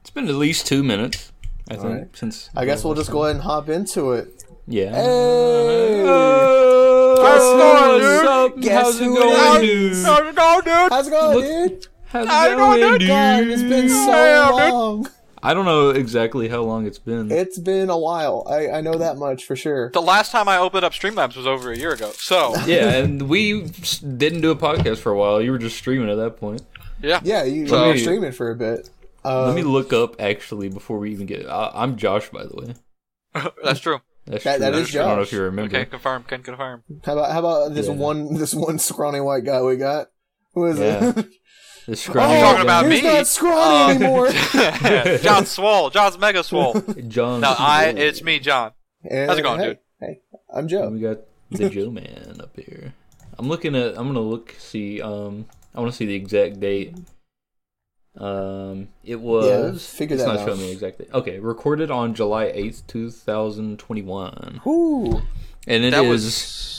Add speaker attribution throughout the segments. Speaker 1: It's been at least two minutes, I think,
Speaker 2: right.
Speaker 1: since.
Speaker 2: I guess we'll just go ahead and hop into it.
Speaker 1: Yeah.
Speaker 2: Hey!
Speaker 1: Oh, what's up?
Speaker 2: Guess
Speaker 1: How's it
Speaker 2: who it
Speaker 1: going,
Speaker 2: is?
Speaker 1: dude?
Speaker 3: How's it going, dude?
Speaker 2: How's it going,
Speaker 1: Look-
Speaker 2: dude?
Speaker 1: How's it
Speaker 3: going,
Speaker 1: going,
Speaker 3: dude?
Speaker 1: dude?
Speaker 2: God, it's been so
Speaker 3: Damn, dude.
Speaker 2: long.
Speaker 1: I don't know exactly how long it's been.
Speaker 2: It's been a while. I, I know that much for sure.
Speaker 3: The last time I opened up Streamlabs was over a year ago. So,
Speaker 1: yeah, and we s- didn't do a podcast for a while. You were just streaming at that point.
Speaker 3: yeah.
Speaker 2: Yeah, you,
Speaker 3: So-
Speaker 2: you were streaming for a bit.
Speaker 1: Let
Speaker 2: Um,
Speaker 1: me look up actually before we even get. I, I'm Josh, by the way.
Speaker 3: That's true.
Speaker 1: That's
Speaker 2: That-
Speaker 1: true.
Speaker 2: that is
Speaker 1: I don't know
Speaker 2: Josh.
Speaker 1: if you remember.
Speaker 3: Can confirm. Can confirm.
Speaker 2: how about how about this
Speaker 1: Yeah.
Speaker 2: one this one scrawny white guy we got? Who is
Speaker 1: Yeah.
Speaker 2: it? Oh,
Speaker 1: This
Speaker 3: you talking
Speaker 1: scrawny
Speaker 3: about
Speaker 2: he's
Speaker 3: me?
Speaker 2: not scrawny
Speaker 3: Uh,
Speaker 2: anymore.
Speaker 3: John Swole. John's mega swole.
Speaker 1: John.
Speaker 3: No, I.
Speaker 1: Cena.
Speaker 3: It's me, John.
Speaker 2: And
Speaker 3: How's it going,
Speaker 2: hey,
Speaker 3: dude? Mm.
Speaker 2: Hey, I'm
Speaker 1: And
Speaker 2: Joe.
Speaker 1: we got the Joe Man up here. I'm looking at. I'm gonna look. See. Um. I want to see the exact date. Um. It was.
Speaker 2: figure
Speaker 1: it's
Speaker 2: that
Speaker 1: not
Speaker 2: out.
Speaker 1: showing me exact date. Okay. Recorded on July 8th, 2021,
Speaker 2: Whoo!
Speaker 1: and it is
Speaker 3: that was.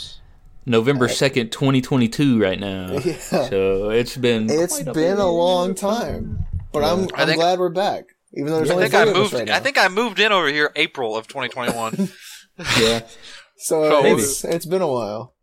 Speaker 1: November 2nd, 2022, right now.
Speaker 2: Uh, Yeah.
Speaker 1: So it's been.
Speaker 2: It's
Speaker 1: quite
Speaker 2: been a
Speaker 1: bit.
Speaker 2: long time, but I'm
Speaker 3: I
Speaker 2: I'm
Speaker 3: think-
Speaker 2: glad we're back. Even though there's
Speaker 3: I
Speaker 2: only
Speaker 3: think
Speaker 2: three of us
Speaker 3: I moved.
Speaker 2: right now.
Speaker 3: I think I moved in over here April of 2021.
Speaker 1: Yeah.
Speaker 2: so.
Speaker 3: Maybe.
Speaker 2: It's, it's been a while.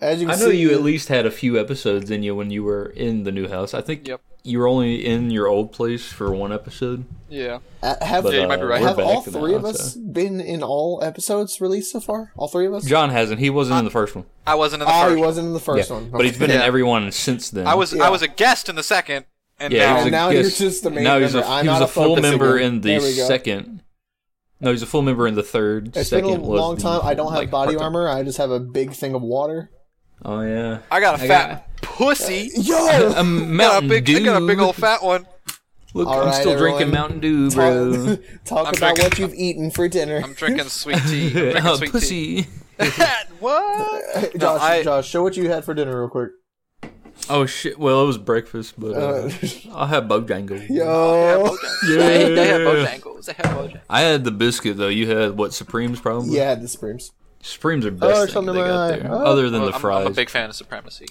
Speaker 2: As you
Speaker 1: I
Speaker 2: can
Speaker 1: know
Speaker 2: see,
Speaker 1: you at least had a few episodes in you when you were in the new house. I think
Speaker 3: Yep.
Speaker 1: you were only in your old place for one episode.
Speaker 3: yeah.
Speaker 2: Uh, have
Speaker 1: But,
Speaker 3: Yeah, you might be
Speaker 1: uh,
Speaker 3: right.
Speaker 1: we're
Speaker 2: have all
Speaker 1: back now,
Speaker 2: three of us
Speaker 1: so-
Speaker 2: been in all episodes released so far? All three of us?
Speaker 1: John hasn't. He wasn't in the first one.
Speaker 3: I wasn't in the
Speaker 2: Oh,
Speaker 3: first.
Speaker 2: he wasn't in the first
Speaker 1: Yeah,
Speaker 2: one,
Speaker 1: But he's been in
Speaker 3: Uh, Yeah.
Speaker 1: every one since then.
Speaker 3: I was.
Speaker 2: Yeah.
Speaker 3: I was a guest in the second, and
Speaker 1: Yeah, he
Speaker 3: now
Speaker 1: was
Speaker 2: And
Speaker 1: a
Speaker 2: now
Speaker 1: guest-
Speaker 2: you're just the main
Speaker 1: now he's a,
Speaker 2: member. I'm
Speaker 1: he was
Speaker 2: out
Speaker 1: a
Speaker 2: of
Speaker 1: full
Speaker 2: focus
Speaker 1: member
Speaker 2: again.
Speaker 1: in the
Speaker 2: There we go.
Speaker 1: second. No, he's a full member in the third.
Speaker 2: It's been
Speaker 1: second
Speaker 2: a
Speaker 1: was
Speaker 2: long
Speaker 1: the,
Speaker 2: time. I don't have
Speaker 1: like,
Speaker 2: body
Speaker 1: part-time.
Speaker 2: armor. I just have a big thing of water.
Speaker 1: Oh yeah.
Speaker 3: I got a
Speaker 1: I
Speaker 3: fat pussy.
Speaker 2: Yo,
Speaker 1: A
Speaker 3: got a
Speaker 1: Mountain
Speaker 3: big.
Speaker 1: Dew.
Speaker 3: I got a big old fat one.
Speaker 1: Look,
Speaker 2: All
Speaker 1: I'm
Speaker 2: right,
Speaker 1: still drinking
Speaker 2: everyone.
Speaker 1: Mountain Dew, bro.
Speaker 2: talk, talk
Speaker 3: I'm
Speaker 2: about
Speaker 3: drinking-
Speaker 2: what you've eaten for dinner.
Speaker 3: I'm drinking sweet tea. I'm drinking
Speaker 1: Uh,
Speaker 3: sweet tea.
Speaker 1: pussy.
Speaker 3: what?
Speaker 2: Josh,
Speaker 3: No, I-
Speaker 2: Josh, show what you had for dinner real quick.
Speaker 1: Oh shit. Well, it was breakfast, but uh,
Speaker 2: Uh,
Speaker 1: I'll have Bojangles.
Speaker 2: Yo,
Speaker 3: They have
Speaker 1: Yeah.
Speaker 3: Bojangles. They have Bojangles.
Speaker 1: I had the biscuit though. You had what Supremes probably.
Speaker 2: yeah, the Supremes.
Speaker 1: Supremes are best
Speaker 2: Oh,
Speaker 1: thing
Speaker 2: something
Speaker 1: they got
Speaker 2: like-
Speaker 1: there,
Speaker 2: oh.
Speaker 1: other than
Speaker 3: Well,
Speaker 1: the
Speaker 3: I'm-
Speaker 1: fries.
Speaker 3: I'm, a big fan of supremacy.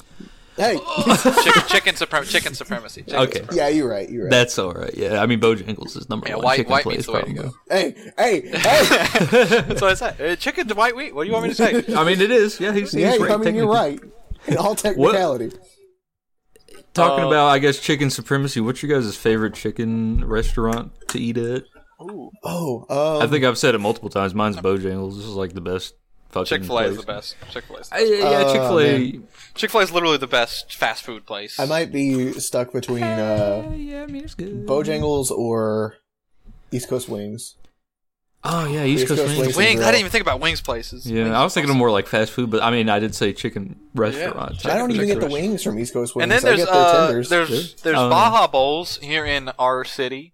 Speaker 2: Hey,
Speaker 3: Chicken, chicken, supre- chicken supremacy. Chicken
Speaker 1: Okay.
Speaker 3: supremacy.
Speaker 2: yeah, you're right. You're right.
Speaker 1: That's all right. Yeah, I mean Bojangles is number
Speaker 3: Yeah,
Speaker 1: one
Speaker 3: white-
Speaker 1: chicken
Speaker 3: white
Speaker 1: place
Speaker 3: meat's the way to
Speaker 1: probably.
Speaker 3: go.
Speaker 2: hey, hey, hey.
Speaker 3: That's what I said. Uh, chicken to white wheat. What do you want me to say?
Speaker 1: I mean it is. Yeah, he's, he's right.
Speaker 2: yeah, I mean you're
Speaker 1: technically.
Speaker 2: right. In all technicality,
Speaker 1: Talking
Speaker 3: Uh,
Speaker 1: about I guess chicken supremacy. What's your guys' favorite chicken restaurant to eat at?
Speaker 2: oh, um,
Speaker 1: I think I've said it multiple times. Mine's Bojangles. This is like the best fucking
Speaker 3: Chick Fil A is
Speaker 1: place.
Speaker 3: the best. Chick Fil
Speaker 1: I-
Speaker 3: A.
Speaker 1: yeah,
Speaker 2: Oh,
Speaker 1: Chick Fil A.
Speaker 2: man.
Speaker 3: Chick Fil A is literally the best fast food place.
Speaker 2: I might be stuck between uh,
Speaker 1: yeah, I mean it's good.
Speaker 2: Bojangles or East Coast Wings.
Speaker 1: Oh yeah, East
Speaker 2: East
Speaker 1: Coast
Speaker 2: Coast
Speaker 1: wings.
Speaker 2: wings.
Speaker 3: Wings. I didn't even think about wings places. Wings
Speaker 1: Yeah, I was thinking of
Speaker 3: places.
Speaker 1: more like fast food, but I mean, I did say chicken restaurants.
Speaker 3: Yeah.
Speaker 2: I don't even
Speaker 3: Chick-
Speaker 2: get the wings from East Coast Wings.
Speaker 3: And then
Speaker 2: I
Speaker 3: there's
Speaker 2: get their
Speaker 3: uh,
Speaker 2: tenders.
Speaker 3: there's there's
Speaker 1: Um,
Speaker 3: Baja Bowls here in our city.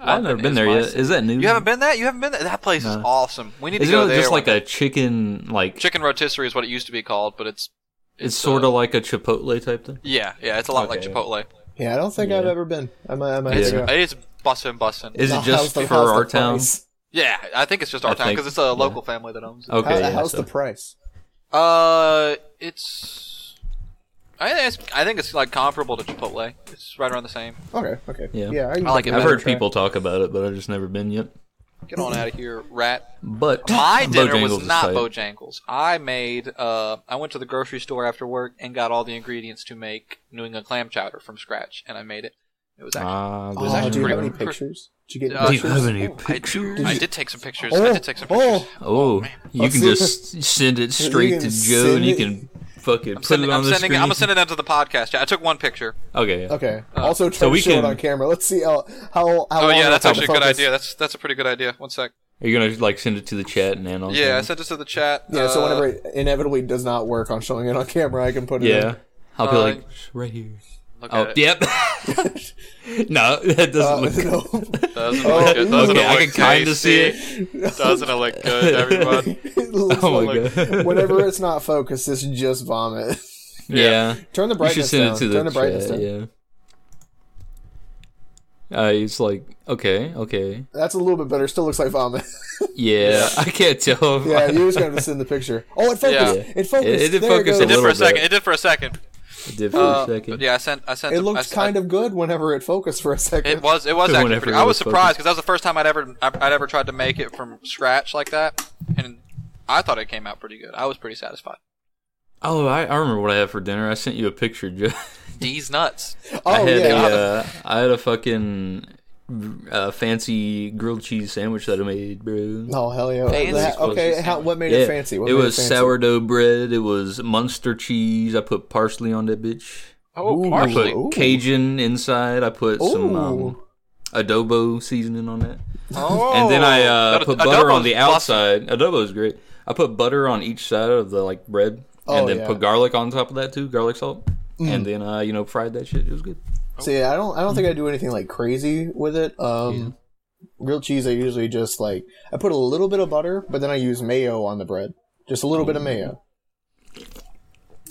Speaker 1: I've never
Speaker 3: London
Speaker 1: been
Speaker 3: is
Speaker 1: there
Speaker 3: my
Speaker 1: yet.
Speaker 3: city.
Speaker 1: Is that new?
Speaker 3: You haven't been that? You haven't been there? That place is
Speaker 1: No.
Speaker 3: awesome. We need to
Speaker 1: Isn't
Speaker 3: go
Speaker 1: it
Speaker 3: there.
Speaker 1: just like
Speaker 3: one
Speaker 1: a
Speaker 3: day.
Speaker 1: chicken? Like
Speaker 3: chicken rotisserie is what it used to be called, but it's
Speaker 1: it's
Speaker 3: uh,
Speaker 1: sort of like a Chipotle type thing.
Speaker 3: yeah, yeah. It's a lot
Speaker 1: Okay.
Speaker 3: like Chipotle.
Speaker 2: yeah, I don't think I've
Speaker 1: Yeah.
Speaker 2: ever been. I might, I might
Speaker 3: It's,
Speaker 2: figure out.
Speaker 3: it's bussin' bussin'.
Speaker 1: Is it
Speaker 2: How's
Speaker 1: just
Speaker 2: the-
Speaker 1: for
Speaker 2: how's the
Speaker 1: our town?
Speaker 2: price?
Speaker 3: yeah, I think it's just
Speaker 1: I
Speaker 3: our town
Speaker 1: think-
Speaker 3: because it's a local family that owns it.
Speaker 1: Okay,
Speaker 2: How-
Speaker 1: yeah,
Speaker 2: how's
Speaker 1: so-
Speaker 2: the price?
Speaker 3: Uh, it's. I think it's, I think it's like comparable to Chipotle. It's right around the same.
Speaker 2: Okay, okay.
Speaker 1: Yeah.
Speaker 2: yeah I, can
Speaker 3: I like it
Speaker 2: give
Speaker 1: I've
Speaker 2: that a
Speaker 1: heard
Speaker 2: try.
Speaker 1: people talk about it, but I've just never been yet.
Speaker 3: Get on out of here, rat.
Speaker 1: But
Speaker 3: My dinner
Speaker 1: Bojangles
Speaker 3: was
Speaker 1: is
Speaker 3: not
Speaker 1: tight.
Speaker 3: Bojangles. I made. Uh, I went to the grocery store after work and got all the ingredients to make New England clam chowder from scratch, and I made it. It was actually.
Speaker 1: Ah,
Speaker 2: Oh,
Speaker 1: those
Speaker 3: actually
Speaker 2: do you
Speaker 3: pretty
Speaker 2: have any
Speaker 3: good.
Speaker 2: pictures? Did you get
Speaker 3: Uh,
Speaker 1: do you
Speaker 2: pictures?
Speaker 1: have any
Speaker 3: I, do-
Speaker 1: pictures?
Speaker 3: I did take some pictures.
Speaker 2: Oh,
Speaker 3: I did take some pictures.
Speaker 2: oh.
Speaker 1: Oh, you
Speaker 2: Let's
Speaker 1: can
Speaker 2: see.
Speaker 1: just send it straight to
Speaker 2: can
Speaker 1: Joe, and
Speaker 2: send
Speaker 1: you
Speaker 2: it-
Speaker 1: can fucking put
Speaker 3: sending,
Speaker 1: it on
Speaker 3: I'm
Speaker 1: the
Speaker 3: sending,
Speaker 1: screen.
Speaker 3: I'm sending that to the podcast. Yeah, I took one picture.
Speaker 1: Okay. yeah.
Speaker 2: Okay. also, try
Speaker 1: we
Speaker 2: to show
Speaker 1: can-
Speaker 2: it on camera. Let's see how how how.
Speaker 3: Uh, Oh,
Speaker 2: long
Speaker 3: yeah, that's
Speaker 2: I'll
Speaker 3: actually a good
Speaker 2: focus.
Speaker 3: idea. That's that's a pretty good idea. One sec.
Speaker 1: Are you gonna like send it to the chat and then on?
Speaker 3: Yeah, I
Speaker 1: camera?
Speaker 3: sent this to the chat.
Speaker 2: Yeah, so
Speaker 3: Uh,
Speaker 2: whenever it inevitably does not work on showing it on camera, I can put it.
Speaker 1: Yeah. I'll be
Speaker 3: Uh,
Speaker 1: like right here.
Speaker 3: look
Speaker 1: Oh,
Speaker 3: at it.
Speaker 1: yep. no, that doesn't
Speaker 2: In. Uh,
Speaker 1: look good.
Speaker 2: no.
Speaker 3: Doesn't look good. Doesn't
Speaker 1: Okay, I
Speaker 3: look
Speaker 1: can kind of
Speaker 3: tasty.
Speaker 1: see it.
Speaker 3: Doesn't it look good, everyone?
Speaker 2: It looks
Speaker 1: Oh my
Speaker 2: like-
Speaker 1: god.
Speaker 2: Whenever it's not focused, it's just vomit.
Speaker 1: Yeah.
Speaker 2: Turn the
Speaker 1: You should
Speaker 2: brightness
Speaker 1: send
Speaker 2: down.
Speaker 1: it to
Speaker 2: Turn
Speaker 1: the
Speaker 2: the brightness
Speaker 1: chat.
Speaker 2: down.
Speaker 1: Yeah. Uh, it's like okay, okay,
Speaker 2: That's a little bit better. Still looks like vomit.
Speaker 1: yeah. I can't tell. if-
Speaker 2: yeah, you just gotta send the picture. Oh, it focused.
Speaker 3: Yeah.
Speaker 2: It focused.
Speaker 1: It- it
Speaker 2: there
Speaker 1: focused
Speaker 2: goes.
Speaker 1: a
Speaker 3: It did for
Speaker 1: little
Speaker 3: a second.
Speaker 1: bit.
Speaker 3: It did for a second.
Speaker 1: It did for
Speaker 3: Uh,
Speaker 1: a second.
Speaker 3: but yeah, I sent. I sent.
Speaker 2: It
Speaker 3: the- I
Speaker 2: looked
Speaker 3: s- I-
Speaker 2: kind of good whenever it focused for a second.
Speaker 3: It was. It was
Speaker 1: It went
Speaker 3: actually.
Speaker 1: after
Speaker 3: Pretty,
Speaker 1: it
Speaker 3: I was
Speaker 1: was
Speaker 3: surprised
Speaker 1: focused.
Speaker 3: because that was the first time I'd ever I'd I'd ever tried to make it from scratch like that, and I thought it came out pretty good. I was pretty satisfied.
Speaker 1: Oh, I, I remember what I had for dinner. I sent you a picture. Jeff.
Speaker 3: D's nuts.
Speaker 1: I
Speaker 2: oh
Speaker 1: had a,
Speaker 2: yeah,
Speaker 1: uh, I had a fucking uh, fancy grilled cheese sandwich that I made, bro.
Speaker 2: oh hell yeah.
Speaker 3: Fancy
Speaker 2: That-
Speaker 3: was
Speaker 2: okay,
Speaker 3: just
Speaker 2: how,
Speaker 3: sandwich.
Speaker 2: what made
Speaker 1: Yeah,
Speaker 2: it fancy? What
Speaker 1: it
Speaker 2: made
Speaker 1: was
Speaker 2: fancy?
Speaker 1: sourdough bread. It was Munster cheese. I put parsley on that bitch.
Speaker 3: Oh,
Speaker 2: Ooh.
Speaker 1: I
Speaker 3: partially.
Speaker 1: put
Speaker 2: Ooh.
Speaker 1: Cajun inside. I put some um,
Speaker 2: Ooh.
Speaker 1: adobo seasoning on that,
Speaker 3: Oh.
Speaker 1: and then I uh,
Speaker 3: That-
Speaker 1: put
Speaker 3: adobo's
Speaker 1: butter on the
Speaker 3: plus-
Speaker 1: outside. Adobo is great. I put butter on each side of the like bread,
Speaker 2: Oh,
Speaker 1: and then
Speaker 2: yeah. Mm.
Speaker 1: put garlic on top of that too, garlic salt, and then uh, you know fried that shit. It was good.
Speaker 2: See, I don't I don't think I do anything like crazy with it. Um grilled cheese I usually just like I put a little bit of butter, but then I use mayo on the bread. Just a little bit of mayo.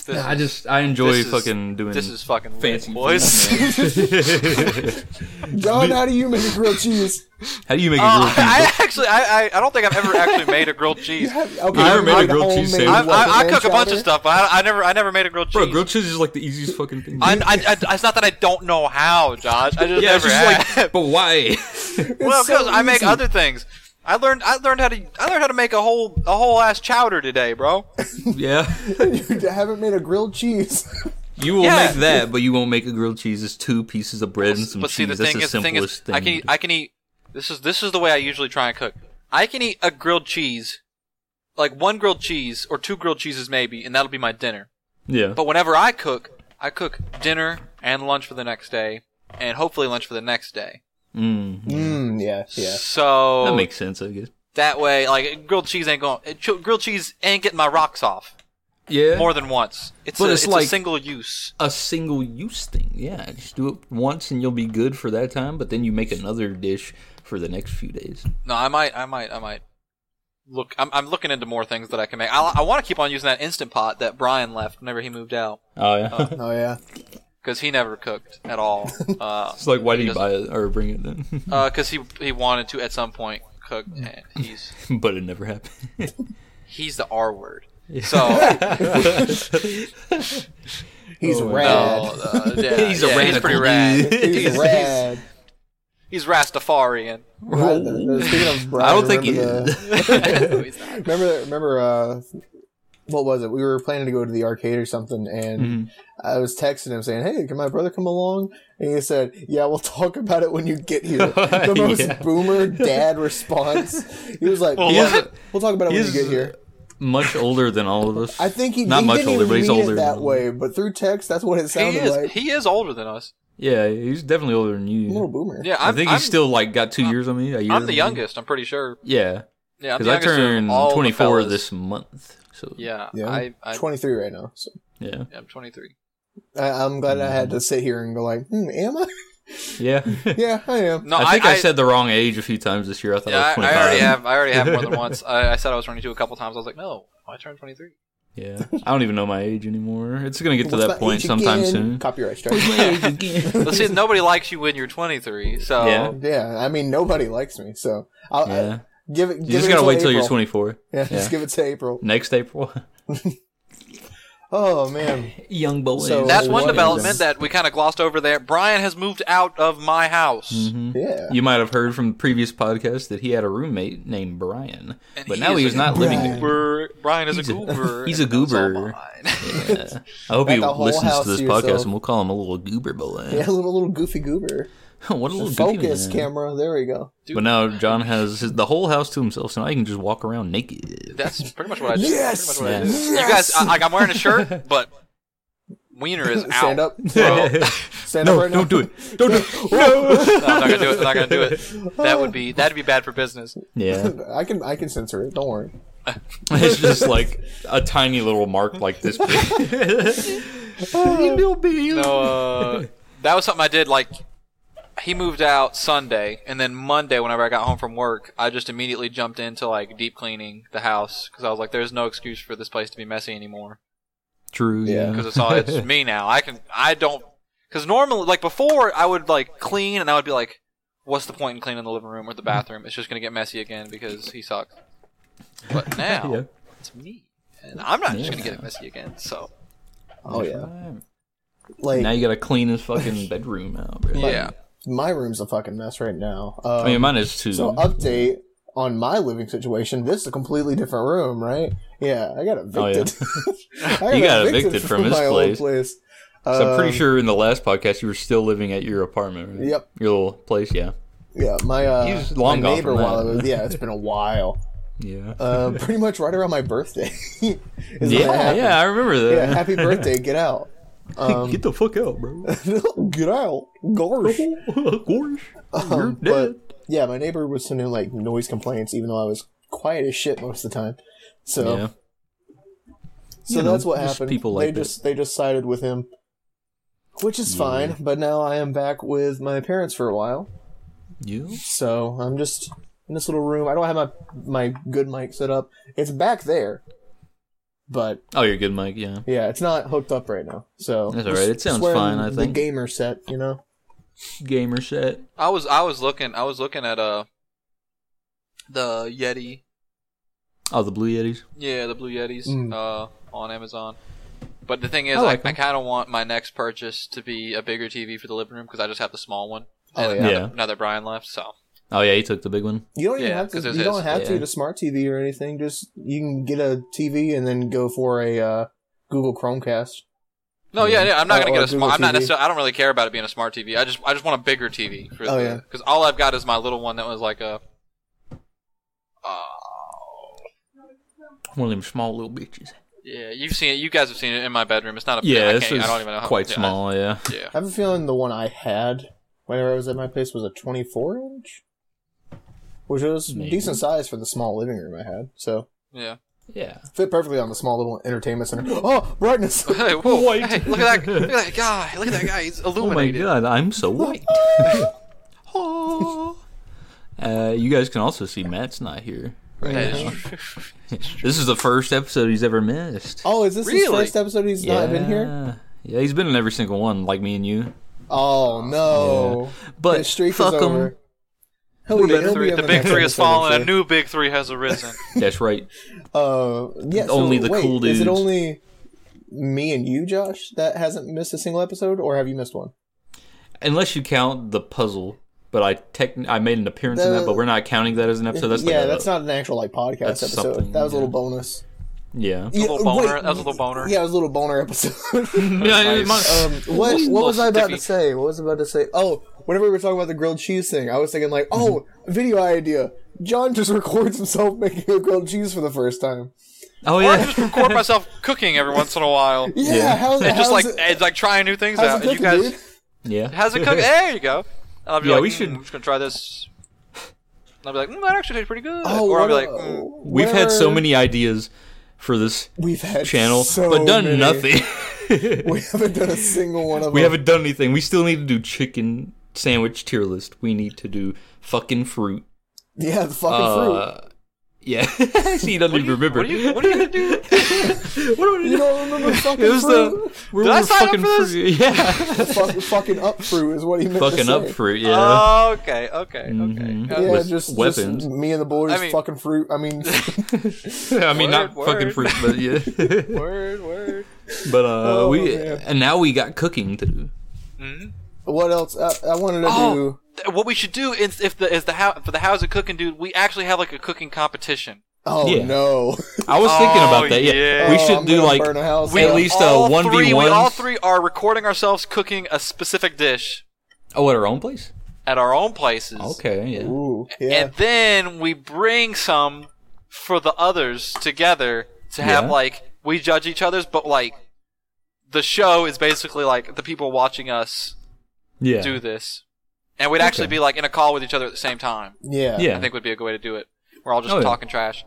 Speaker 3: This
Speaker 1: I
Speaker 3: is-
Speaker 1: just I enjoy
Speaker 3: this is-
Speaker 1: fucking doing
Speaker 3: This is fucking
Speaker 1: fancy
Speaker 3: fancy boys.
Speaker 1: food, man.
Speaker 2: John, how do you make grilled cheese?
Speaker 1: How do you make a grilled
Speaker 3: Uh,
Speaker 1: cheese?
Speaker 3: I actually, I, I, I don't think I've ever actually made a grilled cheese. I,
Speaker 2: Okay,
Speaker 1: never
Speaker 2: you
Speaker 1: made a
Speaker 2: made
Speaker 1: grilled cheese sandwich.
Speaker 2: homemade
Speaker 3: I,
Speaker 1: What,
Speaker 3: I
Speaker 2: Welsh
Speaker 3: cook a bunch of
Speaker 2: chowder?
Speaker 3: stuff, but I, I never, I never made a grilled cheese.
Speaker 1: Bro, grilled cheese is like the easiest fucking thing. to
Speaker 3: I,
Speaker 1: do.
Speaker 3: I, I- it's not that I don't know how, Josh. I just
Speaker 1: yeah, it's
Speaker 3: never
Speaker 1: just
Speaker 3: have.
Speaker 1: like, but why?
Speaker 3: well,
Speaker 2: It's so
Speaker 3: because I make
Speaker 2: easy.
Speaker 3: other things. I learned, I learned how to, I learned how to make a whole, a whole ass chowder today, bro.
Speaker 1: yeah,
Speaker 2: You haven't made a grilled cheese.
Speaker 1: you will
Speaker 3: Yeah.
Speaker 1: make that, but you won't make a grilled cheese. It's two pieces of bread and some
Speaker 3: but
Speaker 1: cheese.
Speaker 3: see, the
Speaker 1: That's
Speaker 3: thing
Speaker 1: the
Speaker 3: is, the thing is,
Speaker 1: simplest thing.
Speaker 3: I can, eat, I can eat. This is this is the way I usually try and cook. I can eat a grilled cheese, like one grilled cheese or two grilled cheeses maybe, and that'll be my dinner.
Speaker 1: yeah,
Speaker 3: But whenever I cook, I cook dinner and lunch for the next day, and hopefully lunch for the next day.
Speaker 1: mm,
Speaker 2: Mm, yeah, yeah.
Speaker 3: So
Speaker 1: that makes sense, I guess.
Speaker 3: that way, like grilled cheese ain't going. eh, ch- Grilled cheese ain't getting my rocks off
Speaker 1: Yeah,
Speaker 3: more than once. It's
Speaker 1: But
Speaker 3: a,
Speaker 1: it's
Speaker 3: it's
Speaker 1: like-
Speaker 3: a single use.
Speaker 1: a single use thing. Yeah, just do it once and you'll be good for that time. But then you make another dish for the next few days.
Speaker 3: No, I might, I might, I might look. I'm, I'm looking into more things that I can make. I, I want to keep on using that instant pot that Brian left whenever he moved out
Speaker 1: Oh yeah,
Speaker 3: Uh,
Speaker 2: Oh yeah.
Speaker 3: because he never cooked at all. Uh,
Speaker 1: it's like why did you
Speaker 3: Because-
Speaker 1: buy it or bring it then?
Speaker 3: because he he wanted to at some point cook. And he's
Speaker 1: but it never happened.
Speaker 3: he's the R word. So
Speaker 2: He's
Speaker 1: Oh,
Speaker 2: rad.
Speaker 3: no, uh, yeah,
Speaker 1: he's
Speaker 3: yeah,
Speaker 1: a
Speaker 3: he's
Speaker 1: radical
Speaker 3: pretty rad.
Speaker 1: dude.
Speaker 2: He's rad.
Speaker 3: He's Rastafarian.
Speaker 2: Rad- Speaking of Brad,
Speaker 1: I don't think he
Speaker 2: remember
Speaker 1: is.
Speaker 2: the-
Speaker 3: No, he's not.
Speaker 2: Remember, remember, uh, what was it? We were planning to go to the arcade or something, and
Speaker 1: Mm-hmm.
Speaker 2: I was texting him saying, "Hey, can my brother come along?" And he said, "Yeah, we'll talk about it when you get here." The most
Speaker 1: Yeah.
Speaker 2: boomer dad response. He was like,
Speaker 1: He
Speaker 2: "We'll-
Speaker 1: is-
Speaker 2: "We'll talk about it
Speaker 1: he
Speaker 2: when
Speaker 1: is-
Speaker 2: you get here."
Speaker 1: much older than all of us.
Speaker 2: I think he
Speaker 1: not
Speaker 2: he
Speaker 1: much
Speaker 2: didn't
Speaker 1: older,
Speaker 2: even
Speaker 1: but he's
Speaker 2: mean
Speaker 1: older
Speaker 2: it
Speaker 1: than
Speaker 2: that
Speaker 1: me.
Speaker 2: way. But through text, that's what it
Speaker 3: He
Speaker 2: sounded
Speaker 3: is
Speaker 2: like.
Speaker 3: he is older than us.
Speaker 1: yeah, he's definitely older than you.
Speaker 2: little boomer.
Speaker 3: Yeah,
Speaker 1: i
Speaker 3: I'm,
Speaker 1: think
Speaker 3: I'm,
Speaker 1: he's still like got two years on me. A year on
Speaker 3: I'm the
Speaker 1: me.
Speaker 3: youngest. I'm pretty sure.
Speaker 1: Yeah,
Speaker 3: Yeah, I'm
Speaker 1: because
Speaker 3: the
Speaker 1: I
Speaker 3: youngest of
Speaker 1: turned
Speaker 3: all the
Speaker 1: 24
Speaker 3: fellas.
Speaker 1: this month. So yeah,
Speaker 3: Yeah,
Speaker 2: Yeah,
Speaker 3: I,
Speaker 2: I'm
Speaker 3: I
Speaker 2: 23 right now, so
Speaker 1: yeah,
Speaker 3: I'm 23.
Speaker 2: I, I'm glad I had
Speaker 1: Mm-hmm.
Speaker 2: to sit here and go like, hmm, "Am I? yeah, I am."
Speaker 3: No,
Speaker 1: I think I,
Speaker 3: I,
Speaker 1: said the wrong age a few times this year. I thought
Speaker 3: Yeah,
Speaker 1: I
Speaker 3: I,
Speaker 1: was 25.
Speaker 3: I already have. I already have more than once. I, I said I was 22 a couple times. I was like, no, I turned 23.
Speaker 1: Yeah, I don't even know my age anymore. It's gonna get to
Speaker 2: What's
Speaker 1: that
Speaker 2: my
Speaker 1: point
Speaker 2: age
Speaker 1: sometime
Speaker 2: again?
Speaker 1: soon.
Speaker 2: Copyright strike.
Speaker 3: But see, nobody likes you when you're 23. So
Speaker 1: Yeah.
Speaker 2: Yeah, I mean nobody likes me, so I'll
Speaker 1: Yeah,
Speaker 2: I, give it. Give
Speaker 1: you just
Speaker 2: it
Speaker 1: gotta
Speaker 2: until
Speaker 1: wait till you're
Speaker 2: April.
Speaker 1: 24.
Speaker 2: Yeah, just
Speaker 1: Yeah.
Speaker 2: give it to April.
Speaker 1: Next April,
Speaker 2: Oh man,
Speaker 1: young boys.
Speaker 2: So-
Speaker 3: that's one
Speaker 2: What is-
Speaker 3: development that we kind of glossed over there. Brian has moved out of my house.
Speaker 1: Mm-hmm.
Speaker 2: yeah.
Speaker 1: You might have heard from the previous podcast that he had a roommate named Brian,
Speaker 3: And
Speaker 1: but now
Speaker 3: is
Speaker 1: he's
Speaker 3: a
Speaker 1: not living there.
Speaker 3: goober. Brian is
Speaker 1: He's
Speaker 3: a
Speaker 1: a-
Speaker 3: goober.
Speaker 1: he's a
Speaker 3: and that's all
Speaker 1: goober.
Speaker 3: mine.
Speaker 1: Yeah. I hope
Speaker 2: Got
Speaker 1: he
Speaker 2: the whole
Speaker 1: listens
Speaker 2: house
Speaker 1: to this
Speaker 2: to
Speaker 1: podcast
Speaker 2: yourself.
Speaker 1: and we'll call him a little goober boy.
Speaker 2: yeah, little little goofy goober.
Speaker 1: what a little goofy
Speaker 2: Focus
Speaker 1: man.
Speaker 2: camera. There we go.
Speaker 1: But now John has his, the whole house to himself, so now he can just walk around naked.
Speaker 3: That's pretty much what I do.
Speaker 2: Yes!
Speaker 3: Pretty much what I do.
Speaker 2: Yes!
Speaker 3: You guys, I, like, I'm wearing a shirt, but wiener uh, is out.
Speaker 2: Stand up.
Speaker 3: Well,
Speaker 2: Stand
Speaker 1: no,
Speaker 2: up right now.
Speaker 1: don't do it. Don't do it.
Speaker 3: no, I'm not gonna do it. I'm not gonna do it. That would be that'd be bad for business.
Speaker 1: Yeah,
Speaker 2: I can I can censor it. Don't worry.
Speaker 1: it's just like a tiny little mark like this. Little bit.
Speaker 3: No, uh, that was something I did. Like, he moved out Sunday, and then Monday, whenever I got home from work, I just immediately jumped into like deep cleaning the house because I was like, "There's no excuse for this place to be messy anymore."
Speaker 1: True.
Speaker 2: Yeah.
Speaker 1: Yeah.
Speaker 3: because it's all it's me now. I can I don't because normally like before I would like clean and I would be like, what's the point in cleaning the living room or the bathroom? It's just gonna get messy again because he sucks. But now
Speaker 1: Yeah. Oh,
Speaker 3: it's me, and I'm not just gonna get it messy again. So
Speaker 2: Oh yeah. Like
Speaker 1: now you gotta clean his fucking bedroom out, bro.
Speaker 3: Yeah.
Speaker 2: my room's a fucking mess right now. Um,
Speaker 1: I mean, Oh, mine is too.
Speaker 2: so update on my living situation. This is a completely different room, right? Yeah, I got
Speaker 1: Oh, yeah.
Speaker 2: evicted. I
Speaker 1: You got evicted from his
Speaker 2: my old
Speaker 1: place.
Speaker 2: place.
Speaker 1: So I'm
Speaker 2: Um,
Speaker 1: pretty sure in the last podcast you were still living at your apartment. right?
Speaker 2: Yep.
Speaker 1: Your little place, yeah.
Speaker 2: Yeah, my uh,
Speaker 1: He's long
Speaker 2: my
Speaker 1: gone
Speaker 2: neighbor
Speaker 1: from that.
Speaker 2: while I was yeah, it's been a while.
Speaker 1: Yeah.
Speaker 2: Uh, pretty much right around my birthday. is when that
Speaker 1: yeah,
Speaker 2: happened.
Speaker 1: yeah, I remember that.
Speaker 2: yeah. Happy birthday! Get out. Um,
Speaker 1: Get the fuck out, bro.
Speaker 2: get out. Gosh.
Speaker 1: Gosh, you're
Speaker 2: Um,
Speaker 1: dead.
Speaker 2: Yeah, my neighbor was sending like noise complaints, even though I was quiet as shit most of the time. So,
Speaker 1: yeah.
Speaker 2: so
Speaker 1: You know,
Speaker 2: that's what
Speaker 1: just
Speaker 2: happened.
Speaker 1: people
Speaker 2: they
Speaker 1: like that.
Speaker 2: just they just sided with him, which is fine. But now I am back with my parents for a while,
Speaker 1: You?
Speaker 2: so I'm just in this little room. I don't have my my good mic set up. It's back there, but
Speaker 1: Oh, you're good, Mike. Yeah.
Speaker 2: yeah, it's not hooked up right now. So
Speaker 1: That's all right. It sounds
Speaker 2: Just wearing
Speaker 1: fine, I
Speaker 2: the
Speaker 1: think.
Speaker 2: gamer set, you know.
Speaker 1: Gamer set.
Speaker 3: I was I was looking I was looking at uh the Yeti.
Speaker 1: Oh, the Blue Yetis.
Speaker 3: Yeah, the Blue Yetis
Speaker 2: Mm.
Speaker 3: uh on Amazon. But the thing is,
Speaker 1: I
Speaker 3: I,
Speaker 1: like
Speaker 3: I,
Speaker 1: 'em.
Speaker 3: kind of want my next purchase to be a bigger TV for the living room because I just have the small one.
Speaker 2: Oh,
Speaker 3: And
Speaker 2: yeah.
Speaker 3: Now,
Speaker 1: Yeah.
Speaker 3: that, now that Brian left, so
Speaker 1: Oh yeah, he took the big one.
Speaker 2: You don't even
Speaker 3: Yeah,
Speaker 2: have to.
Speaker 3: 'cause it's
Speaker 2: You don't
Speaker 3: his,
Speaker 2: have to
Speaker 1: yeah.
Speaker 2: get a smart TV or anything. Just you can get a TV and then go for a uh, Google Chromecast.
Speaker 3: no, yeah, yeah I'm
Speaker 2: Oh,
Speaker 3: not gonna
Speaker 2: or
Speaker 3: get a small.
Speaker 2: Google
Speaker 3: I'm not
Speaker 2: TV.
Speaker 3: necessarily. I don't really care about it being a smart TV. I just I just want a bigger TV for
Speaker 2: Oh,
Speaker 3: the
Speaker 2: yeah.
Speaker 3: because all I've got is my little one that was like a. Uh,
Speaker 1: One of them small little bitches.
Speaker 3: yeah, you've seen it. You guys have seen it in my bedroom. It's not a.
Speaker 1: Yeah,
Speaker 3: I,
Speaker 1: this
Speaker 3: can't,
Speaker 1: is
Speaker 3: I don't even know how
Speaker 1: quite
Speaker 3: yeah, I-
Speaker 1: small. Yeah.
Speaker 3: yeah.
Speaker 2: I have a feeling the one I had whenever I was at my place was a 24 inch, which was
Speaker 1: Maybe.
Speaker 2: decent size for the small living room I had. So
Speaker 3: Yeah.
Speaker 1: Yeah.
Speaker 2: fit perfectly on the small little entertainment center. Oh, brightness!
Speaker 3: Hey, whoa,
Speaker 1: White.
Speaker 3: hey, look at that! Look at that guy! Look at that guy! He's
Speaker 1: Oh my
Speaker 3: illuminated.
Speaker 1: god, I'm so white. Oh. uh, you guys can also see Matt's not here. Right
Speaker 3: That
Speaker 1: now.
Speaker 3: is true.
Speaker 1: This is the first episode he's ever missed.
Speaker 2: oh, is this his
Speaker 3: Really?
Speaker 2: first episode he's not been here?
Speaker 1: Yeah, he's been in every single one, like me and you.
Speaker 2: Oh no!
Speaker 1: But
Speaker 2: His streak
Speaker 1: fuck
Speaker 2: is
Speaker 1: 'em.
Speaker 2: over. He'll
Speaker 3: The
Speaker 2: be-
Speaker 3: big
Speaker 2: he'll be
Speaker 3: three,
Speaker 2: on
Speaker 3: the
Speaker 2: the
Speaker 3: big
Speaker 2: next
Speaker 3: three has
Speaker 2: episode, I'm
Speaker 3: fallen.
Speaker 2: sure.
Speaker 3: A new big three has arisen.
Speaker 1: That's right.
Speaker 2: Uh, yeah. so
Speaker 1: Only the
Speaker 2: wait,
Speaker 1: cool
Speaker 2: Is it
Speaker 1: dudes.
Speaker 2: only me and you, Josh, that hasn't missed a single episode, or have you missed one?
Speaker 1: Unless you count the puzzle, but I tech I made an appearance in that,
Speaker 2: The-
Speaker 1: but we're not counting that as an episode. That's like
Speaker 2: yeah,
Speaker 1: a-
Speaker 2: that's not an actual like podcast
Speaker 1: That's something,
Speaker 2: episode. That was a
Speaker 1: yeah.
Speaker 2: little bonus.
Speaker 1: yeah.
Speaker 2: Yeah,
Speaker 3: little boner- that was a little boner.
Speaker 2: Yeah, it was a little boner episode.
Speaker 1: Yeah, it might-
Speaker 2: um, what what was I about to
Speaker 3: Stiffy.
Speaker 2: say? What was I about to say? Oh, whenever we were talking about the grilled cheese thing, I was thinking like, oh,
Speaker 1: Mm-hmm.
Speaker 2: video idea. John just records himself making a grilled cheese for the first time.
Speaker 1: oh
Speaker 3: Or I
Speaker 1: yeah.
Speaker 3: just record myself cooking every once in a while. It's
Speaker 2: Yeah,
Speaker 1: Yeah.
Speaker 2: how's, how's
Speaker 3: just like
Speaker 2: it,
Speaker 3: it's like trying new things
Speaker 2: how's
Speaker 3: out.
Speaker 2: it
Speaker 3: And
Speaker 2: cooking,
Speaker 3: you guys,
Speaker 2: dude?
Speaker 1: yeah.
Speaker 3: how's it cooking? There you go. And I'll be
Speaker 1: Yeah,
Speaker 3: like,
Speaker 1: we
Speaker 3: "Mm,
Speaker 1: should-
Speaker 3: I'm just gonna try this. And I'll be like, mm, that actually tastes pretty good.
Speaker 2: Oh,
Speaker 3: or I'll be
Speaker 2: what
Speaker 3: like,
Speaker 2: a-
Speaker 3: mm,
Speaker 1: We've had so
Speaker 2: whatever-
Speaker 1: many ideas for this
Speaker 2: We've had
Speaker 1: channel,
Speaker 2: so
Speaker 1: but done
Speaker 2: many.
Speaker 1: nothing.
Speaker 2: We haven't done a single one of
Speaker 1: we
Speaker 2: them.
Speaker 1: haven't done anything. We still need to do chicken sandwich tier list. We need to do fucking fruit.
Speaker 2: Yeah, the fucking fruit.
Speaker 1: Uh, yeah. See, you don't even remember.
Speaker 3: what are you, what are you gonna do?
Speaker 1: What do I
Speaker 2: You don't remember fucking
Speaker 1: It was
Speaker 2: fruit?
Speaker 1: the we're,
Speaker 3: Did I
Speaker 1: we're
Speaker 3: sign up
Speaker 1: fucking
Speaker 3: for this?
Speaker 1: fruit. Yeah,
Speaker 2: The... Fuck, fucking up fruit is what he meant to
Speaker 1: fucking
Speaker 2: say.
Speaker 1: up fruit. Yeah,
Speaker 3: Oh, okay, okay, okay.
Speaker 1: Mhm.
Speaker 3: Uh,
Speaker 2: Yeah,
Speaker 1: With
Speaker 2: just,
Speaker 1: weapons.
Speaker 2: just me and the boys
Speaker 3: I mean-
Speaker 2: fucking fruit. I mean,
Speaker 1: I mean not
Speaker 3: Word,
Speaker 1: fucking
Speaker 3: word. Oh,
Speaker 1: fruit, but yeah.
Speaker 3: Word, word.
Speaker 1: but uh, we
Speaker 2: man.
Speaker 1: and now we got cooking to do.
Speaker 3: Mhm.
Speaker 2: what else? I, I wanted to
Speaker 3: Oh.
Speaker 2: do.
Speaker 3: Th- What we should do is if the is the how for the how's it cooking dude, we actually have like a cooking competition.
Speaker 2: Oh
Speaker 1: Yeah.
Speaker 2: no!
Speaker 1: I was thinking
Speaker 3: Oh,
Speaker 1: about that. Yeah,
Speaker 3: yeah.
Speaker 1: we
Speaker 2: Oh,
Speaker 1: should
Speaker 2: I'm
Speaker 1: do
Speaker 2: gonna
Speaker 1: like
Speaker 2: burn a house
Speaker 1: at
Speaker 2: down.
Speaker 1: least
Speaker 3: all
Speaker 1: a one
Speaker 3: three-
Speaker 1: v
Speaker 3: We all
Speaker 1: one.
Speaker 3: three are recording ourselves cooking a specific dish
Speaker 1: Oh, at our own place.
Speaker 3: at our own places.
Speaker 1: Okay, yeah.
Speaker 2: Ooh, yeah.
Speaker 3: And then we bring some for the others together to have
Speaker 1: Yeah.
Speaker 3: like we judge each other's, but like the show is basically like the people watching us
Speaker 1: yeah,
Speaker 3: do this, and we'd actually
Speaker 1: Okay.
Speaker 3: be like in a call with each other at the same time.
Speaker 2: yeah,
Speaker 1: yeah,
Speaker 3: I think would be a good way to do it. We're all just
Speaker 1: Oh, yeah.
Speaker 3: talking trash.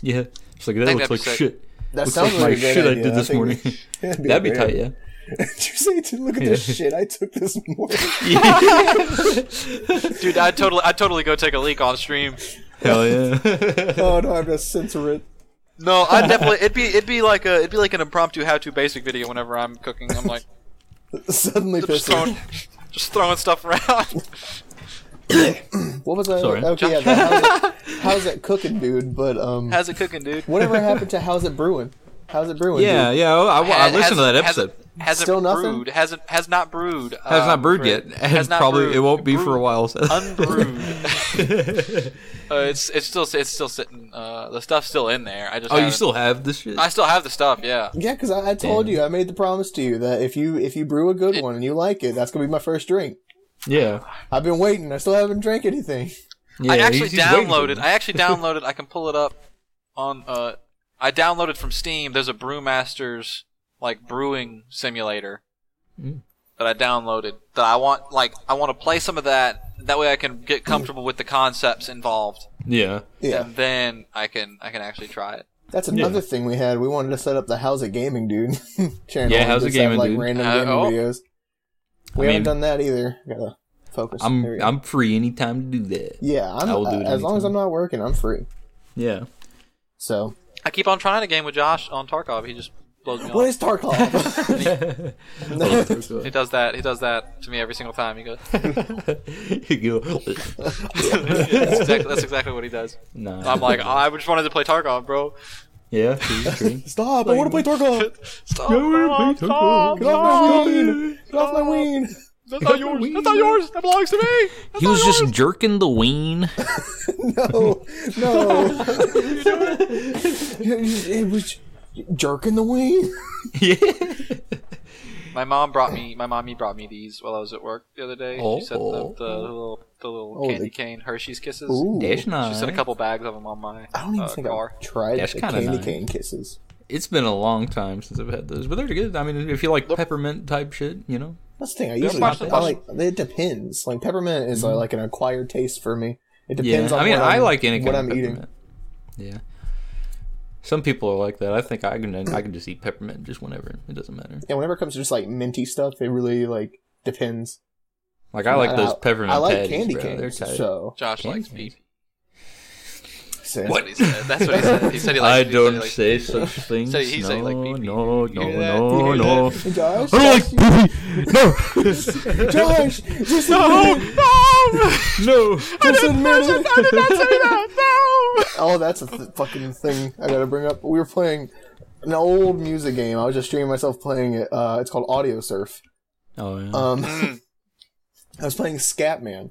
Speaker 1: yeah. It's like that
Speaker 3: think
Speaker 1: looks
Speaker 3: that'd be
Speaker 1: like
Speaker 3: sick.
Speaker 1: shit.
Speaker 2: That
Speaker 1: looks
Speaker 2: sounds
Speaker 1: like my
Speaker 2: like a good
Speaker 1: shit I
Speaker 2: idea.
Speaker 1: did
Speaker 2: I
Speaker 1: this
Speaker 2: think we-
Speaker 1: morning.
Speaker 2: That'd be,
Speaker 1: That'd be
Speaker 2: great.
Speaker 1: tight, yeah.
Speaker 2: Did you say, dude, look at this shit I took this morning?
Speaker 3: Dude, I totally, I totally go take a leak on stream.
Speaker 1: Hell yeah.
Speaker 2: oh no, I have to censor it.
Speaker 3: No, I definitely, it'd be, it'd be like a, it'd be like an impromptu how-to basic video whenever I'm cooking. I'm like,
Speaker 2: Suddenly
Speaker 3: just
Speaker 2: pissed.
Speaker 3: throwing, just throwing stuff around.
Speaker 2: What was I?
Speaker 1: Sorry.
Speaker 2: Okay, yeah. the How's it, how's it cooking, dude? But um,
Speaker 3: How's it cooking, dude?
Speaker 2: whatever happened to how's it brewing? How's it brewing?
Speaker 1: Yeah,
Speaker 2: dude?
Speaker 1: yeah. I, I, I
Speaker 3: Has-
Speaker 1: listened to that
Speaker 3: has-
Speaker 1: episode.
Speaker 3: hasn't
Speaker 2: Still nothing?
Speaker 3: brewed. Hasn't has not brewed.
Speaker 4: Has
Speaker 3: uh,
Speaker 4: not brewed
Speaker 3: for-
Speaker 4: yet. It
Speaker 3: has not
Speaker 4: probably
Speaker 3: brewed.
Speaker 4: it won't be for a
Speaker 3: Brewed.
Speaker 4: while. So.
Speaker 3: Unbrewed. uh, it's it's still it's still sitting. Uh, the stuff's still in there. I just
Speaker 4: oh, you
Speaker 3: haven't-
Speaker 4: still have this shit?
Speaker 3: I still have the stuff. Yeah.
Speaker 2: Yeah, because I, I told you, I made the promise to you that if you if you brew a good one and you like it, that's gonna be my first drink.
Speaker 1: Yeah.
Speaker 2: I've been waiting. I still haven't drank anything.
Speaker 1: yeah
Speaker 3: I actually
Speaker 1: he's- he's waiting for
Speaker 3: downloaded.
Speaker 1: them.
Speaker 3: I actually downloaded. I can pull it up on. Uh, I downloaded from Steam. There's a Brewmasters like brewing simulator
Speaker 1: Mm.
Speaker 3: that I downloaded. That I want like I want to play some of that. That way I can get comfortable with the concepts involved,
Speaker 1: Hmm. Yeah.
Speaker 2: Yeah,
Speaker 3: and then I can I can actually try it.
Speaker 2: that's another thing we had. We wanted to set up the How's It Gaming Dude channel.
Speaker 1: Yeah, How's It
Speaker 2: Just have,
Speaker 1: Gaming
Speaker 2: like,
Speaker 1: Dude.
Speaker 2: Random
Speaker 3: Uh,
Speaker 2: gaming
Speaker 3: oh.
Speaker 2: videos. We
Speaker 1: I
Speaker 2: haven't
Speaker 1: mean-
Speaker 2: done that either. Gotta focus. There we
Speaker 1: I'm
Speaker 2: go.
Speaker 1: I'm free anytime to do that.
Speaker 2: yeah, I'm,
Speaker 1: I will do it
Speaker 2: as long as I'm not working, I'm free.
Speaker 1: Yeah.
Speaker 2: So
Speaker 3: I keep on trying a game with Josh on Tarkov. He just blows me
Speaker 2: what
Speaker 3: off.
Speaker 2: is Tarkov?
Speaker 3: He does that. He does that to me every single time. He goes.
Speaker 1: You go,
Speaker 3: that's, exactly, that's exactly what he does.
Speaker 1: nah.
Speaker 3: I'm like, I just wanted to play Tarkov, bro.
Speaker 1: yeah, true, true.
Speaker 2: Stop! I want to play Tarkov.
Speaker 3: Stop,
Speaker 1: Go away,
Speaker 3: bro,
Speaker 1: please,
Speaker 3: stop,
Speaker 1: Tarkov.
Speaker 2: Get off my
Speaker 3: stop.
Speaker 2: ween! Get off my ween!
Speaker 3: That's not yours. That's not yours. That belongs to me. That's
Speaker 1: He was just jerking the ween.
Speaker 2: No, Oh, no. it was jerking the wing.
Speaker 1: yeah.
Speaker 3: My mom brought me. My mommy brought me these while I was at work the other day.
Speaker 1: Oh.
Speaker 3: She sent the, the little the little
Speaker 2: Oh,
Speaker 3: candy
Speaker 2: the-
Speaker 3: cane Hershey's kisses.
Speaker 2: Ooh,
Speaker 1: Dash
Speaker 3: She sent a
Speaker 1: nine.
Speaker 3: couple bags of them on my
Speaker 2: I don't even
Speaker 3: uh,
Speaker 2: think
Speaker 3: car.
Speaker 2: I've tried
Speaker 1: That's
Speaker 2: the
Speaker 1: kinda
Speaker 2: candy
Speaker 1: nice.
Speaker 2: cane kisses.
Speaker 1: It's been a long time since I've had those, but they're good. I mean, if you like peppermint type shit, you know.
Speaker 2: That's the thing. I usually
Speaker 3: much-
Speaker 2: I like. It depends. Like peppermint is uh, like an acquired taste for me. It depends
Speaker 1: Mm-hmm. yeah,
Speaker 2: on
Speaker 1: I mean,
Speaker 2: what
Speaker 1: I
Speaker 2: I'm,
Speaker 1: like any kind
Speaker 2: what
Speaker 1: of
Speaker 2: I'm eating.
Speaker 1: peppermint. Yeah. Some people are like that. I think I can I can just eat peppermint just whenever. It doesn't matter.
Speaker 2: And whenever it comes to just like minty stuff, it really like depends.
Speaker 1: Like I like
Speaker 2: And
Speaker 1: those peppermint.
Speaker 2: I like
Speaker 1: patties,
Speaker 2: candy
Speaker 1: bro. They're
Speaker 2: canes.
Speaker 1: tight.
Speaker 2: So,
Speaker 3: Josh
Speaker 1: Candy
Speaker 3: likes
Speaker 1: canes.
Speaker 3: pee.
Speaker 2: so-
Speaker 3: What he said. That's what he said. He said he
Speaker 1: I
Speaker 3: likes. he said he
Speaker 1: don't
Speaker 3: likes-
Speaker 1: say such things.
Speaker 3: said he
Speaker 1: no,
Speaker 3: said, like, beep, beep.
Speaker 1: no,
Speaker 3: You
Speaker 1: no,
Speaker 3: hear that?
Speaker 1: no,
Speaker 3: You hear
Speaker 1: Oh, no.
Speaker 3: that?
Speaker 2: Josh,
Speaker 1: I don't like no.
Speaker 2: Josh, just no,
Speaker 1: no.
Speaker 2: just admit it.
Speaker 3: no.
Speaker 2: Oh, that's a th- fucking thing I gotta bring up. We were playing an old music game. I was just streaming myself playing it. Uh, it's called Audio Surf.
Speaker 1: Oh yeah.
Speaker 2: Um, I was playing Scatman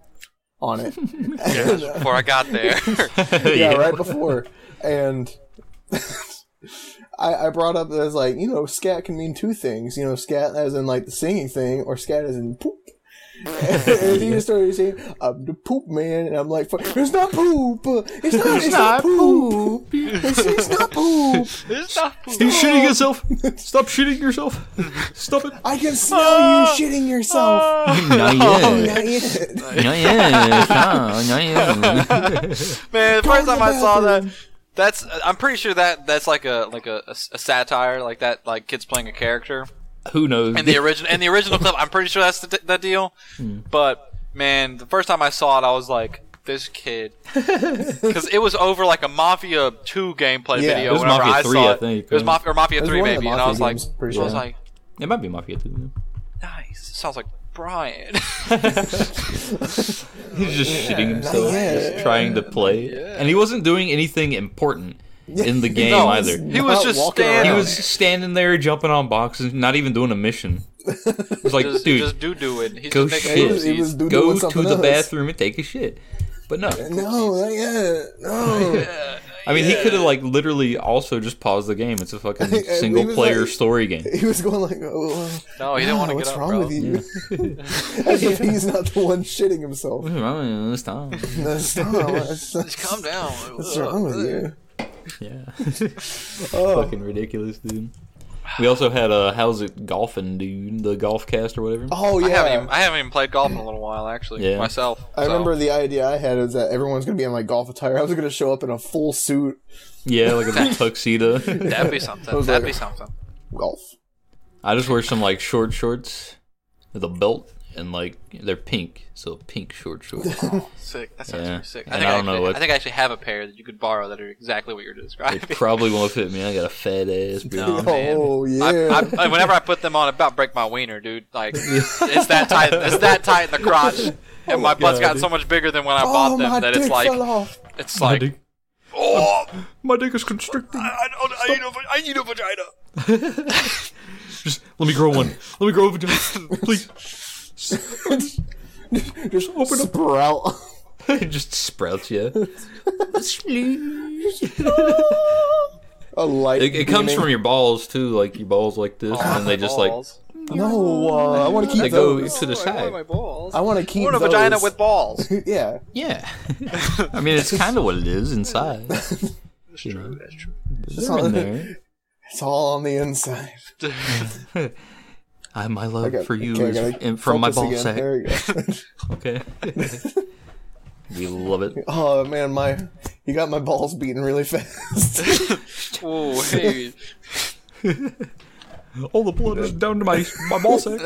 Speaker 2: on it.
Speaker 3: Before I got there,
Speaker 2: Uh, yeah, right before. And I, I brought up as like, you know, scat can mean two things. You know, scat as in like the singing thing, or scat as in poop. and he just started saying, "I'm the poop man," and I'm like, "Fuck, "It's not poop. It's not. It's, not, poop. It's, it's not poop.
Speaker 3: It's not-
Speaker 1: He's shitting himself. Stop shitting yourself. Stop it.
Speaker 2: I can smell
Speaker 3: Ah.
Speaker 2: you shitting yourself."
Speaker 1: Not yet.
Speaker 2: Not yet.
Speaker 1: Not yet. No, not yet.
Speaker 3: man. The first
Speaker 2: to the
Speaker 3: time I saw that,
Speaker 2: bathroom.
Speaker 3: that's I'm pretty sure that that's like a like a, a s- a satire, like that like kids playing a character.
Speaker 1: Who knows?
Speaker 3: in the original in the original clip. I'm pretty sure that's the, the deal.
Speaker 1: Hmm.
Speaker 3: But man, the first time I saw it, I was like, "This kid," because it was over like a Mafia Two gameplay
Speaker 2: Yeah.
Speaker 3: video.
Speaker 2: It
Speaker 1: was
Speaker 3: whenever
Speaker 1: Mafia
Speaker 3: I
Speaker 1: 3,
Speaker 3: saw
Speaker 1: I
Speaker 3: it.
Speaker 1: think,
Speaker 3: it was
Speaker 1: uh,
Speaker 3: Mafia or Mafia
Speaker 2: it was
Speaker 3: Three,
Speaker 2: one of the
Speaker 3: maybe. and I was
Speaker 2: Mafia
Speaker 3: like,
Speaker 2: games, pretty
Speaker 3: I was
Speaker 2: sure.
Speaker 3: like,
Speaker 1: it might be Mafia too.
Speaker 3: nice. Sounds like Brian.
Speaker 1: He's just shitting himself,
Speaker 2: yeah,
Speaker 1: just
Speaker 2: yeah,
Speaker 1: trying to play, and he wasn't doing anything important in the game
Speaker 3: no,
Speaker 1: either.
Speaker 3: he was
Speaker 2: Not
Speaker 3: just
Speaker 2: walking
Speaker 3: standing.
Speaker 2: around.
Speaker 1: He was standing there jumping on boxes, not even doing a mission. It's like,
Speaker 3: just,
Speaker 1: dude,
Speaker 3: just do doing. He's
Speaker 1: go
Speaker 3: just making
Speaker 1: shit. He
Speaker 3: pussies.
Speaker 1: was-
Speaker 2: he was do-
Speaker 1: go
Speaker 2: doing
Speaker 1: to
Speaker 2: something
Speaker 1: the
Speaker 2: else.
Speaker 1: bathroom and take a shit. But no,
Speaker 2: No, not yet. No.
Speaker 1: I mean, he could have like literally also just paused the game. It's a fucking
Speaker 2: was
Speaker 1: single player
Speaker 2: like-
Speaker 1: story game.
Speaker 2: He was going like, oh, well,
Speaker 3: No, he didn't
Speaker 2: wow,
Speaker 3: want to get
Speaker 2: What's
Speaker 3: up,
Speaker 2: wrong
Speaker 3: bro.
Speaker 2: with you? As if he's not the one shitting himself.
Speaker 1: What's wrong with this time?
Speaker 2: That's not what's,
Speaker 3: Just calm down.
Speaker 2: what's wrong with you.
Speaker 1: Yeah, fucking ridiculous, dude. We also had a how's it golfing, dude? The golf cast or whatever.
Speaker 2: Oh
Speaker 3: I
Speaker 2: yeah,
Speaker 3: haven't,
Speaker 2: I,
Speaker 3: even, I haven't even played golf in a little while, actually,
Speaker 1: Yeah.
Speaker 3: myself. so.
Speaker 2: remember the idea I had was that everyone's gonna be in like golf attire. I was gonna show up in a full suit
Speaker 1: Yeah, like a little tuxedo.
Speaker 3: That'd be something.
Speaker 2: was
Speaker 3: That'd
Speaker 2: like-
Speaker 3: be something.
Speaker 2: golf.
Speaker 1: I just wear some like short shorts with a belt and like they're pink, so pink short shorts.
Speaker 3: Sick. That sounds
Speaker 1: Yeah.
Speaker 3: pretty sick. I
Speaker 1: And
Speaker 3: think I,
Speaker 1: I don't
Speaker 3: actually,
Speaker 1: know what-
Speaker 3: I think I actually have a pair that you could borrow that are exactly what you're describing.
Speaker 1: It probably won't fit me. I got a fat ass.
Speaker 3: No,
Speaker 1: Beard.
Speaker 3: man.
Speaker 2: Oh
Speaker 3: I,
Speaker 2: yeah.
Speaker 3: I- I- whenever I put them on, I about break my wiener, dude. Like it's that tight. It's that tight in the crotch,
Speaker 1: Oh
Speaker 3: and my butt's gotten so much bigger than when I
Speaker 2: oh my
Speaker 3: bought them that
Speaker 2: dick
Speaker 3: it's like
Speaker 2: fell off.
Speaker 3: it's like oh,
Speaker 1: my dick is constricting.
Speaker 3: I, I, don't- I need a, va- I need a vagina.
Speaker 1: Just let me grow one. Let me grow a vagina, please.
Speaker 2: Just open a brow.
Speaker 1: just sprouts, yeah. it,
Speaker 2: a light.
Speaker 1: it comes
Speaker 2: beaming.
Speaker 1: from your balls too, like your balls like this,
Speaker 2: Oh,
Speaker 1: and they just like
Speaker 2: No, uh, I want to
Speaker 1: they
Speaker 2: keep
Speaker 1: go
Speaker 2: those.
Speaker 1: to the side.
Speaker 3: balls.
Speaker 2: I want to
Speaker 3: I
Speaker 2: keep
Speaker 3: want a
Speaker 2: those.
Speaker 3: vagina with balls.
Speaker 2: yeah.
Speaker 1: Yeah, I mean it's kind of what it is inside. You know?
Speaker 3: That's true.
Speaker 1: They're in there.
Speaker 2: It's all on the inside.
Speaker 1: I, my love
Speaker 2: I got-
Speaker 1: for you
Speaker 2: okay, I
Speaker 1: is
Speaker 2: gotta
Speaker 1: in- from my
Speaker 2: focus
Speaker 1: ball
Speaker 2: again.
Speaker 1: sack.
Speaker 2: There you go.
Speaker 1: Okay, we love it.
Speaker 2: oh man, my you got my balls beating really fast.
Speaker 3: Ooh, hey.
Speaker 1: All the blood is down to my my ball sack.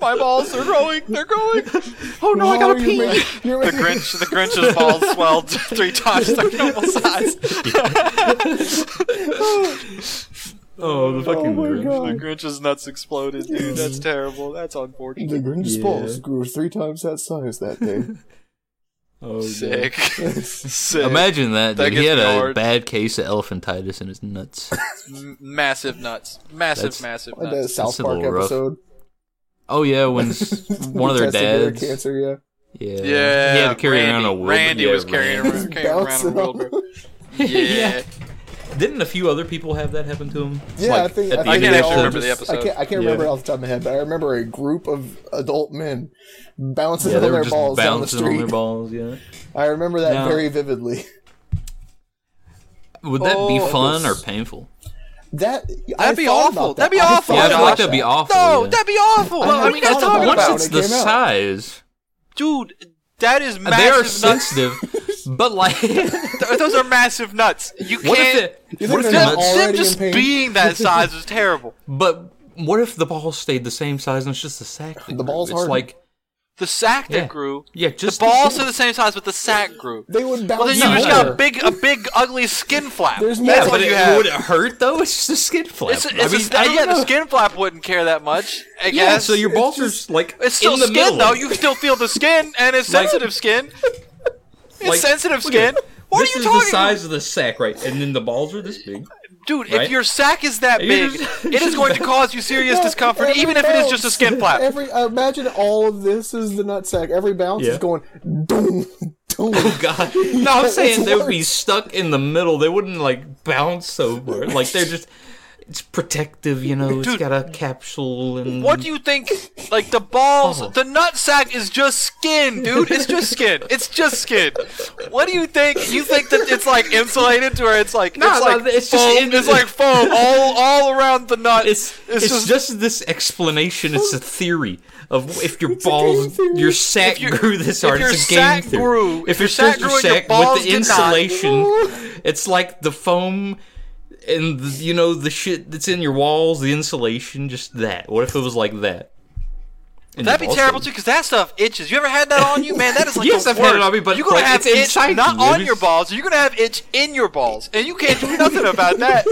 Speaker 3: My balls are growing. They're growing.
Speaker 1: Oh no, I
Speaker 2: Oh,
Speaker 1: gotta
Speaker 2: you're
Speaker 1: pee.
Speaker 2: making- you're
Speaker 3: The
Speaker 2: making-
Speaker 3: Grinch, the Grinch's balls swelled three times their normal size.
Speaker 1: Oh, the fucking
Speaker 2: my
Speaker 1: Grinch.
Speaker 2: God.
Speaker 3: The Grinch's nuts exploded, dude. That's terrible. That's unfortunate.
Speaker 2: The Grinch's
Speaker 1: Yeah.
Speaker 2: balls grew three times that size that day.
Speaker 1: Oh,
Speaker 3: Sick. Sick.
Speaker 1: Imagine that,
Speaker 3: That
Speaker 1: dude. he had
Speaker 3: gets
Speaker 1: a
Speaker 3: hard.
Speaker 1: bad case of elephantitis in his nuts.
Speaker 3: M- massive nuts. Massive,
Speaker 1: That's-
Speaker 3: massive
Speaker 2: Like that
Speaker 3: nuts.
Speaker 2: South
Speaker 1: a
Speaker 2: Park
Speaker 1: little rough.
Speaker 2: episode.
Speaker 1: Oh yeah, when s- one of their
Speaker 2: Tested their
Speaker 1: dads,
Speaker 2: cancer, yeah.
Speaker 1: yeah,
Speaker 3: Yeah.
Speaker 1: he had to carry around a wheelbarrow.
Speaker 3: Randy- Randy was carrying around, carrying around a
Speaker 2: Bouncing off.
Speaker 3: wheelbarrow. Yeah.
Speaker 1: Didn't a few other people have that happen to him?
Speaker 2: Yeah, I
Speaker 1: Like,
Speaker 2: think
Speaker 1: at the
Speaker 2: I, think
Speaker 1: end
Speaker 3: I can't
Speaker 1: of
Speaker 2: they
Speaker 3: actually
Speaker 2: all
Speaker 3: remember the
Speaker 2: just- I
Speaker 3: episode.
Speaker 2: can't, I can't
Speaker 1: Yeah.
Speaker 2: remember off the top of my head, but I remember a group of adult men bouncing
Speaker 1: Yeah,
Speaker 2: on
Speaker 1: they were
Speaker 2: their
Speaker 1: just
Speaker 2: balls down the
Speaker 1: bouncing on
Speaker 2: street.
Speaker 1: their balls. Yeah,
Speaker 2: I remember that
Speaker 1: Now-
Speaker 2: very vividly.
Speaker 1: would that be
Speaker 3: Oh,
Speaker 1: fun
Speaker 2: this-
Speaker 1: or painful?
Speaker 2: That
Speaker 3: That'd be awful. That'd be awful,
Speaker 1: Yeah, I feel like
Speaker 3: Josh.
Speaker 1: that'd be awful.
Speaker 3: No,
Speaker 1: yeah.
Speaker 3: that'd be awful.
Speaker 2: I
Speaker 3: what are you
Speaker 2: never
Speaker 3: guys
Speaker 2: thought
Speaker 3: talking
Speaker 2: about
Speaker 3: about?
Speaker 2: that
Speaker 1: Once it's
Speaker 2: when it
Speaker 1: the
Speaker 2: came out.
Speaker 1: size,
Speaker 3: Dude, that is massive
Speaker 1: they are
Speaker 3: nuts.
Speaker 1: sensitive. but like,
Speaker 3: Th- Those are massive nuts. You
Speaker 1: what
Speaker 3: can't.
Speaker 1: if it? What
Speaker 2: think
Speaker 1: if the
Speaker 2: they're
Speaker 3: them,
Speaker 1: nuts?
Speaker 2: all-
Speaker 3: them
Speaker 2: already
Speaker 3: just
Speaker 2: in pain?
Speaker 3: being that size is terrible.
Speaker 1: But what if the ball stayed the same size and it's just the sack? that
Speaker 2: The
Speaker 1: grew?
Speaker 2: ball's
Speaker 1: It's
Speaker 2: hardened.
Speaker 1: like
Speaker 3: The sack that
Speaker 1: Yeah.
Speaker 3: grew.
Speaker 1: yeah, just
Speaker 3: the balls are the same size, but the sack grew.
Speaker 2: They would bounce.
Speaker 3: Well, then you
Speaker 1: No,
Speaker 3: just
Speaker 1: no.
Speaker 3: got
Speaker 2: over.
Speaker 3: a big, a big, ugly skin flap.
Speaker 2: There's
Speaker 3: That's
Speaker 2: more-
Speaker 1: but
Speaker 3: what
Speaker 1: it,
Speaker 3: you have.
Speaker 1: would it hurt though? It's just a skin flap.
Speaker 3: It's, a-
Speaker 1: I
Speaker 3: it's a
Speaker 1: mean,
Speaker 3: s-
Speaker 1: I don't
Speaker 3: yeah,
Speaker 1: know.
Speaker 3: the skin flap wouldn't care that much. I
Speaker 1: Yeah,
Speaker 3: guess.
Speaker 1: so your balls are just, like
Speaker 3: It's still
Speaker 1: in the
Speaker 3: skin
Speaker 1: middle.
Speaker 3: though. You can still feel the skin, and it's
Speaker 1: Like-
Speaker 3: sensitive skin. It's
Speaker 1: Like,
Speaker 3: sensitive
Speaker 1: look at
Speaker 3: skin.
Speaker 1: it.
Speaker 3: What
Speaker 1: this
Speaker 3: are you
Speaker 1: is
Speaker 3: talking?
Speaker 1: the size of the sack, right? And then the balls are this big.
Speaker 3: Dude,
Speaker 1: right?
Speaker 3: if your sack is that
Speaker 1: You
Speaker 3: big,
Speaker 1: just-
Speaker 3: it is going to cause you serious
Speaker 2: Yeah,
Speaker 3: discomfort,
Speaker 2: every
Speaker 3: even if it is just a
Speaker 2: bounce-
Speaker 3: skin flap.
Speaker 2: Every uh, imagine all of this is the nutsack. Every bounce
Speaker 1: Yeah.
Speaker 2: is going doom doom.
Speaker 1: Oh god! No, I'm
Speaker 2: It's
Speaker 1: saying they would be
Speaker 2: worse.
Speaker 1: stuck in the middle. They wouldn't like bounce over. Like they're just. It's protective, you know. it's
Speaker 3: Dude.
Speaker 1: got a capsule and.
Speaker 3: What do you think? Like the balls,
Speaker 1: Oh.
Speaker 3: the nut sack is just skin, dude. It's just skin. It's just skin. What do you think? You think that it's like insulated to where it's like
Speaker 1: No,
Speaker 3: it's
Speaker 1: no,
Speaker 3: like
Speaker 1: it's just
Speaker 3: foam,
Speaker 1: in-
Speaker 3: it's like foam all all around the nut.
Speaker 1: It's it's, just, this explanation. It's a theory of if your balls,
Speaker 2: theory.
Speaker 1: your sack
Speaker 3: If your-
Speaker 1: grew this
Speaker 3: if
Speaker 1: hard.
Speaker 3: your
Speaker 1: It's a game
Speaker 3: sack
Speaker 1: theory.
Speaker 3: grew-
Speaker 1: if
Speaker 3: if
Speaker 1: your
Speaker 3: your sack
Speaker 1: sack, your
Speaker 3: grew and your
Speaker 1: sack
Speaker 3: balls
Speaker 1: with the
Speaker 3: did not-
Speaker 1: insulation, it's like the foam and the, you know the shit that's in your walls, the insulation, just that. What if it was like that? And your
Speaker 3: That'd be
Speaker 1: balls
Speaker 3: terrible
Speaker 1: didn't.
Speaker 3: too, because that stuff itches. You ever had that on you, man? That is like
Speaker 1: Yes,
Speaker 3: the
Speaker 1: I've had it
Speaker 3: worst.
Speaker 1: on me, but,
Speaker 3: you're gonna
Speaker 1: like,
Speaker 3: have
Speaker 1: it's
Speaker 3: itch
Speaker 1: inside
Speaker 3: not
Speaker 1: you.
Speaker 3: on
Speaker 1: It
Speaker 3: your
Speaker 1: is-
Speaker 3: balls. You're gonna have itch in your balls, and you can't do nothing about that.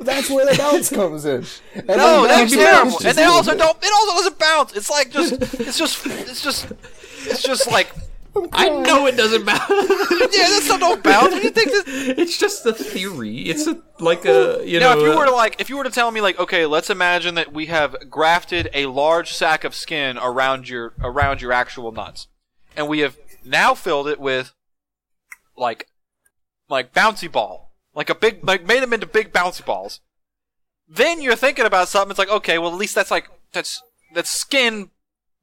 Speaker 2: That's where the bounce comes in. Every
Speaker 3: No,
Speaker 2: bounce
Speaker 3: that's
Speaker 2: is
Speaker 3: terrible.
Speaker 2: just
Speaker 3: And they
Speaker 2: a little
Speaker 3: also
Speaker 2: bit.
Speaker 3: don't. It also doesn't bounce. It's like just. It's just. It's just. It's just like.
Speaker 1: I know it doesn't matter.
Speaker 3: Yeah, that stuff don't bounce. What do you think? This,
Speaker 1: it's just a theory. It's a like a you
Speaker 3: now,
Speaker 1: know. uh,
Speaker 3: if you
Speaker 1: a-
Speaker 3: were to like, if you were to tell me like, okay, let's imagine that we have grafted a large sack of skin around your around your actual nuts, and we have now filled it with like like bouncy ball, like a big like made them into big bouncy balls. Then you're thinking about something. It's like, okay, well at least that's like that's that's skin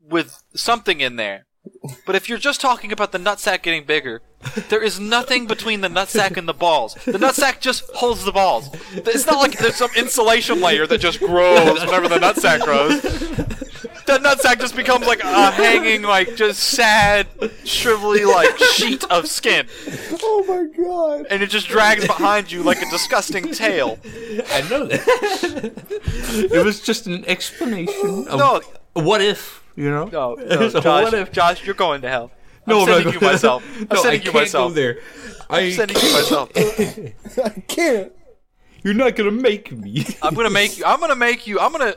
Speaker 3: with something in there. But if you're just talking about the nutsack getting bigger, there is nothing between the nutsack and the balls. The nutsack just holds the balls. It's not like there's some insulation layer that just grows whenever the nutsack grows. The nutsack just becomes like a hanging, like just sad, shrivelly, like sheet of skin,
Speaker 2: Oh my god.
Speaker 3: and it just drags behind you like a disgusting tail.
Speaker 1: I know that. it was just an explanation of
Speaker 3: No.
Speaker 1: what if, you know?
Speaker 3: No,
Speaker 1: It
Speaker 3: no,
Speaker 1: was a
Speaker 3: Josh,
Speaker 1: what if.
Speaker 3: Josh, you're going to hell.
Speaker 1: Oh, No,
Speaker 3: I'm
Speaker 1: not
Speaker 3: sending you
Speaker 1: going-
Speaker 3: myself. I'm
Speaker 1: no, I
Speaker 3: sending you
Speaker 1: can't
Speaker 3: myself.
Speaker 1: go there. I,
Speaker 3: I'm sending you myself.
Speaker 2: I can't.
Speaker 1: You're not gonna make me.
Speaker 3: I'm gonna make you. I'm gonna make you. I'm gonna.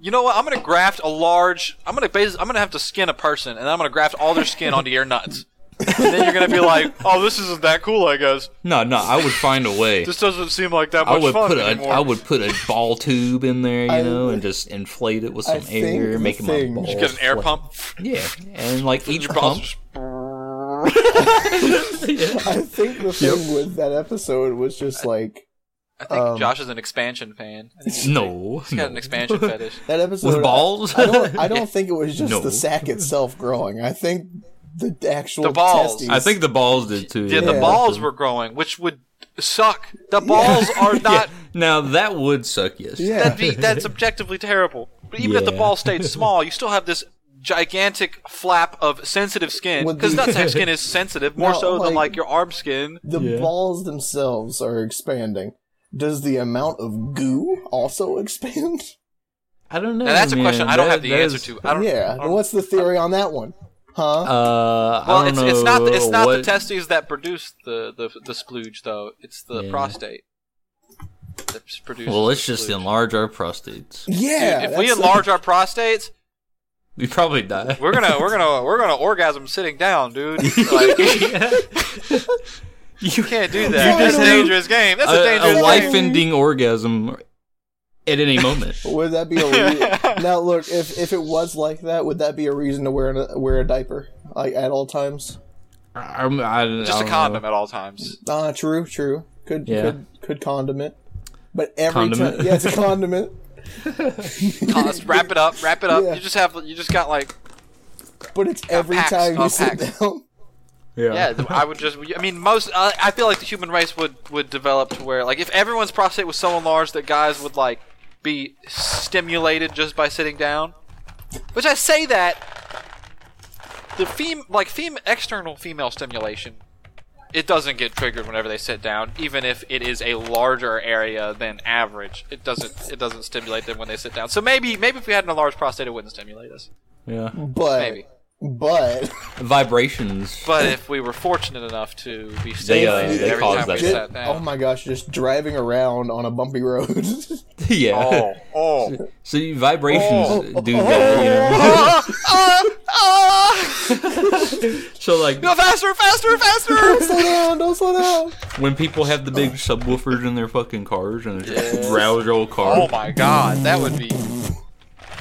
Speaker 3: You know what? I'm gonna graft a large. I'm gonna base. I'm gonna have to skin a person, and I'm gonna graft all their skin onto your nuts. and then you're gonna be like, "Oh, this isn't that cool, I guess.
Speaker 1: No, no, I would find a way.
Speaker 3: This doesn't seem like that
Speaker 1: I
Speaker 3: much
Speaker 1: would
Speaker 3: fun
Speaker 1: put a
Speaker 3: anymore."
Speaker 1: I would put a ball tube in there, you
Speaker 2: I-
Speaker 1: know, and just inflate it with
Speaker 2: I
Speaker 1: some
Speaker 2: think
Speaker 1: air,
Speaker 2: the
Speaker 1: make it my
Speaker 2: thing-
Speaker 1: balls.
Speaker 2: Just
Speaker 3: get an air
Speaker 1: flap.
Speaker 3: pump.
Speaker 1: Yeah, and like each
Speaker 3: Your
Speaker 1: pump.
Speaker 3: balls
Speaker 2: I think the thing with that episode was just like
Speaker 3: I think
Speaker 2: Um,
Speaker 3: Josh is an expansion fan. I think
Speaker 1: No,
Speaker 3: He's got an
Speaker 1: no.
Speaker 3: expansion fetish.
Speaker 2: that episode
Speaker 1: with balls.
Speaker 2: I, I don't. I don't think it was just
Speaker 1: No.
Speaker 2: the sack itself growing. I think the actual
Speaker 3: The balls.
Speaker 2: testes-
Speaker 1: I think the balls did too.
Speaker 3: Yeah, the
Speaker 2: Yeah.
Speaker 3: balls were growing, which would suck. The balls are
Speaker 1: Yeah.
Speaker 3: not.
Speaker 1: Now that would suck, yes.
Speaker 2: Yeah.
Speaker 3: That'd be, that's objectively terrible. But even if the
Speaker 1: Yeah.
Speaker 3: ball stayed small, you still have this gigantic flap of sensitive skin.
Speaker 2: Would
Speaker 3: Because
Speaker 2: the-
Speaker 3: nutsack skin is sensitive more
Speaker 2: No,
Speaker 3: so than
Speaker 2: like-
Speaker 3: like your arm skin.
Speaker 2: the
Speaker 1: Yeah.
Speaker 2: balls themselves are expanding. Does the amount of goo also expand?
Speaker 1: I don't know.
Speaker 3: Now that's a
Speaker 1: man.
Speaker 3: question I don't
Speaker 1: Mm, That-
Speaker 3: have the
Speaker 1: that
Speaker 3: answer
Speaker 1: is-
Speaker 3: to. I don't.
Speaker 2: yeah.
Speaker 3: I don't-
Speaker 2: What's the theory on that one? Huh?
Speaker 1: Uh, I
Speaker 3: well,
Speaker 1: don't
Speaker 3: it's, it's not
Speaker 1: know
Speaker 3: the, it's not
Speaker 1: what,
Speaker 3: the testes that produce the, the the splooge though. It's the
Speaker 1: Yeah.
Speaker 3: prostate. That's produced
Speaker 1: Well, let's just
Speaker 3: enlarge.
Speaker 1: enlarge our prostates.
Speaker 2: yeah.
Speaker 3: Dude, if we
Speaker 2: that's-
Speaker 3: enlarge our prostates,
Speaker 1: We probably die.
Speaker 3: we're gonna we're gonna we're gonna orgasm sitting down, dude. Like, you
Speaker 1: you
Speaker 3: can't
Speaker 2: You
Speaker 3: do that. That's
Speaker 2: just-
Speaker 3: a dangerous game. That's a
Speaker 1: a,
Speaker 3: dangerous
Speaker 1: a
Speaker 3: game.
Speaker 1: life-ending orgasm at any moment.
Speaker 2: Would that be a re- now? Look, if if it was like that, would that be a reason to wear a, wear a diaper like at all times?
Speaker 1: I, I'm- I don't- I
Speaker 3: Just a
Speaker 1: don't
Speaker 3: condom
Speaker 1: know.
Speaker 3: at all times.
Speaker 2: Ah, true, true. Could
Speaker 1: Yeah.
Speaker 2: could could condiment, but every
Speaker 1: Condiment?
Speaker 2: time, yeah, it's a condiment.
Speaker 3: Con- let's wrap it up. Wrap it up.
Speaker 2: Yeah.
Speaker 3: You just have you just got like
Speaker 2: But it's every
Speaker 3: packs,
Speaker 2: time you
Speaker 3: got
Speaker 2: sit
Speaker 3: packs.
Speaker 2: down.
Speaker 3: yeah. I would just I mean most I, I feel like the human race would would develop to where like if everyone's prostate was so enlarged that guys would like be stimulated just by sitting down. Which I say that the fem like fem external female stimulation it doesn't get triggered whenever they sit down, even if it is a larger area than average. It doesn't it doesn't stimulate them when they sit down. So maybe maybe if we had an enlarged prostate, it wouldn't stimulate us.
Speaker 1: yeah.
Speaker 2: But
Speaker 3: Maybe.
Speaker 2: but
Speaker 1: Vibrations.
Speaker 3: But if we were fortunate enough to be
Speaker 1: They, uh,
Speaker 3: stimulated
Speaker 1: they
Speaker 3: every
Speaker 1: caused
Speaker 3: time we
Speaker 1: that.
Speaker 3: sat
Speaker 2: oh
Speaker 3: down.
Speaker 2: my gosh, just driving around on a bumpy road.
Speaker 1: yeah.
Speaker 3: Oh, oh.
Speaker 1: See, vibrations
Speaker 3: Oh.
Speaker 1: do that. You know.
Speaker 3: Ah, ah, ah.
Speaker 1: So like
Speaker 3: Go faster, faster, faster!
Speaker 2: don't slow down! Don't slow down!
Speaker 1: when people have the big subwoofers in their fucking cars and they're just rouse your whole car.
Speaker 3: Oh my god, that would be.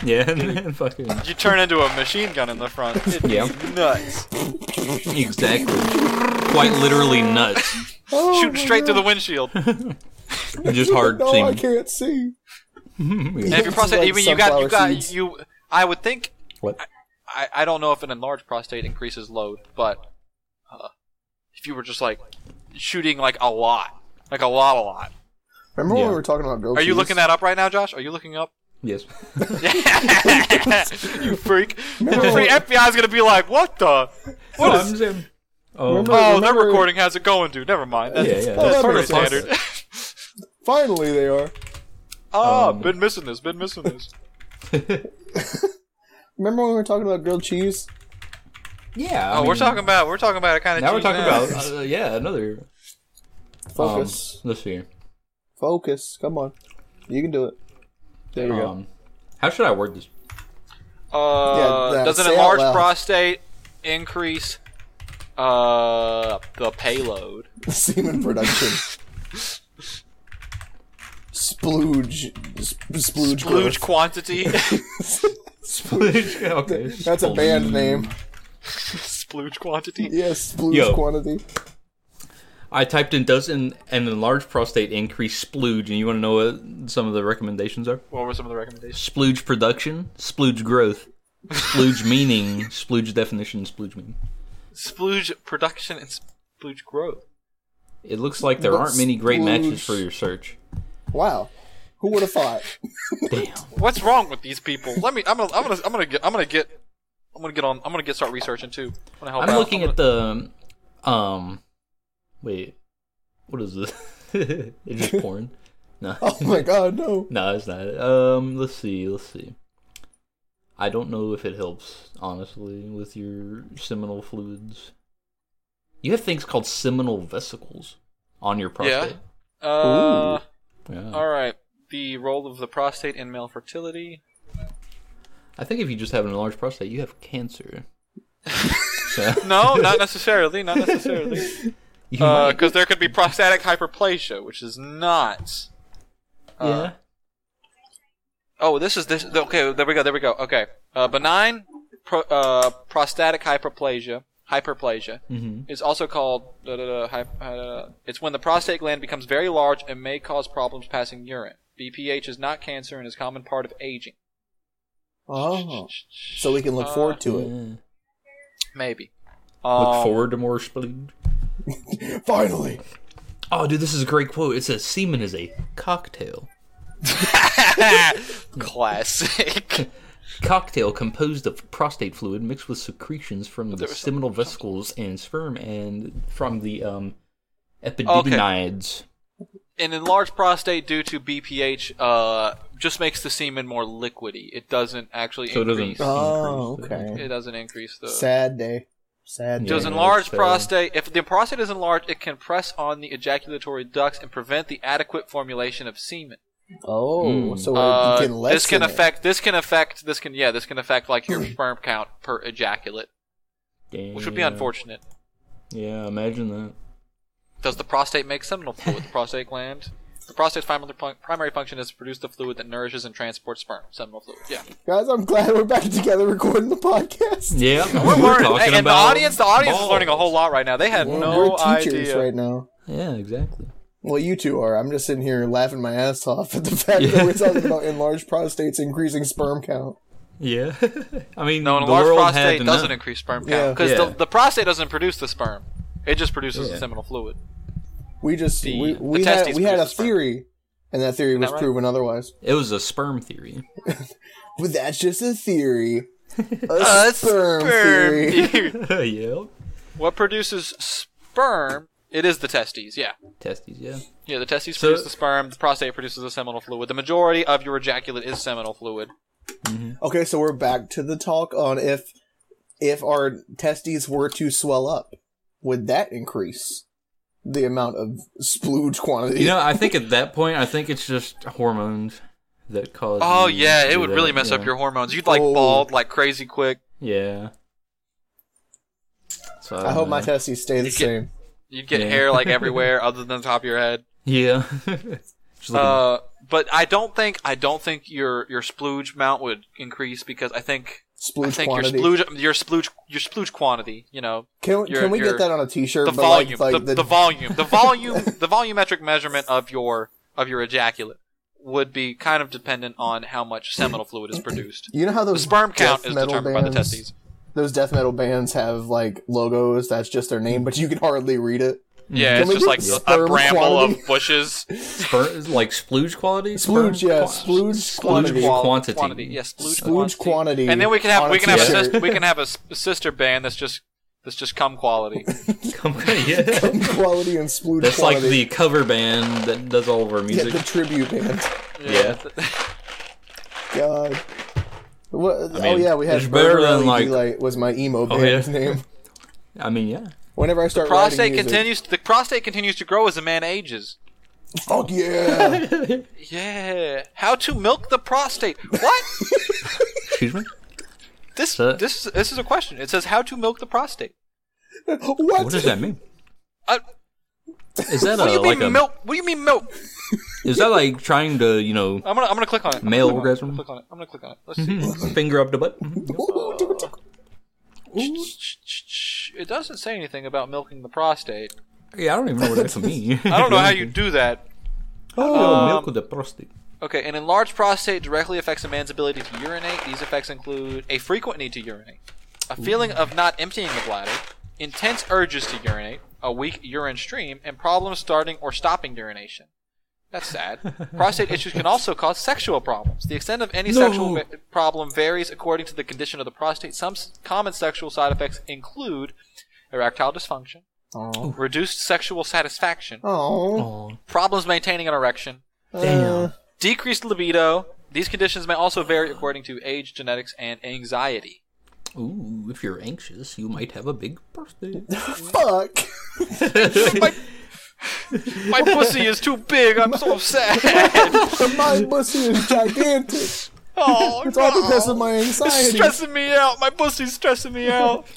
Speaker 1: Yeah. And then fucking.
Speaker 3: You turn into a machine gun in the front. It'd be
Speaker 1: Yeah.
Speaker 3: nuts.
Speaker 1: Exactly. Quite literally nuts.
Speaker 2: Oh
Speaker 3: Shooting
Speaker 2: my
Speaker 3: straight through
Speaker 2: God.
Speaker 3: the windshield. And
Speaker 1: Just hard
Speaker 2: No, I
Speaker 1: seeing. Mm,
Speaker 2: can't see.
Speaker 3: if your
Speaker 2: It's
Speaker 3: prostate,
Speaker 2: like
Speaker 3: even you got, you
Speaker 2: sunflower
Speaker 3: got,
Speaker 2: seeds.
Speaker 3: you. I would think.
Speaker 1: What?
Speaker 3: I, I don't know if an enlarged prostate increases load, but uh, if you were just like shooting like a lot, like a lot, a lot.
Speaker 2: Remember when
Speaker 1: Yeah.
Speaker 2: we were talking about goat
Speaker 3: Are you
Speaker 2: cheese?
Speaker 3: looking that up right now, Josh? Are you looking up?
Speaker 1: Yes.
Speaker 3: you freak!
Speaker 2: Remember
Speaker 3: The free
Speaker 2: when-
Speaker 3: FBI is gonna be like, "What the? What
Speaker 1: Oh,
Speaker 3: is?
Speaker 2: Remember-
Speaker 3: Oh,
Speaker 2: remember-
Speaker 3: their recording has it going, dude. Never mind. That's,
Speaker 1: yeah, yeah.
Speaker 2: Oh,
Speaker 3: that's
Speaker 2: that
Speaker 3: pretty
Speaker 2: makes sense.
Speaker 3: standard.
Speaker 2: Finally, they are.
Speaker 3: Ah,
Speaker 1: Um,
Speaker 3: been missing this. Been missing this.
Speaker 2: Remember when we were talking about grilled cheese?
Speaker 1: yeah. I
Speaker 3: Oh, we're
Speaker 1: mean,
Speaker 3: talking about we're talking about a kind of.
Speaker 1: Now we're talking about uh, yeah another um,
Speaker 2: Focus,
Speaker 1: let's see.
Speaker 2: focus. Come on, you can do it. There we go.
Speaker 1: Um, how should I word this?
Speaker 3: Uh,
Speaker 2: Yeah, yeah,
Speaker 3: does an
Speaker 2: say out
Speaker 3: enlarged
Speaker 2: loud.
Speaker 3: prostate increase uh, the payload?
Speaker 2: Semen production. Splooge. Sp- splooge.
Speaker 3: Splooge
Speaker 2: growth.
Speaker 3: quantity?
Speaker 1: okay.
Speaker 2: That's a band name.
Speaker 3: Splooge quantity?
Speaker 2: Yes, splooge
Speaker 1: Yo.
Speaker 2: quantity.
Speaker 1: I typed in does an, an enlarged prostate increase splooge, and you want to know what some of the recommendations are?
Speaker 3: What were some of the recommendations?
Speaker 1: Splooge production, splooge growth, splooge meaning, splooge definition, splooge meaning.
Speaker 3: Splooge production and splooge growth.
Speaker 1: It looks like there
Speaker 2: But
Speaker 1: aren't many great matches
Speaker 2: splooge-
Speaker 1: for your search.
Speaker 2: Wow. Who would have thought?
Speaker 1: Damn.
Speaker 3: What's wrong with these people? Let me. I'm gonna. I'm gonna. I'm gonna get. I'm gonna get. I'm gonna get on. I'm gonna get start researching too. I'm, gonna help
Speaker 1: I'm
Speaker 3: out.
Speaker 1: looking
Speaker 3: I'm
Speaker 1: at the um wait. What is this? it's just porn. No.
Speaker 2: Oh my god, no.
Speaker 1: No, it's not. Um, let's see, let's see. I don't know if it helps, honestly, with your seminal fluids. You have things called seminal vesicles on your prostate.
Speaker 3: gonna- Uh,
Speaker 1: Yeah.
Speaker 3: all right. The role of the prostate in male fertility.
Speaker 1: I think if you just have an enlarged prostate, you have cancer. So
Speaker 3: No, not necessarily. Not necessarily.
Speaker 1: you might-
Speaker 3: Because there could be prostatic hyperplasia, which is not.
Speaker 1: yeah.
Speaker 3: uh, Oh, this is this. Okay, there we go. There we go. Okay, uh, benign pro, uh, prostatic hyperplasia. Hyperplasia
Speaker 1: mm-hmm.
Speaker 3: is also called. Da, da, da, hy, uh, it's when the prostate gland becomes very large and may cause problems passing urine. BPH is not cancer and is a common part of aging.
Speaker 2: Oh, so we can look
Speaker 3: Uh,
Speaker 2: forward to it.
Speaker 3: Maybe.
Speaker 1: Look
Speaker 3: Um,
Speaker 1: forward to more spleen.
Speaker 3: Uh,
Speaker 2: Finally,
Speaker 1: Oh, dude, this is a great quote. It says semen is a cocktail.
Speaker 3: Classic.
Speaker 1: Cocktail composed of prostate fluid mixed with secretions from the
Speaker 3: there was some-
Speaker 1: seminal vesicles and sperm and from the um,
Speaker 3: Okay.
Speaker 1: epididinides.
Speaker 3: An enlarged prostate due to BPH uh, just makes the semen more liquidy. It doesn't actually
Speaker 1: So it doesn't.
Speaker 3: increase.
Speaker 2: Oh,
Speaker 1: increase the-
Speaker 2: okay.
Speaker 3: It doesn't increase the.
Speaker 2: sad day. Sad
Speaker 1: Yeah.
Speaker 2: day.
Speaker 3: Does enlarged
Speaker 1: so-
Speaker 3: prostate. If the prostate is enlarged, it can press on the ejaculatory ducts and prevent the adequate formulation of semen.
Speaker 2: Oh,
Speaker 1: Mm.
Speaker 2: so
Speaker 3: Uh,
Speaker 2: we're getting less.
Speaker 3: this can
Speaker 2: in it.
Speaker 3: affect. This can affect. This can. Yeah. This can affect like your sperm count per ejaculate, which would be
Speaker 1: Damn.
Speaker 3: unfortunate.
Speaker 1: Yeah, imagine that.
Speaker 3: Does the prostate make seminal fluid? The prostate gland. The prostate's primary fun- primary function is to produce the fluid that nourishes and transports sperm. Seminal fluid. Yeah.
Speaker 2: Guys, I'm glad we're back together recording the podcast.
Speaker 1: Yeah,
Speaker 3: We're learning,
Speaker 1: talking
Speaker 3: hey, and the
Speaker 1: about
Speaker 3: audience, the audience
Speaker 1: balls.
Speaker 3: is learning a whole lot right now. They had
Speaker 2: We're,
Speaker 3: no
Speaker 2: we're teachers
Speaker 3: idea.
Speaker 2: right now.
Speaker 1: Yeah, exactly.
Speaker 2: Well, you two are. I'm just sitting here laughing my ass off at the fact that we're talking about enlarged prostates increasing sperm count.
Speaker 1: Yeah, I mean,
Speaker 3: No, and a
Speaker 1: the
Speaker 3: large
Speaker 1: world had
Speaker 3: prostate
Speaker 1: to
Speaker 3: doesn't
Speaker 1: know.
Speaker 3: increase sperm
Speaker 2: Yeah.
Speaker 3: count because
Speaker 1: Yeah.
Speaker 3: the, the prostate doesn't produce the sperm; it just produces
Speaker 1: Yeah.
Speaker 3: the seminal fluid.
Speaker 2: We just
Speaker 3: The-
Speaker 2: we,
Speaker 3: the
Speaker 2: we had
Speaker 3: testes
Speaker 2: we had a
Speaker 3: produce sperm.
Speaker 2: theory, and that theory was
Speaker 3: that right?
Speaker 2: proven otherwise.
Speaker 1: It was a sperm theory.
Speaker 2: But that's just a theory. A sperm, theory.
Speaker 3: Sperm.
Speaker 1: yeah,
Speaker 3: what produces sperm? It is the testes. Yeah,
Speaker 1: testes. Yeah.
Speaker 3: yeah. The testes
Speaker 1: So-
Speaker 3: produce the sperm. The prostate produces the seminal fluid. The majority of your ejaculate is seminal fluid.
Speaker 2: Okay, so we're back to the talk on if if our testes were to swell up, would that increase the amount of splooge quantity?
Speaker 1: You know, I think at that point, I think it's just hormones that cause.
Speaker 3: Oh
Speaker 1: you
Speaker 3: yeah,
Speaker 1: to
Speaker 3: it
Speaker 1: do
Speaker 3: would
Speaker 1: that,
Speaker 3: really mess
Speaker 1: yeah.
Speaker 3: up your hormones. You'd like
Speaker 2: Oh.
Speaker 3: bald like crazy quick.
Speaker 1: Yeah. So,
Speaker 2: I hope my
Speaker 1: uh,
Speaker 2: testes stay the
Speaker 3: get-
Speaker 2: same.
Speaker 3: You'd get
Speaker 1: Yeah.
Speaker 3: hair like everywhere other than the top of your head.
Speaker 1: Yeah. Just looking-
Speaker 3: Uh, but I don't think I don't think your your splooge amount would increase because I think I
Speaker 2: Splooge
Speaker 3: think
Speaker 2: quantity.
Speaker 3: your splooge your splooge your splooge quantity. You know
Speaker 2: can
Speaker 3: your-
Speaker 2: can we
Speaker 3: your-
Speaker 2: get that on a T-shirt?
Speaker 3: the
Speaker 2: but like-
Speaker 3: volume,
Speaker 2: like
Speaker 3: the, the volume, the volume, the volumetric measurement of your of your ejaculate would be kind of dependent on how much seminal fluid is produced.
Speaker 2: You know how
Speaker 3: The
Speaker 2: those
Speaker 3: sperm count
Speaker 2: death
Speaker 3: is
Speaker 2: metal
Speaker 3: determined by the
Speaker 2: bands-
Speaker 3: testes.
Speaker 2: Those death metal bands have like logos. That's just their name, but you can hardly read it.
Speaker 1: Mm.
Speaker 3: Yeah,
Speaker 2: Can
Speaker 3: it's
Speaker 2: we
Speaker 3: just
Speaker 2: do
Speaker 3: like a
Speaker 2: sperm
Speaker 3: bramble
Speaker 2: quantity?
Speaker 3: of bushes.
Speaker 1: Sper- like splooge quality.
Speaker 2: Splooge,
Speaker 1: Sperm
Speaker 2: yeah,
Speaker 1: qua- quantity.
Speaker 2: splooge quantity.
Speaker 3: qual-
Speaker 1: quantity.
Speaker 3: quantity. Yes, splooge,
Speaker 2: Splooge quantity
Speaker 3: And then we can have
Speaker 2: on
Speaker 3: we
Speaker 2: a
Speaker 3: can have a
Speaker 2: t-shirt.
Speaker 3: sis- we can have a, s- a sister band that's just that's just cum quality.
Speaker 1: Come on, yeah.
Speaker 2: Quality and splooge
Speaker 1: That's like the
Speaker 2: quantity.
Speaker 1: cover band that does all of our
Speaker 2: yeah,
Speaker 1: music.
Speaker 2: the tribute band.
Speaker 1: Yeah.
Speaker 2: God. What,
Speaker 1: I
Speaker 2: oh
Speaker 1: mean,
Speaker 2: yeah, we
Speaker 1: it's
Speaker 2: had
Speaker 1: better
Speaker 2: Burger
Speaker 1: than,
Speaker 2: LED
Speaker 1: like-
Speaker 2: Light was my emo
Speaker 1: Oh,
Speaker 2: band's
Speaker 1: yeah.
Speaker 2: name.
Speaker 1: I mean, yeah.
Speaker 2: Whenever I start
Speaker 3: prostate
Speaker 2: writing music,
Speaker 3: continues. The prostate continues to grow as a man ages.
Speaker 2: Fuck yeah!
Speaker 3: Yeah. How to milk the prostate? What?
Speaker 1: Excuse me.
Speaker 3: This
Speaker 1: So-
Speaker 3: this is, this is a question. It says how to milk the prostate.
Speaker 2: what?
Speaker 1: What does that mean?
Speaker 3: Uh,
Speaker 1: Is that
Speaker 3: what do
Speaker 1: a,
Speaker 3: you
Speaker 1: like
Speaker 3: mean
Speaker 1: a?
Speaker 3: milk? What do you mean milk?
Speaker 1: Is that like trying to you know
Speaker 3: I'm gonna I'm gonna click on it. I'm
Speaker 1: Male
Speaker 3: gonna click on it.
Speaker 1: orgasm? Mm-hmm.
Speaker 3: I'm gonna click on it. I'm gonna click on it. Let's see.
Speaker 1: finger up the butt?
Speaker 3: It doesn't say anything about milking the prostate.
Speaker 1: Yeah, I don't even know what that's mean.
Speaker 3: I don't know how you do that.
Speaker 1: Oh,
Speaker 3: Um,
Speaker 1: milk with the prostate.
Speaker 3: Okay, an enlarged prostate directly affects a man's ability to urinate. These effects include a frequent need to urinate, a feeling of not emptying the bladder, intense urges to urinate, a weak urine stream, and problems starting or stopping urination. That's sad. prostate issues can also cause sexual problems. The extent of any
Speaker 1: No.
Speaker 3: sexual va- problem varies according to the condition of the prostate. Some s- common sexual side effects include erectile dysfunction,
Speaker 2: Oh,
Speaker 3: reduced sexual satisfaction,
Speaker 2: oh,
Speaker 1: Oh,
Speaker 3: problems maintaining an erection,
Speaker 1: damn.
Speaker 3: decreased libido. These conditions may also vary according to age, genetics, and anxiety.
Speaker 1: Ooh, if you're anxious, you might have a big prostate.
Speaker 2: fuck!
Speaker 3: My pussy is too big. I'm so sad.
Speaker 2: my pussy is gigantic.
Speaker 3: Oh,
Speaker 2: It's all because of my
Speaker 3: It's
Speaker 2: anxiety.
Speaker 3: stressing me out. My pussy's stressing me out.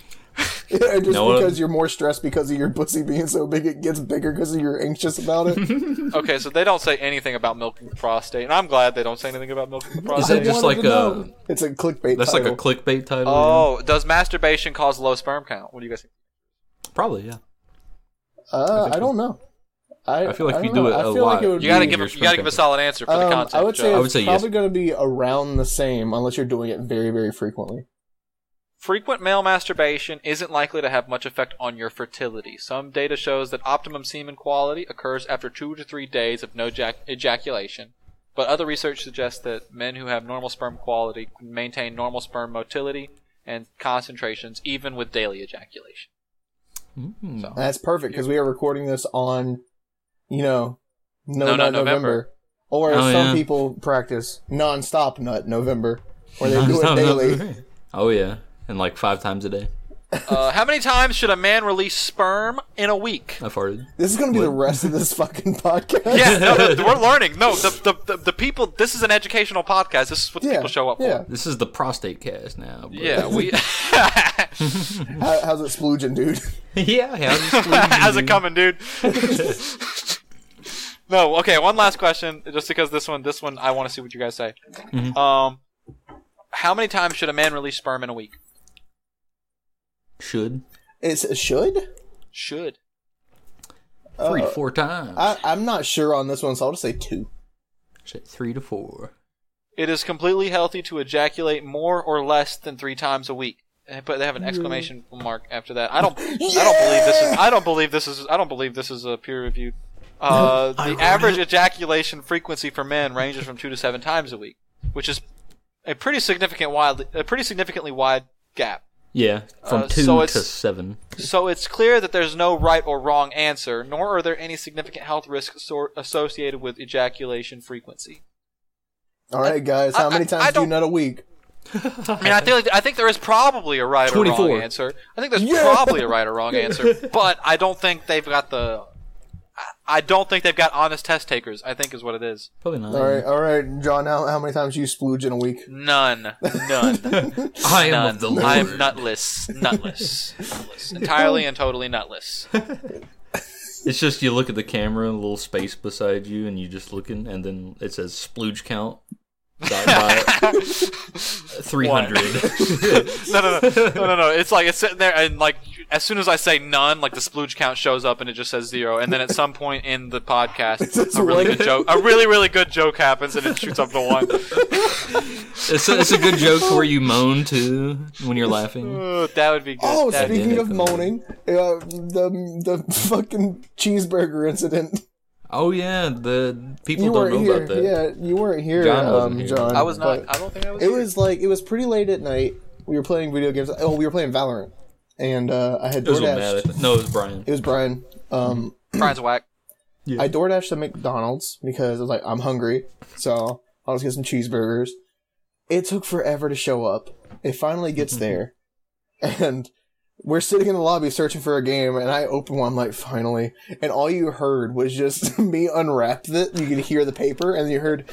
Speaker 2: Yeah, just
Speaker 1: No, uh,
Speaker 2: because you're more stressed because of your pussy being so big, it gets bigger because you're anxious about it.
Speaker 3: Okay, so they don't say anything about milking the prostate, and I'm glad they don't say anything about milking the
Speaker 1: Is
Speaker 3: prostate.
Speaker 1: that just
Speaker 2: wanted
Speaker 1: like
Speaker 2: to know.
Speaker 1: a?
Speaker 2: it's a clickbait.
Speaker 1: That's
Speaker 2: title.
Speaker 1: like a clickbait title. yeah.
Speaker 3: Oh, does masturbation cause low sperm count? What do you guys think?
Speaker 1: probably yeah.
Speaker 2: Uh, I don't know. I,
Speaker 1: I feel like if
Speaker 2: don't
Speaker 1: you do
Speaker 2: know.
Speaker 1: it
Speaker 2: I
Speaker 1: a
Speaker 2: feel like
Speaker 1: lot,
Speaker 2: it would
Speaker 3: You gotta
Speaker 2: be-
Speaker 3: give a,
Speaker 1: your
Speaker 3: you
Speaker 1: sperm
Speaker 3: gotta give a
Speaker 1: count.
Speaker 3: solid answer for
Speaker 2: Um,
Speaker 3: the concept.
Speaker 2: I would say
Speaker 3: Joe.
Speaker 1: I would
Speaker 2: it's
Speaker 1: say yes.
Speaker 2: probably going to be around the same unless you're doing it very, very frequently.
Speaker 3: Frequent male masturbation isn't likely to have much effect on your fertility. Some data shows that optimum semen quality occurs after two to three days of no jac- ejaculation, but other research suggests that men who have normal sperm quality can maintain normal sperm motility and concentrations even with daily ejaculation.
Speaker 1: Mm.
Speaker 3: So.
Speaker 2: That's perfect because we are recording this on, you know, no,
Speaker 3: No,
Speaker 2: nut
Speaker 3: no,
Speaker 2: November.
Speaker 3: November.
Speaker 2: Or
Speaker 1: Oh,
Speaker 2: some
Speaker 1: yeah.
Speaker 2: people practice non-stop nut November, where they do it
Speaker 1: Sometimes-
Speaker 2: daily.
Speaker 1: Oh yeah, and like five times a day.
Speaker 3: Uh, how many times should a man release sperm in a week?
Speaker 1: I farted.
Speaker 2: This is going to be the rest of this fucking podcast.
Speaker 3: Yeah, no, th- we're learning. No, the, the, the, the people. This is an educational podcast. This is what people show up
Speaker 2: yeah.
Speaker 3: for.
Speaker 1: This is the prostate cast now. but-
Speaker 3: Yeah, we.
Speaker 2: How, how's it splooging, dude?
Speaker 1: yeah. How's this going?
Speaker 3: How's it coming, dude? no, okay. One last question, just because this one, this one, I want to see what you guys say. Um, how many times should a man release sperm in a week?
Speaker 1: Should
Speaker 2: It's, it should?
Speaker 3: Should Uh,
Speaker 1: three to four times.
Speaker 2: I, I'm not sure on this one, so I'll just say two.
Speaker 1: Say three to four.
Speaker 3: it is completely healthy to ejaculate more or less than three times a week. Eh, But they have an exclamation mark after that. I don't. I don't believe this is. I don't believe this is. I don't believe this is a peer reviewed. Uh, the average ejaculation frequency for men ranges from two to seven times a week, which is a pretty significant wide, a pretty significantly wide gap.
Speaker 1: Yeah, from
Speaker 3: Uh,
Speaker 1: two
Speaker 3: so
Speaker 1: to
Speaker 3: it's-
Speaker 1: seven.
Speaker 3: So it's clear that there's no right or wrong answer, nor are there any significant health risks so- associated with ejaculation frequency.
Speaker 2: All right, guys. How
Speaker 3: I-
Speaker 2: many
Speaker 3: I-
Speaker 2: times
Speaker 3: I
Speaker 2: do you
Speaker 3: don't-
Speaker 2: nut a week?
Speaker 3: I mean, I think I think there is probably a right or
Speaker 1: 24.
Speaker 3: wrong answer. I think there's
Speaker 2: Yeah.
Speaker 3: probably a right or wrong answer, but I don't think they've got the. I- I don't think they've got honest test takers. I think is what it is.
Speaker 1: Probably not.
Speaker 2: All right, all right, John. How, how many times you splooge in a week?
Speaker 3: None, none,
Speaker 1: I am
Speaker 3: none.
Speaker 1: of the Lord.
Speaker 3: I'm nutless, nutless, nutless, entirely and totally nutless.
Speaker 1: It's just you look at the camera, a little space beside you, and you just looking, and then it says splooge count. Three hundred.
Speaker 3: No, no, no, no, no, no. It's like it's sitting there, and like as soon as I say none, like the splooge count shows up, and it just says zero. And then at some point in the podcast,
Speaker 2: says
Speaker 3: a really
Speaker 2: one.
Speaker 3: good joke, a really really good joke happens, and it shoots up to one.
Speaker 1: it's, a, it's a good joke where you moan too when you're laughing.
Speaker 3: Ooh, that would be good.
Speaker 2: Oh,
Speaker 3: That'd be
Speaker 2: speaking
Speaker 1: yeah.
Speaker 2: of moaning, uh, the the fucking cheeseburger incident.
Speaker 1: Oh yeah, the people
Speaker 2: You
Speaker 1: don't know
Speaker 2: weren't here.
Speaker 1: about that.
Speaker 2: Yeah, you weren't here,
Speaker 1: John wasn't
Speaker 2: um,
Speaker 1: here.
Speaker 2: John.
Speaker 3: I was not.
Speaker 2: but
Speaker 3: I don't think I was.
Speaker 2: It was like it was pretty late at night. We were playing video games. Oh, we were playing Valorant, and uh, I had
Speaker 1: It was what Matt, I
Speaker 2: DoorDash.
Speaker 1: think. No, it was Brian.
Speaker 2: It was Brian. Um,
Speaker 3: Brian's whack.
Speaker 2: I DoorDashed to McDonald's because I was like, I'm hungry, so I'll just get some cheeseburgers. It took forever to show up. It finally gets there, and we're sitting in the lobby searching for a game, and I open one, I'm like, finally. And all you heard was just me unwrap it. You could hear the paper, and you heard,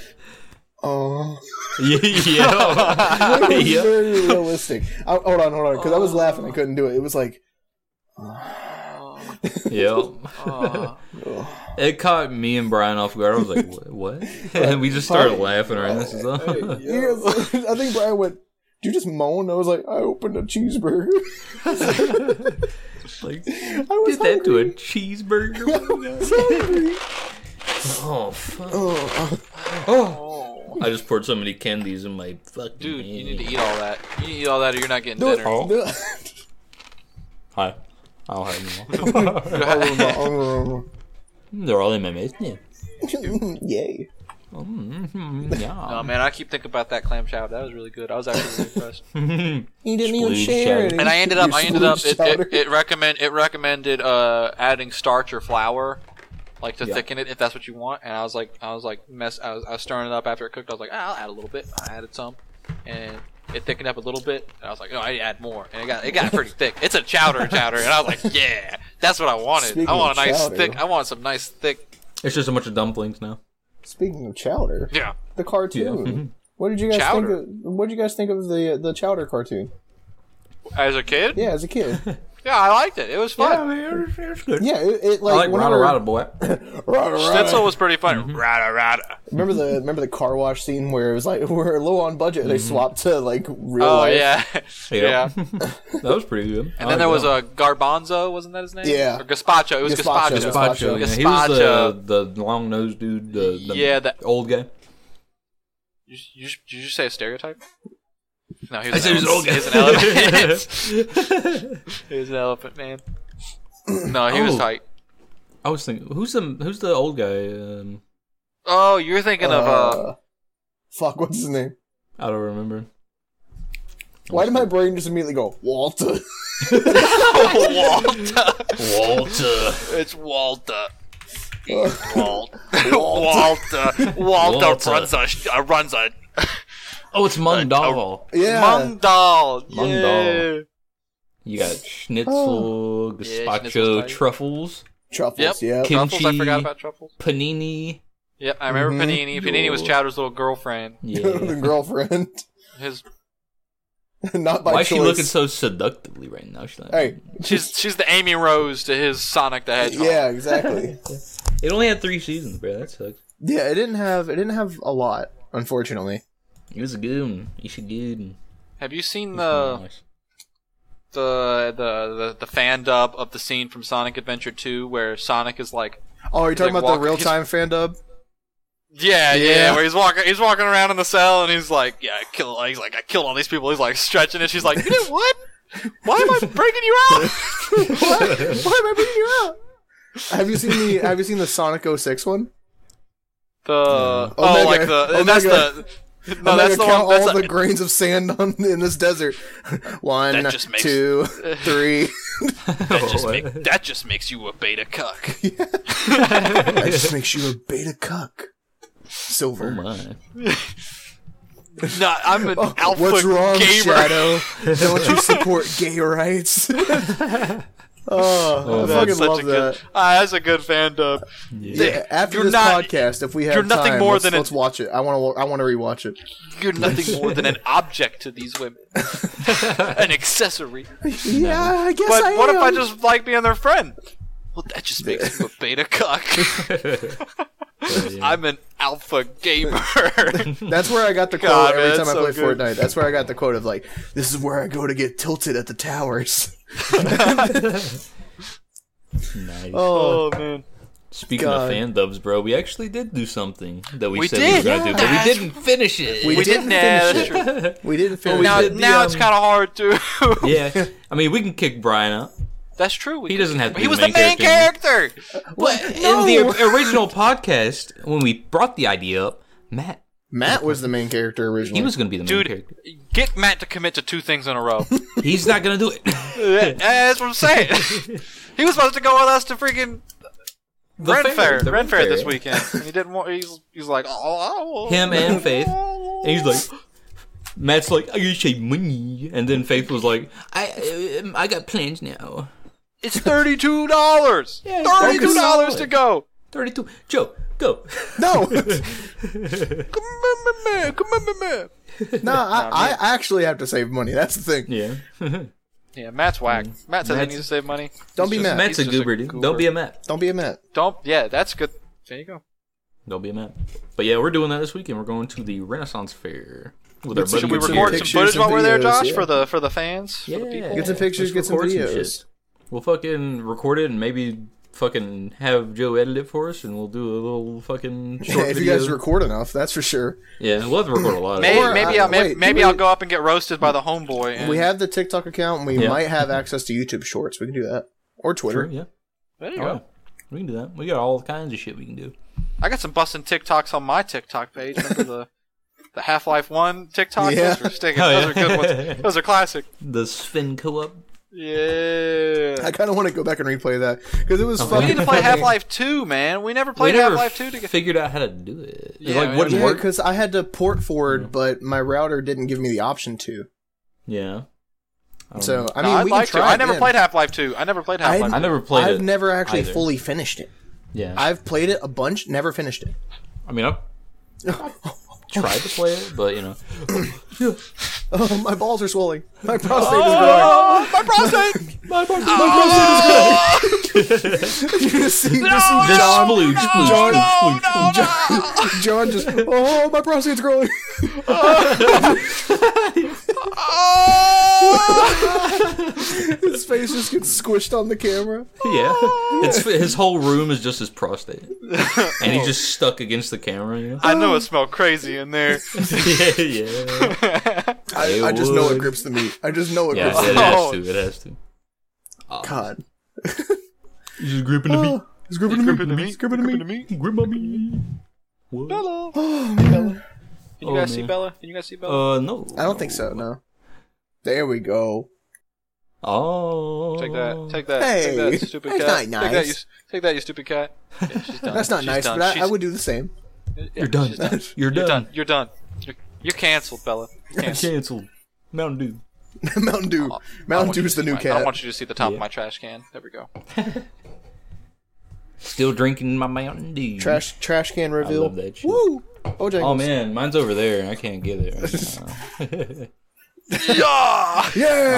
Speaker 2: oh.
Speaker 1: yeah.
Speaker 2: It was
Speaker 1: yeah.
Speaker 2: very realistic. I, hold on, hold on, because I was laughing. I couldn't do it. It was like, "Ah."
Speaker 1: Yeah.
Speaker 3: Aw.
Speaker 1: It caught me and Brian off guard. I was like, "What?" what? And we just started laughing our asses off.
Speaker 2: you guys- I think Brian went, Did you just moan? I was like, I opened a cheeseburger.
Speaker 1: like,
Speaker 2: I was
Speaker 1: did that to a
Speaker 2: hungry.
Speaker 1: cheeseburger?
Speaker 2: Hungry.
Speaker 1: oh fuck!
Speaker 2: Oh,
Speaker 3: Oh.
Speaker 1: I just poured so many candies in my fucking.
Speaker 3: Dude, you
Speaker 1: hand.
Speaker 3: need to eat all that. You need to eat all that, or you're not getting
Speaker 2: do it.
Speaker 3: dinner.
Speaker 2: Do it.
Speaker 1: Hi. I don't have any more. They're all in my mouth now.
Speaker 2: Yay.
Speaker 1: Mm,
Speaker 3: Oh
Speaker 1: Yeah.
Speaker 3: man, I keep thinking about that clam chowder. That was really good. I was actually really impressed.
Speaker 2: You didn't
Speaker 1: even
Speaker 2: even
Speaker 1: Splooge share
Speaker 2: share
Speaker 1: chowder.
Speaker 2: it.
Speaker 1: any.
Speaker 3: and I ended up, I ended up, it, it, it recommend it recommended uh, adding starch or flour, like to
Speaker 1: Yeah.
Speaker 3: thicken it if that's what you want. And I was like, I was like, mess, I was, I was stirring it up after it cooked. I was like, ah, I'll add a little bit. I added some, and it thickened up a little bit. And I was like, no, I need to add more. And it got it got pretty thick. It's a chowder chowder, and I was like, yeah, that's what I wanted.
Speaker 2: Speaking
Speaker 3: I want a
Speaker 2: of
Speaker 3: nice
Speaker 2: chowder.
Speaker 3: thick. I want some nice thick.
Speaker 1: It's just a bunch of dumplings now.
Speaker 2: Speaking of chowder,
Speaker 3: Yeah.
Speaker 2: the cartoon. What did you guys
Speaker 3: Chowder.
Speaker 2: think? Of, what did you guys think of the the chowder cartoon?
Speaker 3: As a kid,
Speaker 2: Yeah, as a kid.
Speaker 3: Yeah, I liked it. It was fun.
Speaker 1: man, it's, it's good.
Speaker 2: Yeah, it, it
Speaker 1: I
Speaker 2: like,
Speaker 1: like Rada
Speaker 2: whenever,
Speaker 1: Rada Boy.
Speaker 2: Rada, Rada.
Speaker 3: Schnitzel was pretty fun. Rada rada.
Speaker 2: Remember the remember the car wash scene where it was like we're low on budget.
Speaker 1: Mm-hmm.
Speaker 2: They swapped to like real
Speaker 3: Oh
Speaker 2: life.
Speaker 3: yeah, yeah.
Speaker 1: Yeah. that was pretty good.
Speaker 3: And then there was a garbanzo, wasn't that his name?
Speaker 2: Yeah.
Speaker 3: Or gazpacho. It was
Speaker 2: Gazpacho.
Speaker 3: gazpacho.
Speaker 2: Gazpacho.
Speaker 1: Gazpacho. Yeah, he was
Speaker 3: Gazpacho.
Speaker 1: the, the long nosed dude. The, the
Speaker 3: Yeah, that-
Speaker 1: old guy.
Speaker 3: You, you, did you say a stereotype? No, he
Speaker 1: I
Speaker 3: was,
Speaker 1: said he was
Speaker 3: an,
Speaker 1: an old guy.
Speaker 3: He was an elephant. he was an elephant man. No, he was
Speaker 1: Oh.
Speaker 3: tight.
Speaker 1: I was thinking, who's the who's the old guy? Um,
Speaker 3: Oh, you're thinking
Speaker 2: Uh,
Speaker 3: of uh,
Speaker 2: fuck, what's his name?
Speaker 1: I don't remember.
Speaker 2: Why did my brain just immediately go Walter?
Speaker 3: Walter.
Speaker 1: Walter?
Speaker 3: It's Walter.
Speaker 2: Walter.
Speaker 3: Walt. Walter. Walter
Speaker 1: Walter.
Speaker 3: runs a sh- uh, runs a
Speaker 1: Oh, it's Mundahl.
Speaker 2: yeah,
Speaker 3: Mondal. Yeah.
Speaker 1: Mondal. You got
Speaker 2: Oh.
Speaker 1: schnitzel,
Speaker 3: Yeah,
Speaker 1: gazpacho,
Speaker 3: schnitzel's tight.
Speaker 1: truffles,
Speaker 2: truffles. Yeah,
Speaker 1: Kim-
Speaker 3: Truffles. I forgot
Speaker 1: Kimchi.
Speaker 3: about truffles.
Speaker 1: panini.
Speaker 3: Yep, I remember Panini. Panini was
Speaker 1: Yo.
Speaker 3: Chowder's little girlfriend.
Speaker 1: Yeah.
Speaker 2: the girlfriend,
Speaker 3: His
Speaker 2: not by
Speaker 1: Why is
Speaker 2: choice.
Speaker 1: she looking so seductively right now? She's like,
Speaker 2: hey,
Speaker 3: she's she's the Amy Rose to his Sonic the Hedgehog.
Speaker 2: yeah, exactly.
Speaker 1: It only had three seasons, bro. That sucks.
Speaker 2: yeah, it didn't have it didn't have a lot, unfortunately.
Speaker 1: He was a good one. He's a good one.
Speaker 3: Have you seen
Speaker 1: He's
Speaker 3: the
Speaker 1: nice.
Speaker 3: the, the the the fan dub of the scene from Sonic Adventure 2 where Sonic is like,
Speaker 2: Oh, you're talking
Speaker 3: Like
Speaker 2: about the
Speaker 3: walk-
Speaker 2: real time fan dub?
Speaker 3: yeah, yeah,
Speaker 2: Yeah.
Speaker 3: where he's walking he's walking around in the cell and he's like, yeah, I kill, he's like, I killed all these people. He's like stretching it. She's like, you did what? Why am I breaking you out?
Speaker 2: Why am I bringing you up? Have you seen the Have you seen the Sonic 06 one?
Speaker 3: The oh,
Speaker 2: Omega-
Speaker 3: like the that's
Speaker 2: Omega-
Speaker 3: the no,
Speaker 2: I'm
Speaker 3: that's
Speaker 2: that's
Speaker 3: the
Speaker 2: gonna
Speaker 3: one.
Speaker 2: count
Speaker 3: That's
Speaker 2: all
Speaker 3: a-
Speaker 2: the grains of sand on in this desert. One,
Speaker 3: That just makes-
Speaker 2: two, three.
Speaker 3: that just make, that just makes you a beta cuck.
Speaker 2: that just makes you a beta cuck.
Speaker 1: Oh
Speaker 2: Silver.
Speaker 1: my.
Speaker 3: no, I'm an
Speaker 2: Oh,
Speaker 3: alpha
Speaker 2: what's wrong,
Speaker 3: gamer.
Speaker 2: Shadow? Don't you support gay rights? oh, I
Speaker 1: that's
Speaker 2: fucking
Speaker 3: such a
Speaker 2: love
Speaker 3: good-
Speaker 2: that.
Speaker 3: Ah, that's a good fan dub.
Speaker 2: Yeah, after
Speaker 3: You're
Speaker 2: this
Speaker 3: not-
Speaker 2: podcast, if we have
Speaker 3: you're nothing
Speaker 2: time,
Speaker 3: more
Speaker 2: let's,
Speaker 3: than a-
Speaker 2: let's watch it. I want to. I want to rewatch it.
Speaker 3: You're nothing more than an object to these women, an accessory.
Speaker 2: Yeah, I guess
Speaker 3: But
Speaker 2: I
Speaker 3: what if I
Speaker 2: am.
Speaker 3: just like being their friend? Well, that just makes you a beta cuck. I'm an alpha gamer.
Speaker 2: That's where I got the quote
Speaker 3: God, man,
Speaker 2: every
Speaker 3: that's
Speaker 2: time I
Speaker 3: so
Speaker 2: play
Speaker 3: good.
Speaker 2: Fortnite. That's where I got the quote of like, "This is where I go to get tilted at the towers."
Speaker 1: nice.
Speaker 2: Oh,
Speaker 3: man,
Speaker 1: Speaking
Speaker 2: God.
Speaker 1: of fan dubs, bro, we actually did do something that we,
Speaker 3: We
Speaker 1: said
Speaker 3: did,
Speaker 1: we were gonna do, but
Speaker 3: yeah.
Speaker 1: we didn't finish it.
Speaker 2: We
Speaker 3: we
Speaker 2: didn't
Speaker 3: didn't. Yeah,
Speaker 2: finish
Speaker 3: that's
Speaker 2: it.
Speaker 3: true.
Speaker 2: we didn't finish.
Speaker 3: Now,
Speaker 1: did the,
Speaker 3: now it's
Speaker 1: um,
Speaker 3: kind of hard to.
Speaker 1: yeah, I mean, we can kick Brian out.
Speaker 3: That's true. We
Speaker 1: He doesn't have to
Speaker 3: He
Speaker 1: be
Speaker 3: was
Speaker 1: the
Speaker 3: the
Speaker 1: main
Speaker 3: main
Speaker 1: character.
Speaker 3: character.
Speaker 1: But
Speaker 2: No.
Speaker 1: in the original podcast, when we brought the idea up, Matt,
Speaker 2: Matt was the main character originally.
Speaker 1: he was going to be the main
Speaker 3: Dude,
Speaker 1: character.
Speaker 3: get Matt to commit to two things in a row.
Speaker 1: He's not going to do it.
Speaker 3: Yeah, that's what I'm saying. he was supposed to go with us to freaking
Speaker 1: The
Speaker 3: Ren
Speaker 1: fair,
Speaker 3: Fair,
Speaker 1: the
Speaker 3: Ren
Speaker 1: Ren
Speaker 3: Fair this
Speaker 1: fair.
Speaker 3: weekend. And he didn't want. He's he's like, oh, oh,
Speaker 1: Him and Faith. And he's like, Matt's like, I gotta save money, and then Faith was like, I um, I got plans now.
Speaker 3: it's thirty two dollars.
Speaker 1: Yeah, it's
Speaker 3: thirty two dollars to
Speaker 1: $32.
Speaker 3: go.
Speaker 1: Thirty two, Joe, go.
Speaker 2: no,
Speaker 3: Come on, my man. Come on, my man.
Speaker 2: no. I, I actually have to save money. That's the thing.
Speaker 1: Yeah,
Speaker 3: Yeah, Matt's whack. Matt says he
Speaker 1: Matt's-
Speaker 3: needs to save money.
Speaker 2: Don't be
Speaker 3: He's
Speaker 2: Matt.
Speaker 3: just-
Speaker 1: Matt's a
Speaker 3: he's just
Speaker 1: goober, dude. Don't be a Matt.
Speaker 2: Don't be a Matt.
Speaker 3: Don't. Yeah, that's good. There you go.
Speaker 1: Don't be a Matt. But yeah, we're doing that this weekend. We're going to the Renaissance Fair with our
Speaker 2: Let's-
Speaker 1: buddy.
Speaker 3: Should we
Speaker 2: Get some
Speaker 3: record some
Speaker 2: pictures
Speaker 3: footage
Speaker 2: and
Speaker 3: while we're there,
Speaker 2: videos,
Speaker 3: Josh,
Speaker 2: yeah.
Speaker 3: for the for the fans? For the people?
Speaker 2: Get some
Speaker 1: Let's
Speaker 2: pictures, get some
Speaker 1: record some
Speaker 2: videos.
Speaker 1: shit. we'll fucking record it and maybe fucking have Joe edit it for us, and we'll do a little fucking short
Speaker 2: Yeah, if you
Speaker 1: video.
Speaker 2: guys record enough, that's for sure.
Speaker 1: yeah, we'll have to record a lot of
Speaker 3: Maybe,
Speaker 1: it.
Speaker 2: Or,
Speaker 3: maybe,
Speaker 2: uh,
Speaker 3: I'll, maybe,
Speaker 2: wait,
Speaker 3: maybe
Speaker 2: do
Speaker 3: I'll
Speaker 2: we-
Speaker 3: go up and get roasted by the homeboy. And
Speaker 2: We have the TikTok account, and we
Speaker 1: Yeah.
Speaker 2: might have access to YouTube Shorts. We can do that or Twitter.
Speaker 1: Sure, yeah.
Speaker 3: There you
Speaker 1: Oh,
Speaker 3: go.
Speaker 1: yeah. We can do that. We got all kinds of shit we can do.
Speaker 3: I got some busting TikToks on my TikTok page. Remember the the Half Life One TikTok?
Speaker 2: Yeah.
Speaker 3: Those were sticking.
Speaker 1: Oh,
Speaker 3: Those
Speaker 1: yeah.
Speaker 3: are good ones. Those are classic.
Speaker 1: The Sphin co-op.
Speaker 3: Yeah.
Speaker 2: I kind of want to go back and replay that because it was fun.
Speaker 3: We need to play Half Life Two, man. We never played
Speaker 1: we never
Speaker 3: Half Life Two together.
Speaker 1: figured out how to do it. It's
Speaker 3: Yeah,
Speaker 1: like
Speaker 3: we
Speaker 1: wouldn't
Speaker 2: Yeah,
Speaker 1: work.
Speaker 2: because I had to port forward, but my router didn't give me the option to.
Speaker 1: Yeah. I don't
Speaker 2: So
Speaker 1: know.
Speaker 2: I mean,
Speaker 3: I'd
Speaker 2: we
Speaker 3: like
Speaker 2: can
Speaker 3: to.
Speaker 2: try
Speaker 3: I never
Speaker 2: again.
Speaker 3: played Half Life Two. I never played Half
Speaker 1: I
Speaker 3: Life.
Speaker 1: never played
Speaker 2: I've
Speaker 1: it.
Speaker 2: never actually
Speaker 1: either.
Speaker 2: fully finished it.
Speaker 1: yeah. I,
Speaker 2: I've played it a bunch, never finished it.
Speaker 1: mean, I tried to play it, but you know,
Speaker 2: Oh, my balls are swelling. My prostate is
Speaker 3: Oh!
Speaker 2: growing.
Speaker 3: my prostate!
Speaker 2: My, prostate my prostate is growing. you just see, you just see
Speaker 1: just
Speaker 2: John,
Speaker 1: splooge, splooge,
Speaker 2: John-
Speaker 1: splooge, splooge, splooge.
Speaker 2: John just, oh, my prostate's growing. His face just gets squished on the camera.
Speaker 1: Yeah, it's his whole room is just his prostate, and
Speaker 2: Oh.
Speaker 1: he's just stuck against the camera. You know?
Speaker 3: I know it smelled crazy in there.
Speaker 1: yeah, yeah,
Speaker 2: I,
Speaker 1: It
Speaker 2: I just know it
Speaker 1: would.
Speaker 2: grips the meat. I just know it
Speaker 1: yeah.
Speaker 2: grips the
Speaker 1: It has to. It has to.
Speaker 2: God.
Speaker 1: He's just gripping the meat.
Speaker 2: Oh, it's gripping the meat.
Speaker 3: Gripping the meat,
Speaker 2: It's gripping the
Speaker 3: gripping
Speaker 2: meat.
Speaker 3: the meat.
Speaker 1: Grip my meat. What?
Speaker 3: Bella. Did you
Speaker 1: Oh,
Speaker 3: guys see
Speaker 1: man.
Speaker 3: Bella? Did you guys see Bella?
Speaker 1: Uh, no.
Speaker 2: I don't think so, no. There we go.
Speaker 1: Oh,
Speaker 3: Take that! Take that!
Speaker 2: Hey,
Speaker 3: take that, stupid
Speaker 2: that's
Speaker 3: cat!
Speaker 2: not
Speaker 3: Take that, you,
Speaker 2: nice.
Speaker 3: take that, you stupid cat! Yeah, she's done.
Speaker 2: That's not
Speaker 3: She's
Speaker 2: nice,
Speaker 3: done.
Speaker 2: but I, I
Speaker 3: She's-
Speaker 2: would do the same.
Speaker 3: yeah,
Speaker 1: You're done.
Speaker 3: she's done.
Speaker 1: You're
Speaker 3: You're done.
Speaker 1: done.
Speaker 3: You're done. You're, you're canceled, Bella. You're canceled.
Speaker 1: Canceled. Mountain Dew.
Speaker 2: Mountain
Speaker 1: Oh,
Speaker 2: Dew.
Speaker 3: I don't
Speaker 2: Mountain
Speaker 3: want you
Speaker 2: Dew's the
Speaker 3: to see
Speaker 2: new
Speaker 3: my- I
Speaker 2: cat.
Speaker 3: don't want you to see the top
Speaker 1: Yeah.
Speaker 3: of my trash can. There we go.
Speaker 1: Still drinking my Mountain Dew.
Speaker 2: Trash trash can reveal.
Speaker 1: love that shit.
Speaker 2: Woo! Oh,
Speaker 1: Oh
Speaker 2: Jenkins.
Speaker 1: man, mine's over there. I can't get it. Right now.
Speaker 3: yeah!
Speaker 1: oh
Speaker 2: Yeah.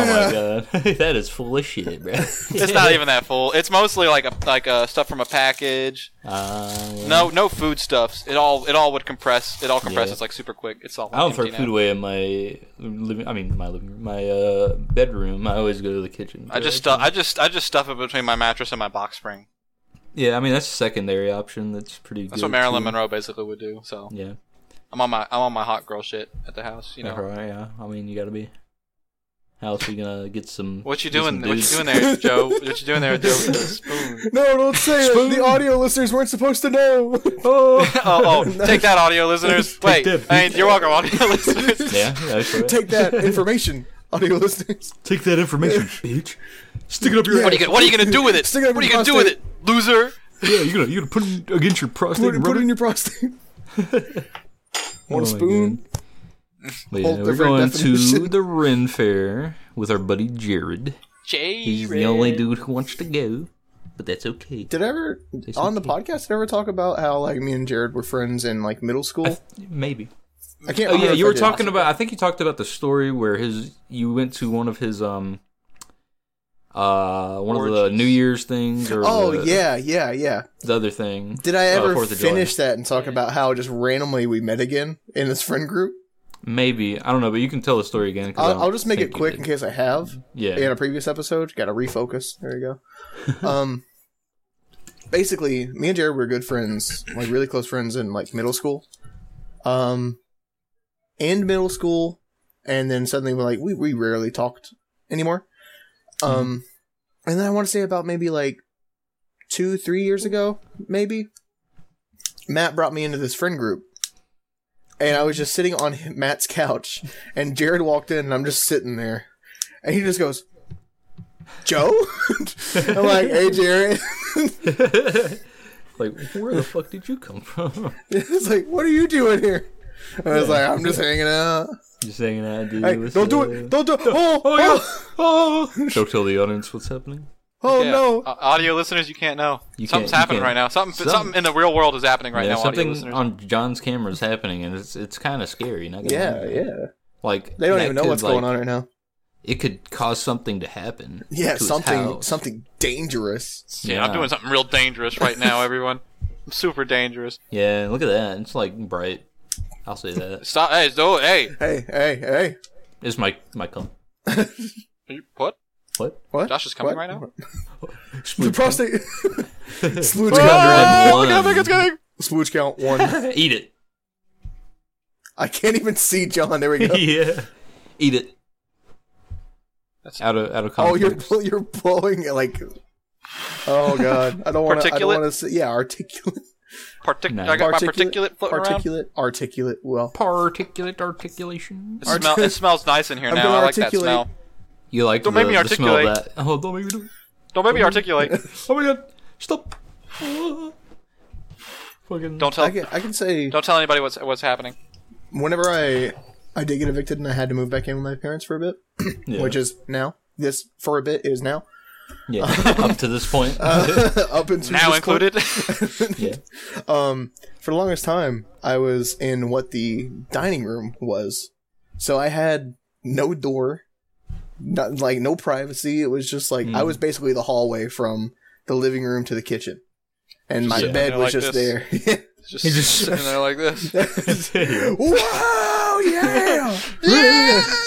Speaker 1: my god, that is full of shit, bro.
Speaker 3: It's not even that full. It's mostly like a, like uh stuff from a package.
Speaker 1: Uh, yeah.
Speaker 3: No, no food stuffs. It all it all would compress. It all compresses
Speaker 1: Yeah.
Speaker 3: like super quick. It's all.
Speaker 1: I don't
Speaker 3: empty
Speaker 1: throw
Speaker 3: now.
Speaker 1: food away in my living. I mean, my living room, my uh, bedroom. I always go to the kitchen.
Speaker 3: I just stu- I just I just stuff it between my mattress and my box spring.
Speaker 1: yeah. I mean, that's a secondary option. That's pretty.
Speaker 3: That's
Speaker 1: good
Speaker 3: what Marilyn
Speaker 1: too.
Speaker 3: Monroe basically would do. So
Speaker 1: Yeah,
Speaker 3: I'm on my I'm on my hot girl shit at the house. You know
Speaker 1: Uh-huh, yeah. I mean, you gotta be. How else you gonna get some?
Speaker 3: what you
Speaker 1: get
Speaker 3: doing?
Speaker 1: some
Speaker 3: What you
Speaker 1: dudes?
Speaker 3: doing there, Joe? What you doing there, Joe? With the spoon.
Speaker 2: No, don't say it. The audio listeners weren't supposed to know. oh.
Speaker 3: Oh, oh take that, audio listeners. Wait,
Speaker 1: that,
Speaker 3: I mean, you're welcome, audio listeners.
Speaker 1: Yeah, yeah sure.
Speaker 2: Take that information, audio listeners.
Speaker 1: Take that information, bitch. Stick it up your.
Speaker 2: Yeah.
Speaker 3: What are you gonna What are you gonna do with it?
Speaker 2: Stick it up
Speaker 3: What are you
Speaker 2: your
Speaker 3: gonna do with it, loser?
Speaker 1: Yeah, you're gonna you're gonna put it against your prostate.
Speaker 2: Put,
Speaker 1: and
Speaker 2: it- put
Speaker 1: rub
Speaker 2: it
Speaker 1: it.
Speaker 2: in your prostate.
Speaker 1: Oh
Speaker 2: One
Speaker 1: my
Speaker 2: spoon.
Speaker 1: God. But yeah,
Speaker 2: Whole
Speaker 1: we're
Speaker 2: different
Speaker 1: going to
Speaker 2: definition.
Speaker 1: the Ren Fair with our buddy Jared.
Speaker 3: Jay.
Speaker 1: He's the only dude who wants to go, but that's okay.
Speaker 2: Did I ever on the podcast? Did I ever talk about how like me and Jared were friends in like middle school?
Speaker 1: Maybe.
Speaker 2: I can't.
Speaker 1: Oh yeah,
Speaker 2: remember if
Speaker 1: you
Speaker 2: I
Speaker 1: were
Speaker 2: did.
Speaker 1: talking about. I think you talked about the story where his you went to one of his um uh one of the
Speaker 3: Orgies.
Speaker 1: New Year's things or
Speaker 2: Oh
Speaker 1: the,
Speaker 2: yeah, yeah, yeah.
Speaker 1: the other thing.
Speaker 2: Did I
Speaker 1: uh,
Speaker 2: ever
Speaker 1: Fourth of July.
Speaker 2: finish that and talk about how just randomly we met again in this friend group?
Speaker 1: Maybe I don't know, but you can tell the story again. 'cause I
Speaker 2: I'll,
Speaker 1: don't
Speaker 2: I'll just make
Speaker 1: think
Speaker 2: it
Speaker 1: you
Speaker 2: quick
Speaker 1: did.
Speaker 2: in case I have.
Speaker 1: Yeah.
Speaker 2: in a previous episode. Got to refocus. There you go. Um, basically, me and Jared were good friends, like really close friends in like middle school. Um, and middle school, and then suddenly we're like we we rarely talked anymore. Um, and then I want to say about maybe like two three years ago, maybe Matt brought me into this friend group. And I was just sitting on Matt's couch, and Jared walked in, and I'm just sitting there. And he just goes, Joe? I'm like, hey, Jared.
Speaker 1: Like, where the fuck did you come from?
Speaker 2: it's like, what are you doing here? I was like, I'm just hanging out.
Speaker 1: Just hanging out, dude.
Speaker 2: Hey,
Speaker 1: what's
Speaker 2: don't do
Speaker 1: up?
Speaker 2: it. Don't do it. Oh, oh,
Speaker 1: Oh, don't tell the audience what's happening.
Speaker 2: oh
Speaker 3: Yeah.
Speaker 2: no.
Speaker 3: Uh, audio listeners, you can't know.
Speaker 1: You
Speaker 3: Something's
Speaker 1: can't- you
Speaker 3: happening
Speaker 1: can't.
Speaker 3: right now. Something,
Speaker 1: Some-
Speaker 3: something in the real world is happening right
Speaker 1: yeah,
Speaker 3: now. Audio
Speaker 1: something
Speaker 3: listeners.
Speaker 1: on John's camera is happening, and it's it's kind of scary. Not gonna
Speaker 2: Yeah,
Speaker 1: lie.
Speaker 2: yeah.
Speaker 1: Like
Speaker 2: They don't
Speaker 1: that
Speaker 2: even know
Speaker 1: could,
Speaker 2: what's
Speaker 1: like,
Speaker 2: going on right now.
Speaker 1: It could cause something to happen. to
Speaker 2: Yeah,
Speaker 1: his
Speaker 2: something
Speaker 1: house.
Speaker 2: something dangerous.
Speaker 3: yeah, I'm doing something real dangerous right now, everyone. I'm super dangerous.
Speaker 1: Yeah, look at that. It's like bright. I'll say that.
Speaker 3: Stop. Hey, so, hey.
Speaker 2: Hey, hey, hey.
Speaker 1: It's my my cum.
Speaker 3: Are you- What?
Speaker 1: What?
Speaker 2: What?
Speaker 3: Josh is coming
Speaker 2: What?
Speaker 3: right now?
Speaker 2: The prostate. Splooge count.
Speaker 1: Ah!
Speaker 3: Oh, look how
Speaker 1: One.
Speaker 3: big it's getting.
Speaker 2: Splooge count one.
Speaker 1: Eat it.
Speaker 2: I can't even see John. There we go.
Speaker 1: yeah. Eat it.
Speaker 3: That's-
Speaker 1: out of out of
Speaker 2: Oh, you're
Speaker 1: context.
Speaker 2: bl- you're blowing it like. Oh god, I don't want to. I don't
Speaker 3: Particulate?
Speaker 2: want to. Yeah, articulate.
Speaker 3: Partic-
Speaker 1: No.
Speaker 3: I got my particulate floating around.
Speaker 2: articulate, articulate. Well,
Speaker 1: particulate articulation.
Speaker 3: It, smell, it smells nice in here
Speaker 2: I'm
Speaker 3: now.
Speaker 2: gonna
Speaker 3: I like that
Speaker 2: articulate.
Speaker 3: smell.
Speaker 1: You like
Speaker 3: Don't
Speaker 1: the,
Speaker 3: make me
Speaker 1: the smell of
Speaker 3: articulate.
Speaker 1: that? Oh, don't make me do it.
Speaker 3: Don't make me articulate.
Speaker 1: Oh my god! Stop! Ah. Fucking.
Speaker 3: Don't
Speaker 2: I
Speaker 3: tell.
Speaker 2: can I can say
Speaker 3: Don't tell anybody what's what's happening.
Speaker 2: whenever I I did get evicted and I had to move back in with my parents for a bit,
Speaker 1: Yeah.
Speaker 2: which is now. This for a bit is now.
Speaker 1: Yeah, up to this point.
Speaker 2: Uh, up into
Speaker 3: now
Speaker 2: this point.
Speaker 3: included.
Speaker 1: yeah.
Speaker 2: Um, for the longest time, I was in what the dining room was, so I had no door, not like no privacy. It was just like
Speaker 3: Hmm.
Speaker 2: I was basically the hallway from the living room to the kitchen, and my
Speaker 1: Yeah.
Speaker 2: bed
Speaker 3: Yeah,
Speaker 2: was
Speaker 3: like
Speaker 2: just
Speaker 3: this.
Speaker 2: there.
Speaker 3: just,
Speaker 1: just-
Speaker 3: sitting there like this.
Speaker 2: wow! Yeah!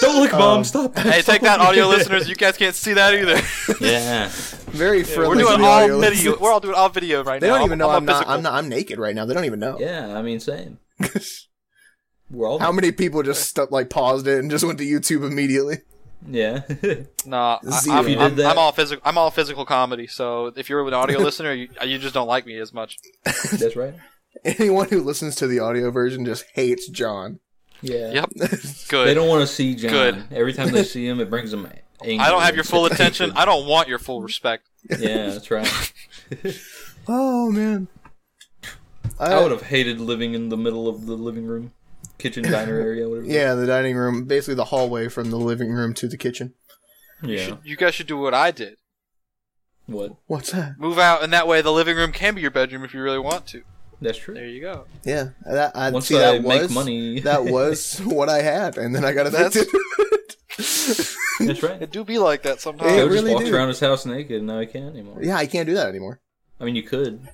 Speaker 1: Don't look, mom. Stop.
Speaker 3: Um, Hey, take that, audio listeners. You guys can't see that either.
Speaker 1: Yeah.
Speaker 2: Very friendly.
Speaker 3: We're
Speaker 2: to
Speaker 3: doing
Speaker 2: the
Speaker 3: all
Speaker 2: audio listeners.
Speaker 3: video. We're all doing all video right
Speaker 2: They
Speaker 3: now.
Speaker 2: don't even know I'm,
Speaker 3: a
Speaker 2: not.
Speaker 3: physical.
Speaker 2: I'm not. I'm naked right now. They don't even know.
Speaker 1: Yeah. I mean, same. We're all.
Speaker 2: How many people just stuck, like paused it and just went to YouTube immediately?
Speaker 1: yeah.
Speaker 3: Nah, I,
Speaker 2: Zero.
Speaker 1: If you
Speaker 3: am
Speaker 1: did that-
Speaker 3: all physical. I'm all physical comedy. So if you're an audio listener, you, you just don't like me as much.
Speaker 1: That's right.
Speaker 2: Anyone who listens to the audio version just hates John.
Speaker 1: Yeah.
Speaker 3: Yep.
Speaker 1: They
Speaker 3: Good.
Speaker 1: don't want to see John.
Speaker 3: Good.
Speaker 1: Every time they see him, it brings them. Anger.
Speaker 3: I don't have your full attention. I don't want your full respect.
Speaker 1: yeah, that's right.
Speaker 2: Oh man. I,
Speaker 1: I would have hated living in the middle of the living room, kitchen, diner area, whatever.
Speaker 2: Yeah, the dining room, basically the hallway from the living room to the kitchen.
Speaker 1: Yeah.
Speaker 3: You guys should do what I did.
Speaker 1: What?
Speaker 2: What's that?
Speaker 3: Move out, and that way the living room can be your bedroom if you really want to.
Speaker 1: That's
Speaker 3: There
Speaker 1: true.
Speaker 3: you go.
Speaker 2: Yeah, that I
Speaker 1: Once
Speaker 2: see.
Speaker 1: I
Speaker 2: That
Speaker 1: make
Speaker 2: was
Speaker 1: money-
Speaker 2: that was what I had, and then I got
Speaker 3: That's-
Speaker 2: evicted.
Speaker 1: That's right.
Speaker 3: It do be like that sometimes.
Speaker 2: It
Speaker 1: I just
Speaker 2: really
Speaker 1: walked
Speaker 2: do.
Speaker 1: around his house naked, and now I can't anymore.
Speaker 2: yeah, I can't do that anymore.
Speaker 1: I mean, you could.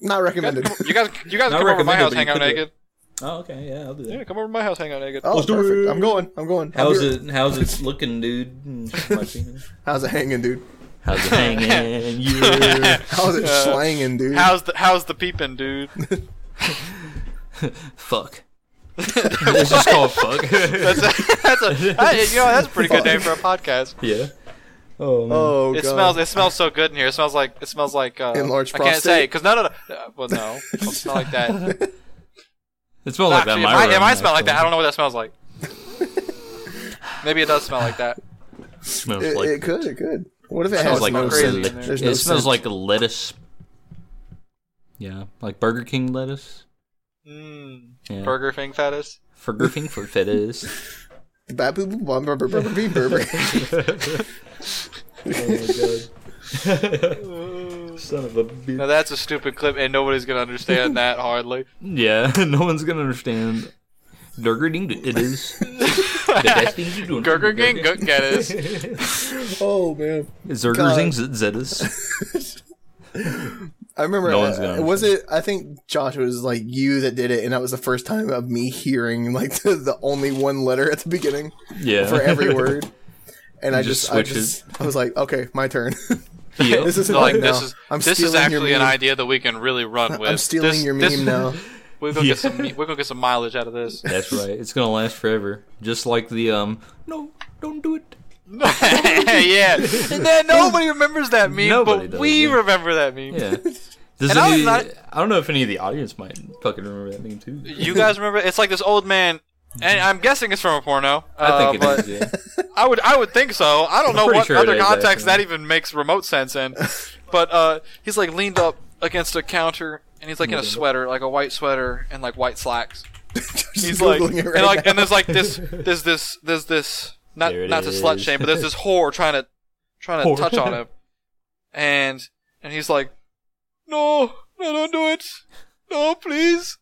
Speaker 2: Not
Speaker 3: You guys,
Speaker 2: recommended.
Speaker 3: come- you guys, you guys
Speaker 1: Not
Speaker 3: come over to my
Speaker 1: recommended,
Speaker 3: house,
Speaker 1: but
Speaker 3: hang
Speaker 1: you
Speaker 3: out
Speaker 1: could do it.
Speaker 3: naked.
Speaker 1: Oh, okay. Yeah, I'll do that.
Speaker 3: Yeah, come over to my house, hang out naked.
Speaker 2: Oh,
Speaker 1: Let's do
Speaker 2: perfect.
Speaker 1: it.
Speaker 2: I'm going. I'm going. I'll
Speaker 1: How's
Speaker 2: be-
Speaker 1: it? How's it looking, dude? Hmm, My penis.
Speaker 2: How's it hanging, dude?
Speaker 1: How's it hanging? Yeah.
Speaker 2: How's it
Speaker 3: Uh,
Speaker 2: slanging, dude?
Speaker 3: How's the how's the peeping, dude?
Speaker 1: Fuck. It's just called fuck.
Speaker 3: That's a, that's a hey, you know that's a pretty good name for a podcast.
Speaker 1: yeah. Oh man.
Speaker 2: oh,
Speaker 3: it
Speaker 2: God.
Speaker 3: smells it smells so good in here. It smells like it smells like uh,
Speaker 2: Enlarged
Speaker 3: I can't say
Speaker 2: prostate?
Speaker 3: because none of the uh, well no it don't smell like that.
Speaker 1: it smells like that. in
Speaker 3: Actually, if
Speaker 1: my
Speaker 3: I,
Speaker 1: room,
Speaker 3: if I smell
Speaker 1: actually.
Speaker 3: like that, I don't know what that smells like. Maybe it does smell like that.
Speaker 1: Smells
Speaker 2: It,
Speaker 1: like
Speaker 2: it could. It could. What if it
Speaker 1: smells
Speaker 2: has
Speaker 1: like
Speaker 2: no
Speaker 3: crazy.
Speaker 2: scent? There's
Speaker 1: it
Speaker 2: no
Speaker 1: smells
Speaker 2: scent.
Speaker 1: like lettuce. Yeah, like Burger King lettuce.
Speaker 3: Mm,
Speaker 1: Yeah.
Speaker 3: Burger thing fetish.
Speaker 1: for griffing for fetish.
Speaker 2: Ba- boo- boo- bum- bur- bur- bur- bur- bur- bur-
Speaker 1: oh my god. Son of a
Speaker 3: Now
Speaker 1: bitch.
Speaker 3: that's a stupid clip, and nobody's gonna understand that hardly.
Speaker 1: Yeah, no one's gonna understand. Burger King it is. the best thing you do.
Speaker 3: Gurger gang, gut get us.
Speaker 2: oh man,
Speaker 1: Zerger
Speaker 2: God.
Speaker 1: zing zit zittis.
Speaker 2: I remember.
Speaker 1: No
Speaker 2: uh,
Speaker 1: one's gonna
Speaker 2: was it? I think Josh it was like you that did it, and that was the first time of me hearing like the, the only one letter at the beginning
Speaker 1: Yeah.
Speaker 2: for every word. And I
Speaker 1: just
Speaker 2: just, I
Speaker 1: switch
Speaker 2: just, I was like, okay, my turn.
Speaker 1: Yep.
Speaker 2: this isn't
Speaker 3: They're like
Speaker 2: like
Speaker 3: this
Speaker 2: now.
Speaker 3: is
Speaker 2: I'm
Speaker 3: this is
Speaker 2: stealing your
Speaker 3: actually an
Speaker 2: meme.
Speaker 3: idea that we can really run with.
Speaker 2: I'm stealing
Speaker 3: This-
Speaker 2: your meme
Speaker 3: this-
Speaker 2: now.
Speaker 3: We're gonna get
Speaker 1: Yeah.
Speaker 3: some. me- We're gonna get some mileage out of this.
Speaker 1: That's right. It's gonna last forever. Just like the um. No, don't do it.
Speaker 3: yeah. And then nobody remembers that meme,
Speaker 1: Nobody
Speaker 3: but
Speaker 1: does,
Speaker 3: we
Speaker 1: yeah.
Speaker 3: remember that meme.
Speaker 1: Yeah. Does
Speaker 3: And I was
Speaker 1: any,
Speaker 3: not-
Speaker 1: I don't know if any of the audience might fucking remember that name too.
Speaker 3: You guys remember? It's like this old man. And I'm guessing it's from a porno.
Speaker 1: I think
Speaker 3: uh,
Speaker 1: it is. Yeah.
Speaker 3: but I would, I would think so. I don't know
Speaker 1: pretty
Speaker 3: what
Speaker 1: sure it
Speaker 3: other
Speaker 1: is,
Speaker 3: context that
Speaker 1: actually.
Speaker 3: even makes remote sense in. But uh, he's like leaned up against a counter, and he's like in a sweater, like a white sweater and like white slacks. he's like,
Speaker 2: Googling it right
Speaker 3: and like,
Speaker 2: now.
Speaker 3: and there's like this, there's this, there's this, not
Speaker 1: There it
Speaker 3: not to slut
Speaker 1: is.
Speaker 3: shame, but there's this whore trying to, trying to
Speaker 1: Whore.
Speaker 3: touch on him, and and he's like, no, no, don't do it, no, please,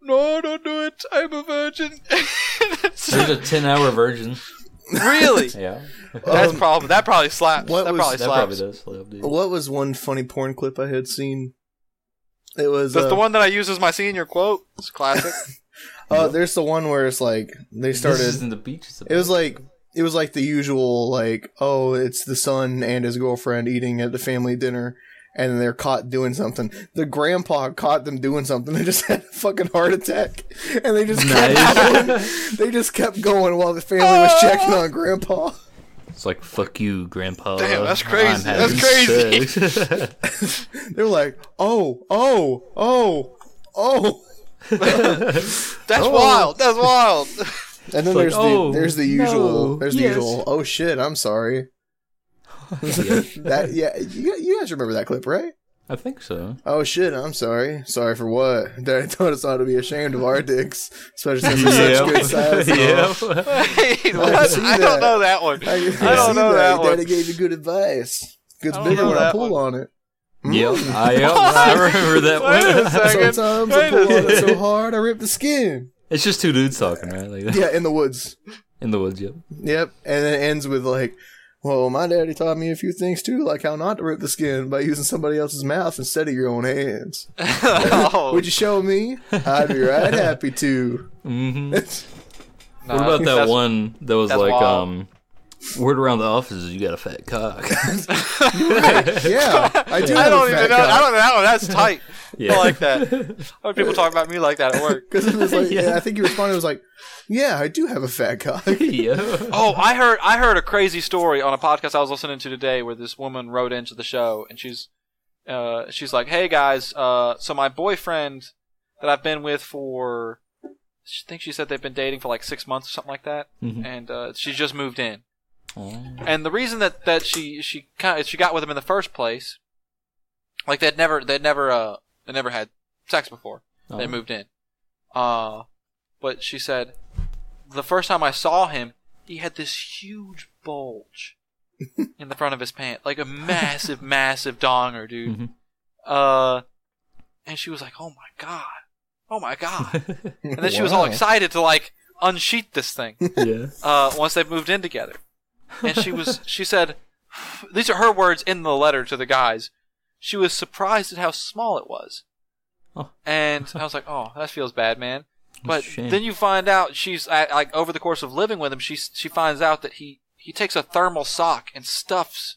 Speaker 3: no, don't do it, I'm a virgin. It's
Speaker 1: There's
Speaker 3: like,
Speaker 1: a ten-hour version.
Speaker 3: really,
Speaker 1: Yeah.
Speaker 3: that's
Speaker 2: Um,
Speaker 3: probably that probably slaps.
Speaker 2: what
Speaker 3: that
Speaker 2: was-
Speaker 3: probably
Speaker 1: That
Speaker 3: slaps.
Speaker 1: probably does. slap, dude.
Speaker 2: What was one funny porn clip I had seen? It was
Speaker 3: That's
Speaker 2: uh,
Speaker 3: the one that I use as my senior quote. It's classic.
Speaker 2: Oh, there's the one where it's like they
Speaker 1: This
Speaker 2: started.
Speaker 1: isn't the beach. It's the
Speaker 2: It was like it was like the usual like oh it's the son and his girlfriend eating at the family dinner and they're caught doing something. The grandpa caught them doing something and just had a fucking heart attack and they just kept going. they just kept going while the family
Speaker 1: Oh.
Speaker 2: was checking on grandpa.
Speaker 1: It's like fuck you, Grandpa.
Speaker 3: Damn, that's crazy.
Speaker 1: I'm having
Speaker 3: That's
Speaker 1: sex.
Speaker 2: They're like oh oh oh oh
Speaker 3: That's wild. That's wild.
Speaker 2: and then
Speaker 1: like,
Speaker 2: there's
Speaker 1: "Oh,
Speaker 2: the there's the usual
Speaker 1: no,
Speaker 2: there's the
Speaker 1: yes."
Speaker 2: usual oh shit I'm sorry
Speaker 1: Yeah,
Speaker 2: that yeah you, you guys remember that clip right.
Speaker 1: I think so.
Speaker 2: Oh shit, I'm sorry. Sorry for what? That I told us not to be ashamed of our dicks, especially since they're such good size.
Speaker 1: yeah.
Speaker 3: Wait, what?
Speaker 2: see
Speaker 3: I,
Speaker 2: that.
Speaker 3: don't know that one. I,
Speaker 2: I, I
Speaker 3: don't
Speaker 2: see
Speaker 3: know that
Speaker 2: Daddy
Speaker 3: one.
Speaker 2: gave you good advice. Gets
Speaker 3: I don't
Speaker 2: bigger
Speaker 3: know
Speaker 2: when I
Speaker 3: that
Speaker 2: pull on it.
Speaker 1: Yep,
Speaker 2: Mm.
Speaker 1: I, yep, I remember that
Speaker 3: Wait a
Speaker 1: one.
Speaker 3: second.
Speaker 2: Sometimes
Speaker 3: Wait
Speaker 2: I
Speaker 3: a
Speaker 2: pull on it
Speaker 1: second.
Speaker 2: so hard I rip the skin.
Speaker 1: It's just two dudes talking, right? Like
Speaker 2: Yeah, in the woods.
Speaker 1: in the woods. Yep.
Speaker 2: Yep. And then it ends with like, well, my daddy taught me a few things too, like how not to rip the skin by using somebody else's mouth instead of your own hands.
Speaker 3: oh,
Speaker 2: Would you show me? I'd be right happy to.
Speaker 1: hmm
Speaker 3: nah,
Speaker 1: What about that
Speaker 3: that's-
Speaker 1: one that was
Speaker 3: that's
Speaker 1: like,
Speaker 3: wild.
Speaker 1: um, word around the office is you got a fat cock.
Speaker 2: Yeah, I do.
Speaker 3: I
Speaker 2: have a
Speaker 3: don't
Speaker 2: fat
Speaker 3: even know.
Speaker 2: cock.
Speaker 3: I don't know. that one. That's tight.
Speaker 1: Yeah.
Speaker 3: I like that. How do people talk about me like that at work?
Speaker 2: Because it was like,
Speaker 1: Yeah.
Speaker 2: yeah. I think he responded. It was like, yeah, I do have a fat cock.
Speaker 1: yeah.
Speaker 3: Oh, I heard I heard a crazy story on a podcast I was listening to today where this woman wrote into the show and she's uh, she's like, "Hey guys, uh, so my boyfriend that I've been with for I think she said they've been dating for like 6 months or something like that
Speaker 1: Mhm.
Speaker 3: and uh, she just moved in.
Speaker 1: Oh.
Speaker 3: And the reason that that she she kind she got with him in the first place like they'd never they'd never uh they never had sex before. They
Speaker 1: Oh.
Speaker 3: moved in. Uh, but she said, the first time I saw him, he had this huge bulge in the front of his pant, like a massive, massive donger, dude.
Speaker 1: Mhm.
Speaker 3: Uh, and she was like, "Oh my god, oh my god!" And then she was all excited to like unsheath this thing.
Speaker 1: yeah.
Speaker 3: Uh, once they moved in together, and she was, she said, these are her words in the letter to the guys. She was surprised at how small it was.
Speaker 1: Oh.
Speaker 3: And I was like, oh, that feels bad, man. But
Speaker 1: That's a shame.
Speaker 3: then you find out she's I, like over the course of living with him, she she finds out that he he takes a thermal sock and stuffs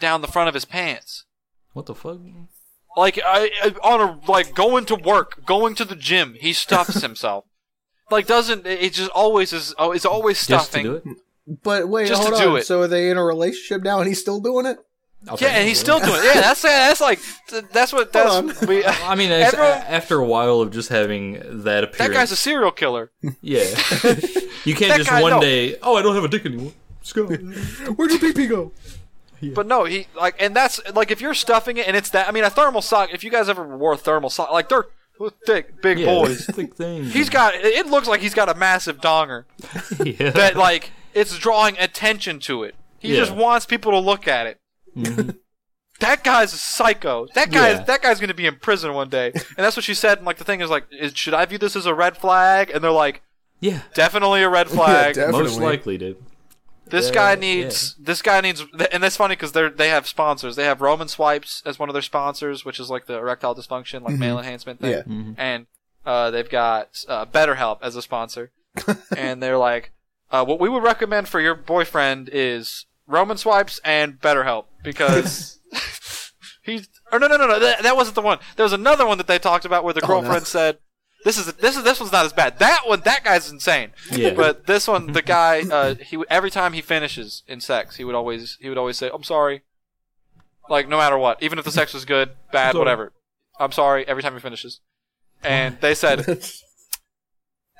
Speaker 3: down the front of his pants.
Speaker 1: What the fuck?
Speaker 3: Like I, I on a like going to work, going to the gym, he stuffs himself. Like doesn't it it just always is oh it's always
Speaker 1: Just to
Speaker 3: stuffing.
Speaker 1: do it?
Speaker 2: But wait,
Speaker 3: Just to
Speaker 2: hold
Speaker 3: do
Speaker 2: on.
Speaker 3: it.
Speaker 2: So are they in a relationship now, and he's still doing it?
Speaker 1: I'll
Speaker 3: Yeah,
Speaker 1: take
Speaker 3: and
Speaker 1: it.
Speaker 3: he's still doing it. Yeah, that's that's like that's what that's
Speaker 2: on.
Speaker 3: we,
Speaker 1: I mean, it's-
Speaker 3: everyone-
Speaker 1: after a while of just having that appearance,
Speaker 3: that guy's a serial killer.
Speaker 1: yeah, you can't
Speaker 3: That
Speaker 1: just
Speaker 3: guy-
Speaker 1: one
Speaker 3: no.
Speaker 1: day. Oh, I don't have a dick anymore. Let's go.
Speaker 2: Where'd your pee pee go?
Speaker 3: But no, he like, and that's like if you're stuffing it, and it's that. I mean, a thermal sock. If you guys ever wore a thermal sock, like they're thick, big
Speaker 1: yeah,
Speaker 3: boys.
Speaker 1: thick thing.
Speaker 3: He's got. It looks like he's got a massive donger
Speaker 1: yeah.
Speaker 3: that like it's drawing attention to it. He
Speaker 1: Yeah.
Speaker 3: just wants people to look at it.
Speaker 1: Mhm.
Speaker 3: That guy's a psycho. That guy's
Speaker 1: Yeah.
Speaker 3: that guy's gonna be in prison one day. And that's what she said. And like the thing is like, is, should I view this as a red flag? And they're like,
Speaker 1: yeah,
Speaker 3: definitely a red flag.
Speaker 2: definitely.
Speaker 1: most likely, dude.
Speaker 3: This
Speaker 1: Yeah,
Speaker 3: guy
Speaker 1: yeah.
Speaker 3: needs. This guy needs, and that's funny because they they have sponsors. They have Roman Swipes as one of their sponsors, which is like the erectile dysfunction,
Speaker 1: Mm-hmm.
Speaker 3: like male enhancement thing.
Speaker 2: Yeah.
Speaker 3: And uh, they've got uh, BetterHelp as a sponsor, and they're like, uh, what we would recommend for your boyfriend is Roman Swipes and BetterHelp because. He's, or no, no, no, no. That, that wasn't the one. There was another one that they talked about
Speaker 1: Oh,
Speaker 3: where the
Speaker 2: no.
Speaker 3: girlfriend said, "This is this is this one's not as bad. That one, that guy's insane."
Speaker 1: Yeah.
Speaker 3: But this one, the guy, uh, he would- every time he finishes in sex, he would always he would always say, "I'm sorry," like no matter what, even if the sex was good, bad,
Speaker 1: Sorry.
Speaker 3: whatever. I'm sorry every time he finishes. And they said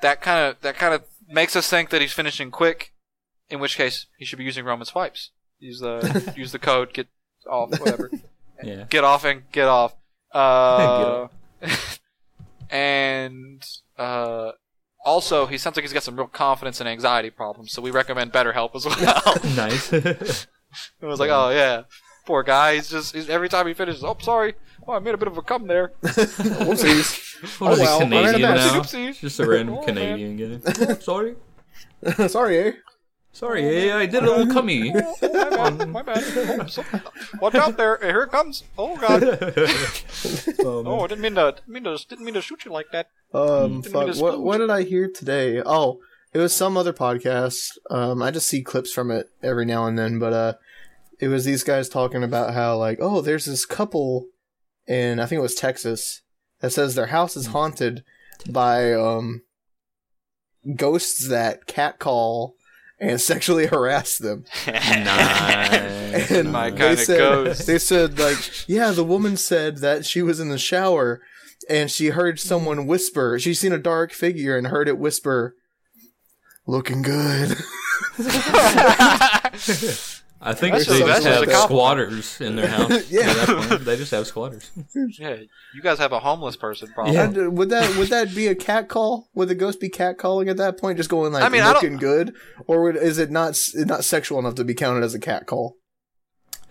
Speaker 3: that kind of that kind of makes us think that he's finishing quick, in which case he should be using Roman swipes. Use the use the code, get off, whatever
Speaker 1: Yeah,
Speaker 3: get off and get off. Uh, and uh, also, he sounds like he's got some real confidence and anxiety problems, so we recommend BetterHelp as well.
Speaker 1: nice.
Speaker 3: Oh, it was like, oh yeah, poor guy. He's just he's, every time he finishes, oh sorry, oh I made a bit of a cum there.
Speaker 2: Whoopsies.
Speaker 1: What is he,
Speaker 2: wow, I'm in a
Speaker 1: Canadian
Speaker 2: mess.
Speaker 1: now?
Speaker 3: Oopsies.
Speaker 1: Just a random
Speaker 3: Oh, man.
Speaker 1: Canadian guy. Oh, Sorry,
Speaker 2: Sorry, eh?
Speaker 1: sorry. Yeah, I did a little cummy.
Speaker 3: Oh, my bad, my bad. Oh, I'm so- watch out there! Here it comes! Oh god! Oh, I didn't mean to, didn't mean to, didn't mean to shoot you like that.
Speaker 2: Um,
Speaker 3: Didn't mean
Speaker 2: fuck.
Speaker 3: to
Speaker 2: What,
Speaker 3: splooge.
Speaker 2: what did I hear today? Oh, it was some other podcast. Um, I just see clips from it every now and then, but uh, it was these guys talking about how like, oh, there's this couple in I think it was Texas that says their house is haunted by um ghosts that catcall and sexually harass them.
Speaker 1: nice.
Speaker 2: And
Speaker 3: My
Speaker 2: they
Speaker 3: kinda
Speaker 2: said-
Speaker 3: ghost.
Speaker 2: They said like, yeah, the woman said that she was in the shower and she heard someone whisper. She seen a dark figure and heard it whisper, "Looking good."
Speaker 1: I think
Speaker 3: That's
Speaker 1: they
Speaker 2: just-
Speaker 1: just
Speaker 2: that's
Speaker 1: have
Speaker 2: just a
Speaker 1: squatters in their house.
Speaker 2: Yeah.
Speaker 1: At that point, they just have squatters.
Speaker 3: yeah, you guys have a homeless person problem.
Speaker 1: Yeah.
Speaker 2: And, uh, would that would that be a cat call? Would the ghost be cat calling at that point, just going like,
Speaker 3: I mean, I don't-
Speaker 2: "Looking good," or would, is it not s- not sexual enough to be counted as a cat call?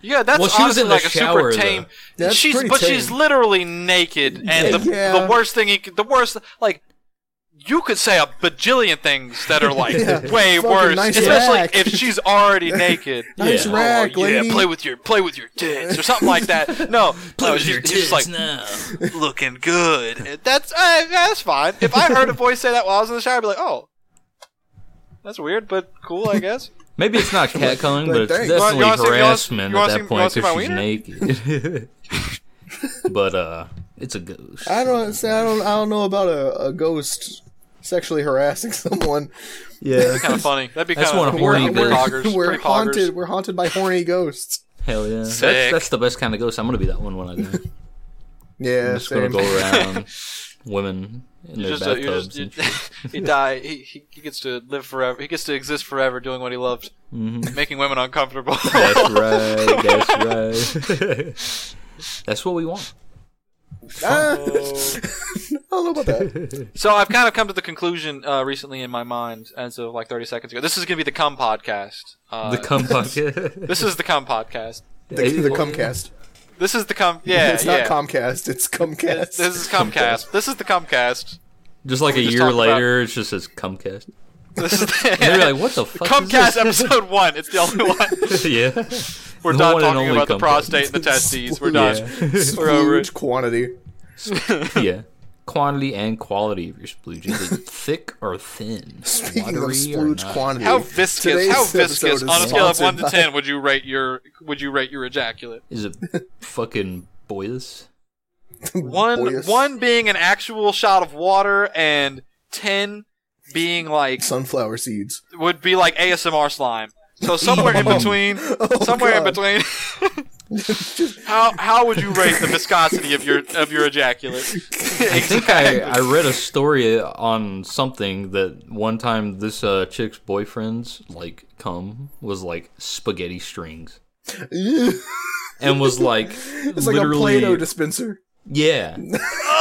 Speaker 3: Yeah, that's
Speaker 1: Well, she was
Speaker 3: honestly
Speaker 1: in the
Speaker 3: like a
Speaker 1: shower,
Speaker 3: super tame.
Speaker 1: though.
Speaker 2: That's
Speaker 3: she's
Speaker 2: pretty
Speaker 3: but
Speaker 2: tame.
Speaker 3: she's literally naked, and the,
Speaker 2: Yeah.
Speaker 3: the worst thing, you could, the worst like. You could say a bajillion things that are like
Speaker 2: Yeah.
Speaker 3: way
Speaker 2: Fucking
Speaker 3: worse,
Speaker 2: nice
Speaker 3: especially
Speaker 2: rack.
Speaker 3: if she's already naked.
Speaker 2: Nice
Speaker 1: Yeah.
Speaker 3: Oh,
Speaker 2: rack, lady.
Speaker 3: yeah, play with your play with your tits or something like that. No, no, she- she's like
Speaker 1: now.
Speaker 3: looking good. And That's uh, that's fine. If I heard a voice say that while I was in the shower, I'd be like, oh, that's weird, but cool, I guess.
Speaker 1: Maybe it's not catcalling,
Speaker 2: Like,
Speaker 1: but
Speaker 2: thanks.
Speaker 1: it's
Speaker 2: You
Speaker 3: wanna-
Speaker 1: definitely
Speaker 3: you wanna see- you wanna-
Speaker 1: harassment
Speaker 3: you
Speaker 1: at that
Speaker 3: wanna see- you wanna
Speaker 1: point
Speaker 3: see my
Speaker 1: because she's naked. but uh, it's a ghost.
Speaker 2: I don't say I don't I don't know about a, a ghost sexually harassing someone.
Speaker 1: Yeah,
Speaker 3: kind of funny. That'd be
Speaker 1: That's
Speaker 3: kind of
Speaker 1: one horny
Speaker 3: we're,
Speaker 1: ghost.
Speaker 3: poggers.
Speaker 2: we're
Speaker 3: Pretty poggers.
Speaker 2: haunted. We're haunted by horny ghosts.
Speaker 1: hell yeah. That's,
Speaker 3: Sick.
Speaker 1: that's the best kind of ghost. I'm gonna be that one when I go.
Speaker 2: Yeah,
Speaker 1: I'm just gonna
Speaker 2: same.
Speaker 1: go around women in
Speaker 3: You're
Speaker 1: their
Speaker 3: just, a- you're
Speaker 1: bathtubs.
Speaker 3: just, you- he die. He, he he gets to live forever. He gets to exist forever, doing what he loves,
Speaker 1: hmm
Speaker 3: making women uncomfortable.
Speaker 1: That's right. That's right. that's what we want.
Speaker 2: Ah,
Speaker 3: Oh.
Speaker 2: I don't know about that.
Speaker 3: So I've kind of come to the conclusion uh, recently in my mind, as of like 30 seconds ago. This is gonna be the cum podcast. Uh,
Speaker 1: The cum podcast.
Speaker 3: This is the cum podcast.
Speaker 2: The, the Comcast.
Speaker 3: This is the cum. Yeah,
Speaker 2: it's not
Speaker 3: yeah.
Speaker 2: Comcast. It's Comcast.
Speaker 3: This is Comcast. This is the Comcast.
Speaker 1: Just like a
Speaker 3: just
Speaker 1: year
Speaker 3: talked about-
Speaker 1: later, it's just says Comcast.
Speaker 3: This is
Speaker 1: And
Speaker 3: the
Speaker 1: they're like, what the fuck?
Speaker 3: Comcast
Speaker 1: is
Speaker 3: episode one. It's the only one.
Speaker 1: this? yeah.
Speaker 3: We're
Speaker 1: The
Speaker 3: done
Speaker 1: one and
Speaker 3: talking
Speaker 1: only
Speaker 3: about the
Speaker 1: Comcast.
Speaker 3: prostate and the testes. We're done.
Speaker 1: Yeah.
Speaker 3: We're over
Speaker 2: Huge
Speaker 3: it.
Speaker 2: quantity.
Speaker 1: yeah. Quantity and quality of your splooge. Is it thick or thin?
Speaker 2: Speaking
Speaker 1: Watery
Speaker 2: of
Speaker 1: or
Speaker 2: splooge
Speaker 1: not?
Speaker 2: quantity,
Speaker 3: How viscous?
Speaker 2: Today's
Speaker 3: how
Speaker 2: episode
Speaker 3: viscous?
Speaker 2: is
Speaker 3: On a scale of one to
Speaker 2: sponsored by-
Speaker 3: ten, would you rate your would you rate your ejaculate?
Speaker 1: Is it fucking boilus?
Speaker 3: One
Speaker 2: Boyus.
Speaker 3: one being an actual shot of water, and ten being like
Speaker 2: sunflower seeds.
Speaker 3: would be like ASMR slime. So somewhere in between, somewhere
Speaker 2: Oh, God.
Speaker 3: in between. how how would you rate the viscosity of your of your ejaculate?
Speaker 1: I think I, I read a story on something that one time this uh, chick's boyfriend's like cum was like spaghetti strings
Speaker 2: it's
Speaker 1: and was like
Speaker 2: like a
Speaker 1: literally
Speaker 2: Play-Doh dispenser.
Speaker 1: yeah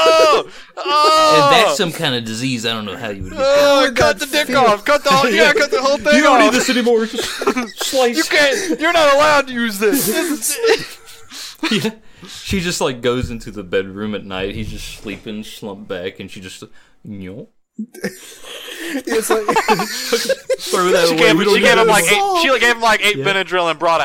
Speaker 3: Oh, oh!
Speaker 1: and that's some kind of disease I don't know how you would get
Speaker 3: Oh,
Speaker 2: would
Speaker 3: cut the
Speaker 2: that
Speaker 3: dick
Speaker 2: feel?
Speaker 3: off! Cut the whole yeah, cut the whole thing off!
Speaker 1: anymore just slice
Speaker 3: You can't. You're not allowed to use this. This is-
Speaker 1: yeah. She just like goes into the bedroom at night. He's just sleeping, slumped back, and she just no.
Speaker 2: It's like
Speaker 1: Throw that
Speaker 3: she
Speaker 1: away.
Speaker 3: gave,
Speaker 1: we
Speaker 3: him-
Speaker 1: don't
Speaker 3: she gave
Speaker 1: need
Speaker 3: him like
Speaker 1: this.
Speaker 3: eight. She gave him like eight Benadryl and brought a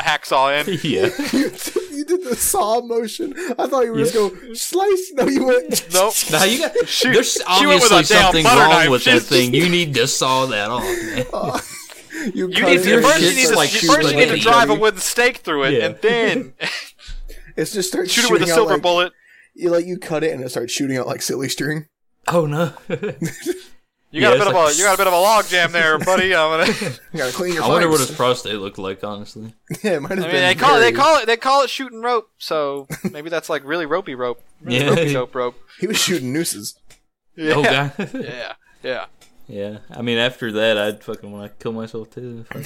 Speaker 3: hacksaw in.
Speaker 1: yeah.
Speaker 2: you, you did the saw motion. I thought you were just
Speaker 1: Yeah.
Speaker 2: going slice. No, you went.
Speaker 3: Nope.
Speaker 1: Now you got.
Speaker 3: She-
Speaker 1: there's
Speaker 3: she went with
Speaker 1: obviously
Speaker 3: a damn
Speaker 1: something wrong
Speaker 3: butter knife.
Speaker 1: with that
Speaker 3: She's-
Speaker 1: thing. You need to saw that off. Man.
Speaker 2: You,
Speaker 3: You
Speaker 2: cut
Speaker 3: need
Speaker 1: If
Speaker 2: it.
Speaker 1: your
Speaker 3: to, first, you
Speaker 1: shit's
Speaker 3: need to,
Speaker 1: like
Speaker 3: you- first you need to
Speaker 1: spaghetti.
Speaker 3: drive a wooden stake through it,
Speaker 1: Yeah.
Speaker 3: and then
Speaker 2: It's just start
Speaker 3: shoot it
Speaker 2: shooting
Speaker 3: with a
Speaker 2: out,
Speaker 3: silver
Speaker 2: like,
Speaker 3: bullet.
Speaker 2: You like you cut it and it starts shooting out like silly string.
Speaker 1: Oh no.
Speaker 3: You
Speaker 1: Yeah,
Speaker 3: got a bit
Speaker 1: it's
Speaker 3: of
Speaker 1: like-
Speaker 3: a you got a bit of a log jam there, buddy. I'm gonna,
Speaker 2: You gotta clean your.
Speaker 1: I wonder what his
Speaker 2: pipes.
Speaker 1: prostate looked like. Honestly,
Speaker 2: Yeah, it might have
Speaker 3: I mean,
Speaker 2: been.
Speaker 3: they call it, they
Speaker 2: very-
Speaker 3: call it they call it shooting rope. So maybe that's like really ropey rope. Really
Speaker 1: Yeah.
Speaker 3: ropey dope rope.
Speaker 2: He was shooting nooses.
Speaker 3: Yeah.
Speaker 1: oh god.
Speaker 3: Yeah. Yeah.
Speaker 1: yeah. I mean, after that, I'd fucking want to kill myself too. Fuck all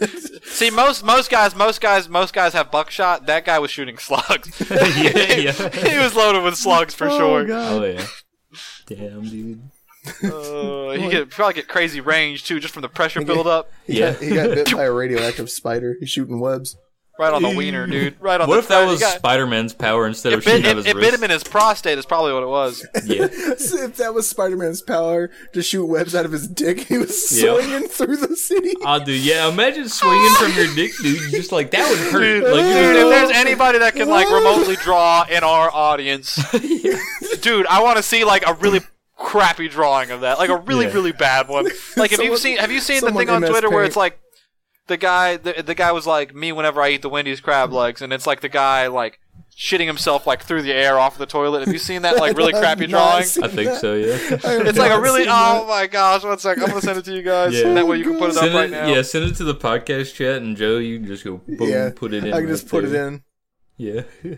Speaker 1: that.
Speaker 3: See, most most guys, most guys, most guys have buckshot. That guy was shooting slugs.
Speaker 1: yeah, yeah.
Speaker 3: he was loaded with slugs for sure.
Speaker 1: Oh yeah. Damn, dude.
Speaker 3: Uh, he could probably get crazy range too, just from the pressure buildup.
Speaker 2: He got-
Speaker 1: Yeah.
Speaker 2: he got bit by a radioactive spider. He's shooting webs.
Speaker 3: Right on the wiener, dude. Right on
Speaker 1: What
Speaker 3: the
Speaker 1: if that
Speaker 3: you
Speaker 1: was
Speaker 3: got-
Speaker 1: Spider Man's power instead of
Speaker 3: it bit,
Speaker 1: shooting out
Speaker 3: it,
Speaker 1: his
Speaker 3: it bit him in his prostate is probably what it was.
Speaker 1: wrist? Yeah.
Speaker 2: if that was Spider-Man's power to shoot webs out of his dick, he was
Speaker 1: Yeah.
Speaker 2: swinging through the city.
Speaker 1: I'll do. Yeah, imagine swinging from your dick, dude. You're Just like that would hurt.
Speaker 3: Dude,
Speaker 1: like,
Speaker 3: dude,
Speaker 1: you're
Speaker 3: if there's anybody that can like remotely draw in our audience, dude, I want to see like a really crappy drawing of that, like a really
Speaker 1: Yeah.
Speaker 3: really bad one. Like if
Speaker 2: Someone-
Speaker 3: you've seen, have you seen the
Speaker 2: someone
Speaker 3: thing on
Speaker 2: MS
Speaker 3: Twitter where
Speaker 2: Paint.
Speaker 3: it's like the guy, the, the guy was like me whenever I eat the Wendy's crab legs, and it's like the guy like shitting himself like through the air off the toilet. Have you seen that like really
Speaker 2: I have
Speaker 3: crappy
Speaker 2: not
Speaker 3: drawing?
Speaker 2: seen
Speaker 1: I think so. Yeah.
Speaker 2: have
Speaker 3: It's like a
Speaker 2: not
Speaker 3: really
Speaker 2: seen
Speaker 3: oh
Speaker 2: that.
Speaker 3: my gosh! One sec, I'm gonna send it to you guys.
Speaker 1: Yeah.
Speaker 3: That way you can put it up
Speaker 1: Send
Speaker 3: right
Speaker 1: it,
Speaker 3: now.
Speaker 1: yeah, send it to the podcast chat, and Joe, you can just go boom,
Speaker 2: yeah,
Speaker 1: put it in.
Speaker 2: I can
Speaker 1: right
Speaker 2: just put
Speaker 1: there.
Speaker 2: it in.
Speaker 1: Yeah.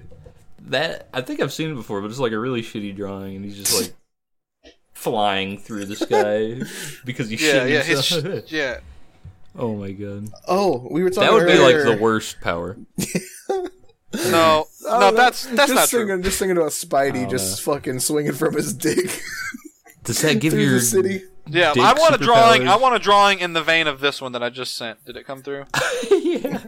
Speaker 1: that I think I've seen it before, but it's like a really shitty drawing, and he's just like flying through the sky because he
Speaker 3: Yeah,
Speaker 1: shit
Speaker 3: yeah, his,
Speaker 1: himself.
Speaker 3: yeah.
Speaker 1: oh my god,
Speaker 2: Oh, we were talking.
Speaker 1: that would be like
Speaker 2: earlier.
Speaker 1: the worst power.
Speaker 3: No,
Speaker 2: I don't
Speaker 3: no,
Speaker 2: know.
Speaker 3: that's that's
Speaker 2: Oh, just
Speaker 3: not
Speaker 2: thinking,
Speaker 3: true.
Speaker 1: Oh,
Speaker 2: Just thinking about Spidey just fucking swinging from his dick
Speaker 1: Does that give
Speaker 2: through
Speaker 1: your
Speaker 2: the city.
Speaker 3: Yeah,
Speaker 4: Dick
Speaker 3: I want a drawing.
Speaker 4: superpowers.
Speaker 3: I want a drawing in the vein of this one that I just sent. Did it come through?
Speaker 1: yeah.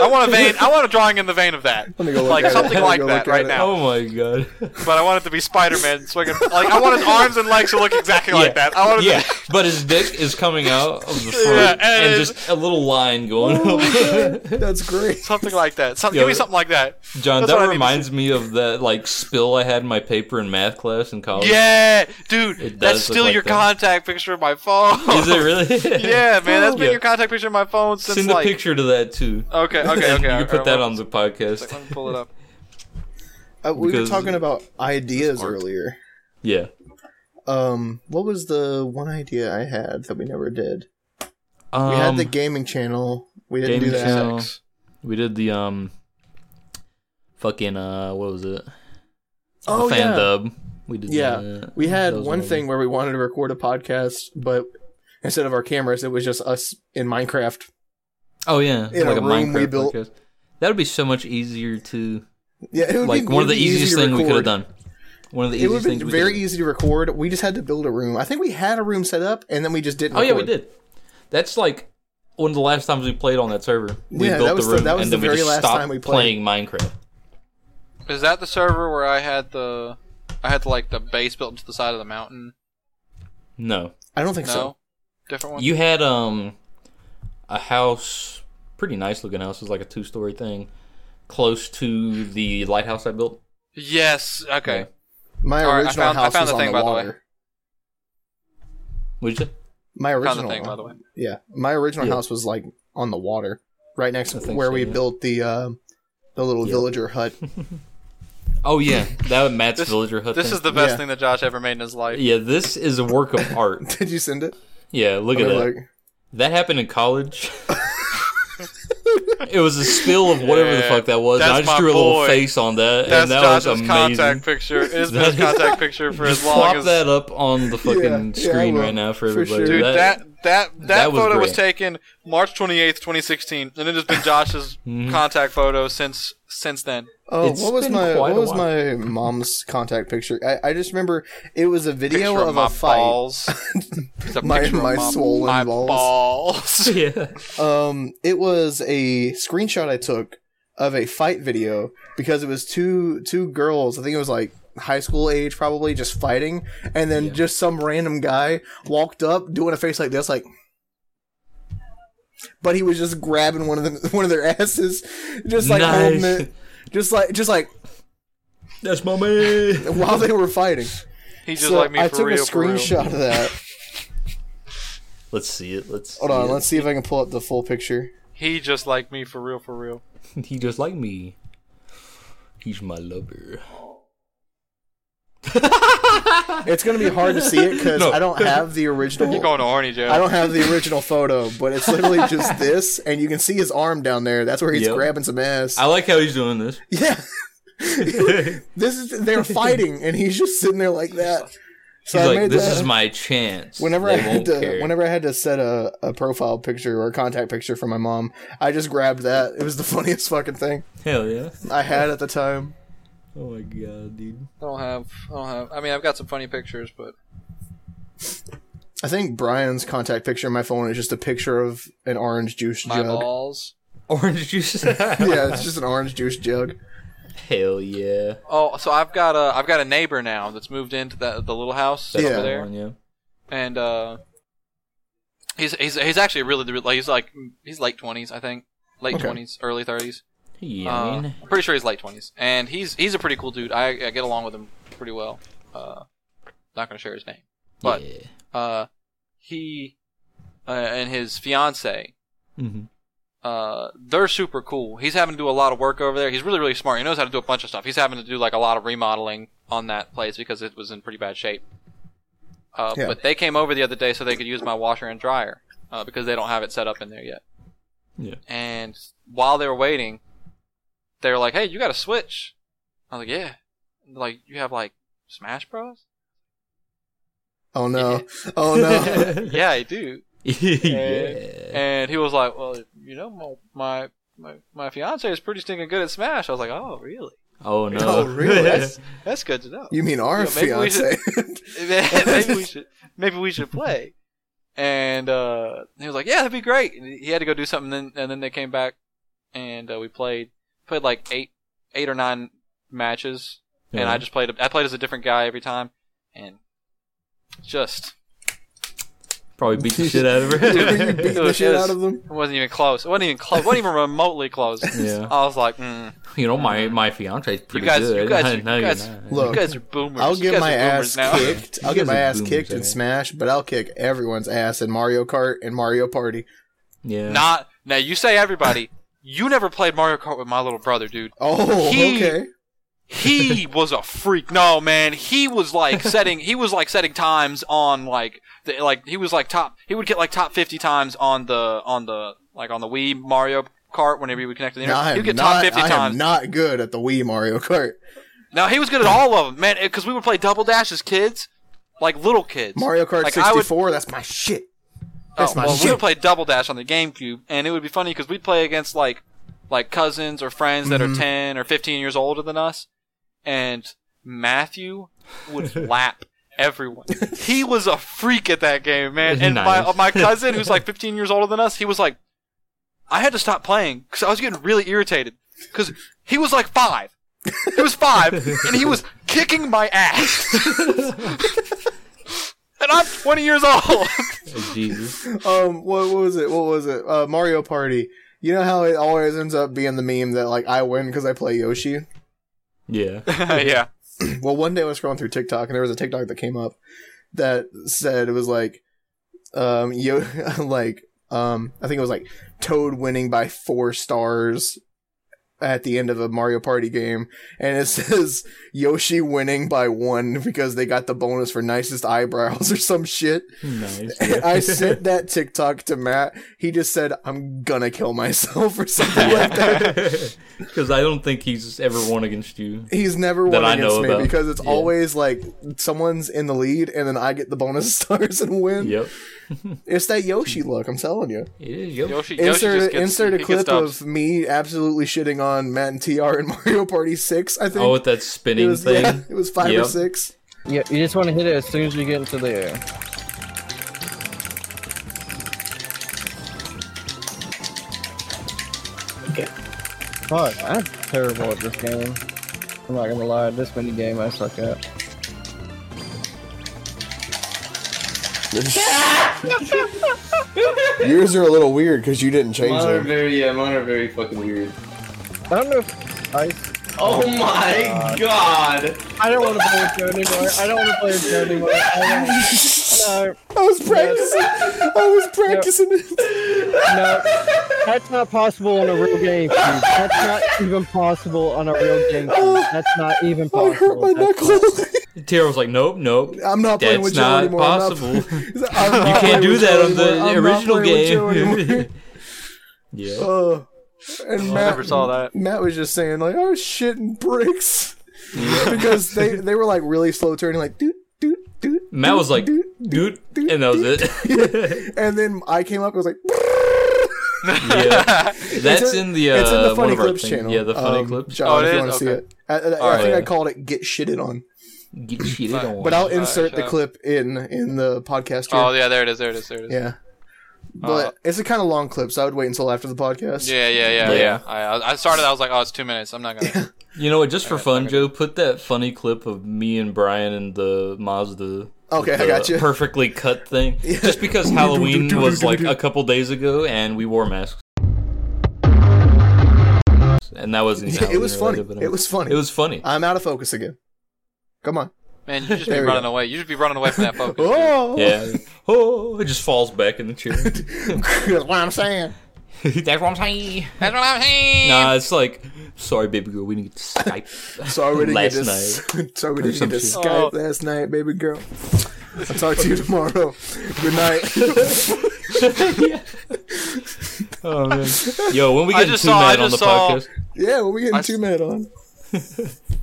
Speaker 3: I want a vein. I want a drawing in the vein of that.
Speaker 2: Let me go look
Speaker 3: Like
Speaker 2: at it.
Speaker 3: something
Speaker 2: Let me
Speaker 3: like
Speaker 2: go
Speaker 3: that
Speaker 2: look at
Speaker 3: right
Speaker 2: it.
Speaker 3: now.
Speaker 1: Oh my god.
Speaker 3: But I want it to be Spider-Man. So I can, like I want his arms and legs to look exactly like that. I want it
Speaker 1: Yeah,
Speaker 3: to,
Speaker 1: but his dick is coming out of the front
Speaker 3: Yeah, and
Speaker 1: and,
Speaker 3: it's-
Speaker 1: just a little line going up.
Speaker 2: Oh, That's great.
Speaker 3: something like that. Some, give me something like that.
Speaker 1: John,
Speaker 3: That's what
Speaker 1: that
Speaker 3: I need to
Speaker 1: reminds me of that like spill I had in my paper in math class in college.
Speaker 3: Yeah, dude,
Speaker 1: It
Speaker 3: that's
Speaker 1: does look
Speaker 3: still
Speaker 1: like
Speaker 3: your
Speaker 1: that.
Speaker 3: contact picture of my phone.
Speaker 1: Is it really?
Speaker 3: yeah, man, that's been
Speaker 1: Yeah.
Speaker 3: your contact picture of my phone since
Speaker 1: Send a
Speaker 3: like. uh,
Speaker 1: picture to that too.
Speaker 3: Okay, okay, okay.
Speaker 1: And you
Speaker 3: all
Speaker 1: can
Speaker 3: right,
Speaker 1: put that
Speaker 3: well,
Speaker 1: on the podcast.
Speaker 3: Let me pull it up.
Speaker 2: Uh, we were
Speaker 1: Because-
Speaker 2: talking about ideas
Speaker 1: Smart.
Speaker 2: earlier.
Speaker 1: Yeah.
Speaker 2: Um, what was the one idea I had that we never did?
Speaker 1: Um,
Speaker 2: We had the gaming channel. We didn't do
Speaker 1: gaming
Speaker 2: that.
Speaker 1: channel. we did the um fucking uh what was it?
Speaker 2: Oh
Speaker 1: the fan
Speaker 2: yeah,
Speaker 1: dub. We did
Speaker 2: Yeah,
Speaker 1: that.
Speaker 2: we had
Speaker 1: That was
Speaker 2: one
Speaker 1: of
Speaker 2: thing where we wanted to record a podcast, but instead of our cameras, it was just us in Minecraft.
Speaker 1: Oh yeah,
Speaker 2: In a room we built.
Speaker 1: podcast. That would be so much easier to
Speaker 2: Yeah, it would
Speaker 1: like
Speaker 2: be
Speaker 1: one of the
Speaker 2: it'd be easy
Speaker 1: easiest
Speaker 2: to
Speaker 1: things we could have
Speaker 2: record.
Speaker 1: done. One of the
Speaker 2: It
Speaker 1: easiest
Speaker 2: would have
Speaker 1: things
Speaker 2: been
Speaker 1: we
Speaker 2: very
Speaker 1: could
Speaker 2: easy to record. We just had to build a room. I think we had a room set up, and then we just didn't.
Speaker 1: Oh yeah, we
Speaker 2: record.
Speaker 1: did. That's like one of the last times we played on that server. We
Speaker 2: Yeah, that
Speaker 1: built
Speaker 2: was the-
Speaker 1: the room
Speaker 2: that was
Speaker 1: and
Speaker 2: the
Speaker 1: then we
Speaker 2: very
Speaker 1: just
Speaker 2: last
Speaker 1: stopped
Speaker 2: time we played.
Speaker 1: playing Minecraft.
Speaker 3: Is that the server where I had the, I had like the base built into the side of the mountain?
Speaker 1: No,
Speaker 2: I don't think
Speaker 3: No,
Speaker 2: so.
Speaker 3: different one.
Speaker 1: you had um a house, pretty nice looking house. It was like a two story thing, close to the lighthouse I built.
Speaker 3: yes. Okay.
Speaker 1: Yeah.
Speaker 2: My
Speaker 3: All right, I
Speaker 2: original
Speaker 3: found- I
Speaker 2: house
Speaker 3: found
Speaker 2: was
Speaker 3: the
Speaker 2: on
Speaker 3: thing,
Speaker 2: the
Speaker 3: by the way.
Speaker 2: water.
Speaker 1: Would you? say?
Speaker 2: My
Speaker 3: Found
Speaker 2: original,
Speaker 3: the thing, by the way.
Speaker 2: yeah, my original
Speaker 1: Yeah.
Speaker 2: house was like on the water, right next to
Speaker 1: I think
Speaker 2: where
Speaker 1: so,
Speaker 2: we
Speaker 1: yeah.
Speaker 2: built the uh, the little
Speaker 1: Yeah.
Speaker 2: villager hut.
Speaker 1: Oh yeah, that was Matt's
Speaker 3: This-
Speaker 1: villager hut.
Speaker 3: This
Speaker 1: thing.
Speaker 3: is the best
Speaker 2: Yeah.
Speaker 3: thing that Josh ever made in his life.
Speaker 1: yeah. This is a work of art.
Speaker 2: Did you send it?
Speaker 1: Yeah, look at
Speaker 2: I mean,
Speaker 1: that.
Speaker 2: like,
Speaker 1: That happened in college. it was a spill of whatever the
Speaker 3: Yeah,
Speaker 1: fuck that was. and
Speaker 3: that's
Speaker 1: I just
Speaker 3: my
Speaker 1: drew a little
Speaker 3: boy.
Speaker 1: face on that,
Speaker 3: That's
Speaker 1: and that
Speaker 3: Josh's
Speaker 1: was amazing.
Speaker 3: contact picture. It has been his
Speaker 1: That is-
Speaker 3: contact picture for
Speaker 1: just
Speaker 3: as long
Speaker 1: flop
Speaker 3: as
Speaker 1: that up on the fucking
Speaker 2: Yeah, yeah, I
Speaker 1: screen
Speaker 2: will,
Speaker 1: right now for
Speaker 2: for
Speaker 1: everybody.
Speaker 2: sure.
Speaker 3: Dude, that that that,
Speaker 1: that was
Speaker 3: photo was
Speaker 1: great.
Speaker 3: taken March twenty eighth, twenty sixteen, and it has been Josh's
Speaker 1: Mm-hmm.
Speaker 3: contact photo since since then.
Speaker 2: Oh,
Speaker 1: It's
Speaker 2: what was
Speaker 1: been
Speaker 2: my
Speaker 1: quite
Speaker 2: what
Speaker 1: a
Speaker 2: was
Speaker 1: while.
Speaker 2: my mom's contact picture? I, I just remember it was a
Speaker 3: Picture
Speaker 2: video
Speaker 3: of,
Speaker 2: of
Speaker 3: my
Speaker 2: a fight.
Speaker 3: balls. It's a
Speaker 2: My-
Speaker 3: picture of
Speaker 2: my swollen
Speaker 3: my
Speaker 2: balls.
Speaker 3: balls.
Speaker 1: yeah,
Speaker 2: Um, it was a screenshot I took of a fight video because it was two two girls. I think it was like high school age, probably just fighting, and then just some random guy walked up doing a face like this, like. But he was just grabbing one of them, one of their asses, just like holding
Speaker 1: Nice.
Speaker 2: it, just like just like
Speaker 1: that's my man.
Speaker 2: while they were fighting.
Speaker 3: He just
Speaker 2: So
Speaker 3: like me for
Speaker 2: I took
Speaker 3: real.
Speaker 2: a screenshot of that.
Speaker 1: Let's see it. Let's
Speaker 2: Hold
Speaker 1: see
Speaker 2: on,
Speaker 1: it.
Speaker 2: let's see if I can pull up the full picture.
Speaker 3: He just like me for real. For real.
Speaker 1: He just like me. He's my lover.
Speaker 2: It's gonna be hard to see it because
Speaker 1: No.
Speaker 2: I don't have the original.
Speaker 3: You're going to horny
Speaker 2: I
Speaker 3: jail.
Speaker 2: don't have the original photo, but it's literally just this, and you can see his arm down there. That's where he's
Speaker 1: Yep.
Speaker 2: grabbing some ass.
Speaker 1: I like how he's doing this.
Speaker 2: yeah, this is they're fighting, and he's just sitting there like that. So
Speaker 1: He's
Speaker 2: I
Speaker 1: like,
Speaker 2: made
Speaker 1: this
Speaker 2: that-
Speaker 1: is my chance.
Speaker 2: Whenever
Speaker 1: They
Speaker 2: I had
Speaker 1: won't
Speaker 2: to,
Speaker 1: care.
Speaker 2: whenever I had to set a, a profile picture or a contact picture for my mom, I just grabbed that. It was the funniest fucking thing
Speaker 1: hell yeah.
Speaker 2: I had at the time.
Speaker 1: Oh my god, dude.
Speaker 3: I don't have. I don't have. I mean, I've got some funny pictures, but
Speaker 2: I think Brian's contact picture on my phone is just a picture of an orange juice
Speaker 3: my
Speaker 2: jug.
Speaker 3: balls.
Speaker 1: Orange juice.
Speaker 2: yeah, it's just an orange juice jug.
Speaker 1: Hell yeah.
Speaker 3: Oh, so I've got a I've got a neighbor now that's moved into that the little house
Speaker 2: That's
Speaker 3: over
Speaker 2: the
Speaker 3: there,
Speaker 1: One, yeah.
Speaker 3: and uh, he's he's he's actually really like he's like he's late twenties, I think, late
Speaker 2: Okay.
Speaker 3: twenties, early thirties.
Speaker 1: Yeah,
Speaker 3: Uh,
Speaker 1: man.
Speaker 3: I'm pretty sure he's late twenties, and he's he's a pretty cool dude. I, I get along with him pretty well. Uh, not gonna share his name, but
Speaker 1: yeah.
Speaker 3: uh, he uh, and his fiance,
Speaker 1: Mhm.
Speaker 3: uh, they're super cool. He's having to do a lot of work over there. He's really really smart. He knows how to do a bunch of stuff. He's having to do like a lot of remodeling on that place because it was in pretty bad shape. Uh,
Speaker 2: Yeah.
Speaker 3: But they came over the other day so they could use my washer and dryer uh, because they don't have it set up in there yet.
Speaker 1: Yeah.
Speaker 3: And while they were waiting, they were like, "Hey, you got a Switch?" I was like, "Yeah." And they're Like you have like Smash Bros?
Speaker 2: Oh no! Oh no!
Speaker 3: yeah, I do.
Speaker 1: yeah.
Speaker 3: And he was like, "Well, you know, my my my fiance is pretty stinking good at Smash." I was like, "Oh, really?
Speaker 1: Oh no.
Speaker 2: Oh, really? That's-
Speaker 3: That's good to know.
Speaker 2: You mean our
Speaker 3: Yeah, maybe we
Speaker 2: fiance?
Speaker 3: maybe we should maybe we should play." And uh, he was like, "Yeah, that'd be great." And he had to go do something, and then, and then they came back, and uh, we played played like eight eight or nine matches, and
Speaker 1: Yeah.
Speaker 3: I just played I played as a different guy every time, and just
Speaker 1: Probably beat the shit out of
Speaker 2: Were
Speaker 1: her.
Speaker 2: you beating
Speaker 3: It
Speaker 2: the
Speaker 3: was-
Speaker 2: shit
Speaker 3: it was-
Speaker 2: out of them?
Speaker 3: it wasn't even close. It wasn't even close. It wasn't even remotely close.
Speaker 1: Yeah.
Speaker 3: I was like, mm,
Speaker 1: you know, my my fiance is
Speaker 3: "You
Speaker 1: pretty
Speaker 3: guys,
Speaker 1: good.
Speaker 3: you guys,
Speaker 1: I
Speaker 3: are, you
Speaker 1: know you're
Speaker 3: guys,
Speaker 1: not.
Speaker 2: Look,
Speaker 3: you guys are boomers.
Speaker 2: I'll
Speaker 3: You
Speaker 2: get
Speaker 3: guys
Speaker 2: my
Speaker 3: are
Speaker 2: ass
Speaker 3: boomers now.
Speaker 2: kicked. I'll
Speaker 1: You
Speaker 2: get
Speaker 1: guys
Speaker 2: my
Speaker 1: are
Speaker 2: ass
Speaker 1: boomers,
Speaker 2: kicked in
Speaker 1: ain't it?
Speaker 2: Smash, but I'll kick everyone's ass in Mario Kart and Mario Party.
Speaker 1: Yeah.
Speaker 3: Not now. You say everybody. You never played Mario Kart with my little brother, dude.
Speaker 2: Oh,
Speaker 3: He-
Speaker 2: okay.
Speaker 3: He was a freak. No, man, he was like setting. He was like setting times on like the, like he was like top. He would get like top fifty times on the on the like on the Wii Mario Kart whenever he would connect to the
Speaker 2: Now, I
Speaker 3: internet.
Speaker 2: am
Speaker 3: He'd get
Speaker 2: not,
Speaker 3: top fifty
Speaker 2: I
Speaker 3: times.
Speaker 2: am not good at the Wii Mario Kart.
Speaker 3: No, he was good at all of them, man. Because we would play double dash as kids, like little kids.
Speaker 2: Mario Kart
Speaker 3: Like, I would-
Speaker 2: 64, that's my shit. That's
Speaker 3: Oh,
Speaker 2: my
Speaker 3: well, we
Speaker 2: shit.
Speaker 3: would play Double Dash on the GameCube, and it would be funny because we'd play against like like cousins or friends that are ten or fifteen years older than us, and Matthew would lap everyone. He was a freak at that game, man. And my
Speaker 1: Nice.
Speaker 3: uh, my cousin, who's like fifteen years older than us, he was like, I had to stop playing because I was getting really irritated because he was like five. He was five, and he was kicking my ass. and I'm 20 years old.
Speaker 1: Oh, Jesus.
Speaker 2: um, what, what was it? What was it? Uh, Mario Party. You know how it always ends up being the meme that like I win because I play Yoshi.
Speaker 1: Yeah.
Speaker 3: yeah.
Speaker 2: Well, one day I was scrolling through TikTok and there was a TikTok that came up that said it was like, um, yo, like, um, I think it was like Toad winning by four stars at the end of a Mario Party game, and it says Yoshi winning by one because they got the bonus for nicest eyebrows or some shit.
Speaker 1: Nice.
Speaker 2: And I sent that TikTok to Matt. He just said, "I'm gonna kill myself" or something like that.
Speaker 1: Because I don't think he's ever won against you.
Speaker 2: He's never won
Speaker 1: That I
Speaker 2: against
Speaker 1: know
Speaker 2: me
Speaker 1: about.
Speaker 2: because it's
Speaker 1: Yeah.
Speaker 2: always like someone's in the lead and then I get the bonus stars and win.
Speaker 1: Yep.
Speaker 2: It's that Yoshi look. I'm telling you.
Speaker 1: It is. Yep. Oh,
Speaker 3: Yoshi, Yoshi
Speaker 2: Insert
Speaker 3: just gets,
Speaker 2: insert a
Speaker 3: he
Speaker 2: clip
Speaker 3: gets dubs.
Speaker 2: of me absolutely shitting on Matt and Tr and Mario Party Six. I think
Speaker 1: Oh, with that
Speaker 2: it
Speaker 1: spinning
Speaker 2: was
Speaker 1: thing.
Speaker 2: yeah, it was five or
Speaker 1: Yep.
Speaker 2: six.
Speaker 4: Yeah, you just want to hit it as soon as you get into the air. Fuck, I'm terrible at this game. I'm not gonna lie, this mini game I suck at.
Speaker 2: Yours are a little weird because you didn't change
Speaker 5: Mine are
Speaker 2: them.
Speaker 5: very, yeah, mine are very fucking weird.
Speaker 4: I don't know if ice.
Speaker 5: Oh my god!
Speaker 4: I don't want to play with Joe anymore. I don't want to play with Joe anymore. I don't.
Speaker 2: I was practicing. I was practicing.
Speaker 4: No, no, that's not possible on a real GameCube. That's not even possible on a real GameCube. That's not even
Speaker 2: I
Speaker 4: possible.
Speaker 2: Oh, hurt my
Speaker 4: That's-
Speaker 2: knuckle.
Speaker 1: Tara was like, nope, nope.
Speaker 2: I'm not playing
Speaker 1: That's
Speaker 2: with Joe
Speaker 1: not
Speaker 2: anymore.
Speaker 1: possible.
Speaker 2: I'm not,
Speaker 1: you
Speaker 2: I'm not playing
Speaker 1: can't do
Speaker 2: with
Speaker 1: that
Speaker 2: Joe
Speaker 1: on the
Speaker 2: anymore. I'm not
Speaker 1: original
Speaker 2: playing with Joe
Speaker 1: game.
Speaker 2: anymore.
Speaker 1: yeah.
Speaker 2: Uh, and Matt,
Speaker 3: never saw that.
Speaker 2: Matt was just saying like, "Oh shit, and bricks," because they they were like really slow turning, like doot doot doot.
Speaker 1: Matt
Speaker 2: doot,
Speaker 1: was like,
Speaker 2: doot,
Speaker 1: dude, and that was it.
Speaker 2: and then I came up and was like,
Speaker 1: yeah. That's
Speaker 2: in-
Speaker 1: in the uh,
Speaker 2: "It's in the
Speaker 1: one
Speaker 2: funny
Speaker 1: of our
Speaker 2: clips
Speaker 1: thing-
Speaker 2: channel."
Speaker 1: Yeah, the funny
Speaker 2: um,
Speaker 1: clips.
Speaker 2: John,
Speaker 3: Oh, it
Speaker 2: if you
Speaker 3: is?
Speaker 2: want to see
Speaker 3: Okay.
Speaker 2: it, I, I, I
Speaker 3: Alright.
Speaker 2: think I called it "Get Shitted On,"
Speaker 1: Get shitted on.
Speaker 2: but I'll insert
Speaker 3: shut
Speaker 2: the
Speaker 3: up.
Speaker 2: clip in in the podcast.
Speaker 3: Oh
Speaker 2: Here.
Speaker 3: yeah, Uh, there it is, there it is, there it is.
Speaker 2: yeah, but it's a kind of long clip, so I would wait until after the podcast.
Speaker 3: Yeah, yeah, yeah,
Speaker 1: Yeah.
Speaker 3: yeah. I, I started. I was like, oh, it's two minutes. I'm not gonna.
Speaker 1: You know what? Just for fun, Joe, put that funny clip of me and Brian and the Mazda.
Speaker 2: Okay, I
Speaker 1: the
Speaker 2: got you.
Speaker 1: Perfectly cut thing. Just because Halloween was like a couple days ago and we wore masks. And that wasn't. even
Speaker 2: It was funny.
Speaker 1: Halloween related, but
Speaker 2: It was funny.
Speaker 1: It was funny.
Speaker 2: I'm out of focus again. Come on.
Speaker 3: Man, you should just be
Speaker 2: There we
Speaker 3: running
Speaker 2: go.
Speaker 3: away. You should be running away from that focus. dude.
Speaker 2: Oh,
Speaker 1: Yeah. Oh, it just falls back in the chair.
Speaker 2: that's what I'm saying.
Speaker 1: That's what I'm saying.
Speaker 3: That's what I'm saying.
Speaker 1: Nah, it's like, sorry, baby girl, we didn't get to Skype.
Speaker 2: Sorry we didn't
Speaker 1: Last
Speaker 2: get to, Sorry we didn't
Speaker 1: some
Speaker 2: get to
Speaker 1: shit.
Speaker 3: Oh.
Speaker 2: Skype last night, baby girl. I'll talk to you tomorrow. Good night.
Speaker 1: oh man. Yo, when we
Speaker 3: I
Speaker 1: get
Speaker 3: just
Speaker 1: two
Speaker 3: saw- I
Speaker 1: man on
Speaker 3: just
Speaker 1: the
Speaker 3: saw-
Speaker 1: podcast,
Speaker 2: yeah, well, we getting
Speaker 3: s-
Speaker 2: two minute on.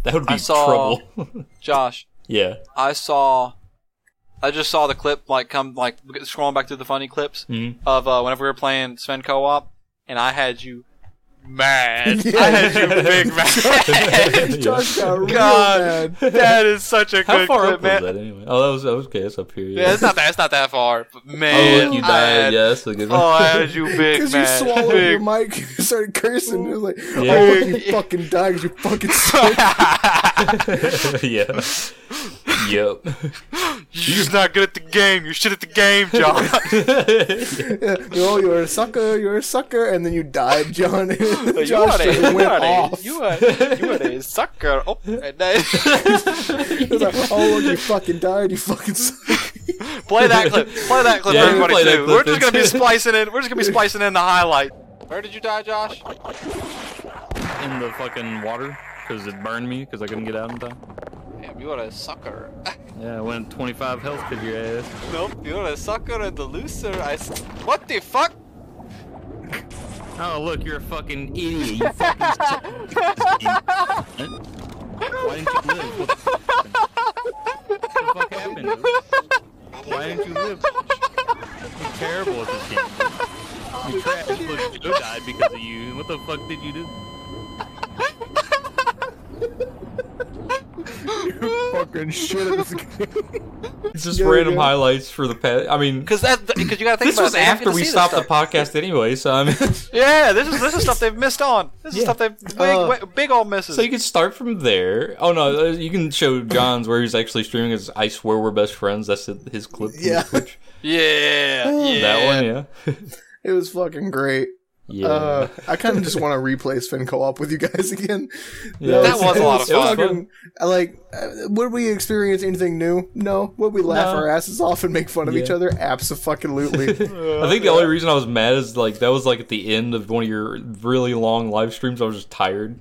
Speaker 1: that would be
Speaker 3: saw-
Speaker 1: trouble.
Speaker 3: Josh,
Speaker 1: yeah.
Speaker 3: I saw. I just saw the clip like come like scrolling back through the funny clips
Speaker 1: Mhm.
Speaker 3: of uh, whenever we were playing Sven co-op, and I had you mad. I had you big mad.
Speaker 2: Josh got real
Speaker 3: God,
Speaker 2: mad.
Speaker 3: that is such a
Speaker 1: How
Speaker 3: good
Speaker 1: far
Speaker 3: clip,
Speaker 1: up was
Speaker 3: man.
Speaker 1: that anyway? Oh, that was, that was okay. That's up here.
Speaker 3: Yeah, it's not that. It's not that far. But
Speaker 1: Oh,
Speaker 3: man,
Speaker 1: look, you
Speaker 3: I
Speaker 1: died.
Speaker 3: had-
Speaker 1: Yeah, that's a good one.
Speaker 3: Oh, I had you big
Speaker 2: Because you
Speaker 3: mad.
Speaker 2: swallowed
Speaker 3: Big
Speaker 2: your mic and started cursing. It was like, oh,
Speaker 1: Yeah.
Speaker 2: you fucking die 'cause you fucking sick.
Speaker 1: yeah.
Speaker 3: Oh,
Speaker 1: yep.
Speaker 3: You're just not good at the game. You're shit at the game, John.
Speaker 2: oh, you're a sucker, you're a sucker. And then you died, John.
Speaker 3: you
Speaker 2: Josh
Speaker 3: are a,
Speaker 2: just
Speaker 3: you
Speaker 2: went
Speaker 3: are a,
Speaker 2: off.
Speaker 3: you are, you are a sucker. Oh, and that-
Speaker 2: It was like, oh, look, you fucking died, you fucking suck.
Speaker 3: play that clip. Play that clip
Speaker 1: Yeah,
Speaker 3: for
Speaker 1: you can
Speaker 3: everybody
Speaker 1: play that
Speaker 3: too.
Speaker 1: clip.
Speaker 3: We're just gonna be splicing in. We're just gonna be splicing in the highlight. Where did you die, Josh?
Speaker 6: in the fucking water because it burned me because I couldn't get out in time.
Speaker 3: Damn, you are a sucker.
Speaker 6: Yeah, I went 25 health because your ass.
Speaker 3: nope, you are a sucker and a loser. I. S- what the fuck?
Speaker 6: Oh, look, you're a fucking idiot. You fucking suck. Why didn't you live? What the fuck happened? What the fuck happened? Why didn't you live? You're terrible at this game. You trash. Look, Joe died because of you. What the fuck did you do?
Speaker 2: fucking shit at this game.
Speaker 1: It's just
Speaker 2: Yeah,
Speaker 1: random
Speaker 2: yeah.
Speaker 1: highlights for the past. I mean,
Speaker 3: Because that, because you gotta think
Speaker 1: this
Speaker 3: about
Speaker 1: was
Speaker 3: it, man. You
Speaker 1: after
Speaker 3: get to
Speaker 1: we
Speaker 3: see this
Speaker 1: stopped the
Speaker 3: stuff.
Speaker 1: podcast anyway, so I mean,
Speaker 3: Yeah, this is this is stuff they've missed on. This is
Speaker 1: Yeah.
Speaker 3: stuff they've big,
Speaker 2: Uh,
Speaker 3: wi- big old misses.
Speaker 1: so you can start from there. Oh no, uh, you can show John's where he's actually streaming. Is I swear we're best friends. That's his his clip. from
Speaker 2: Yeah.
Speaker 1: Twitch.
Speaker 3: yeah, yeah.
Speaker 1: that one. Yeah,
Speaker 2: It was fucking great.
Speaker 1: yeah.
Speaker 2: Uh, I kind of just want to replay Spin Co-op with you guys again.
Speaker 1: Yeah.
Speaker 3: That was a lot of
Speaker 2: it was
Speaker 3: fun.
Speaker 2: fucking- I like, uh, would we experience anything new? No. Would we laugh
Speaker 1: No.
Speaker 2: our asses off and make fun of each
Speaker 1: Yeah.
Speaker 2: other? Absolutely.
Speaker 1: I think the only reason I was mad is like that was like at the end of one of your really long live streams. I was just tired.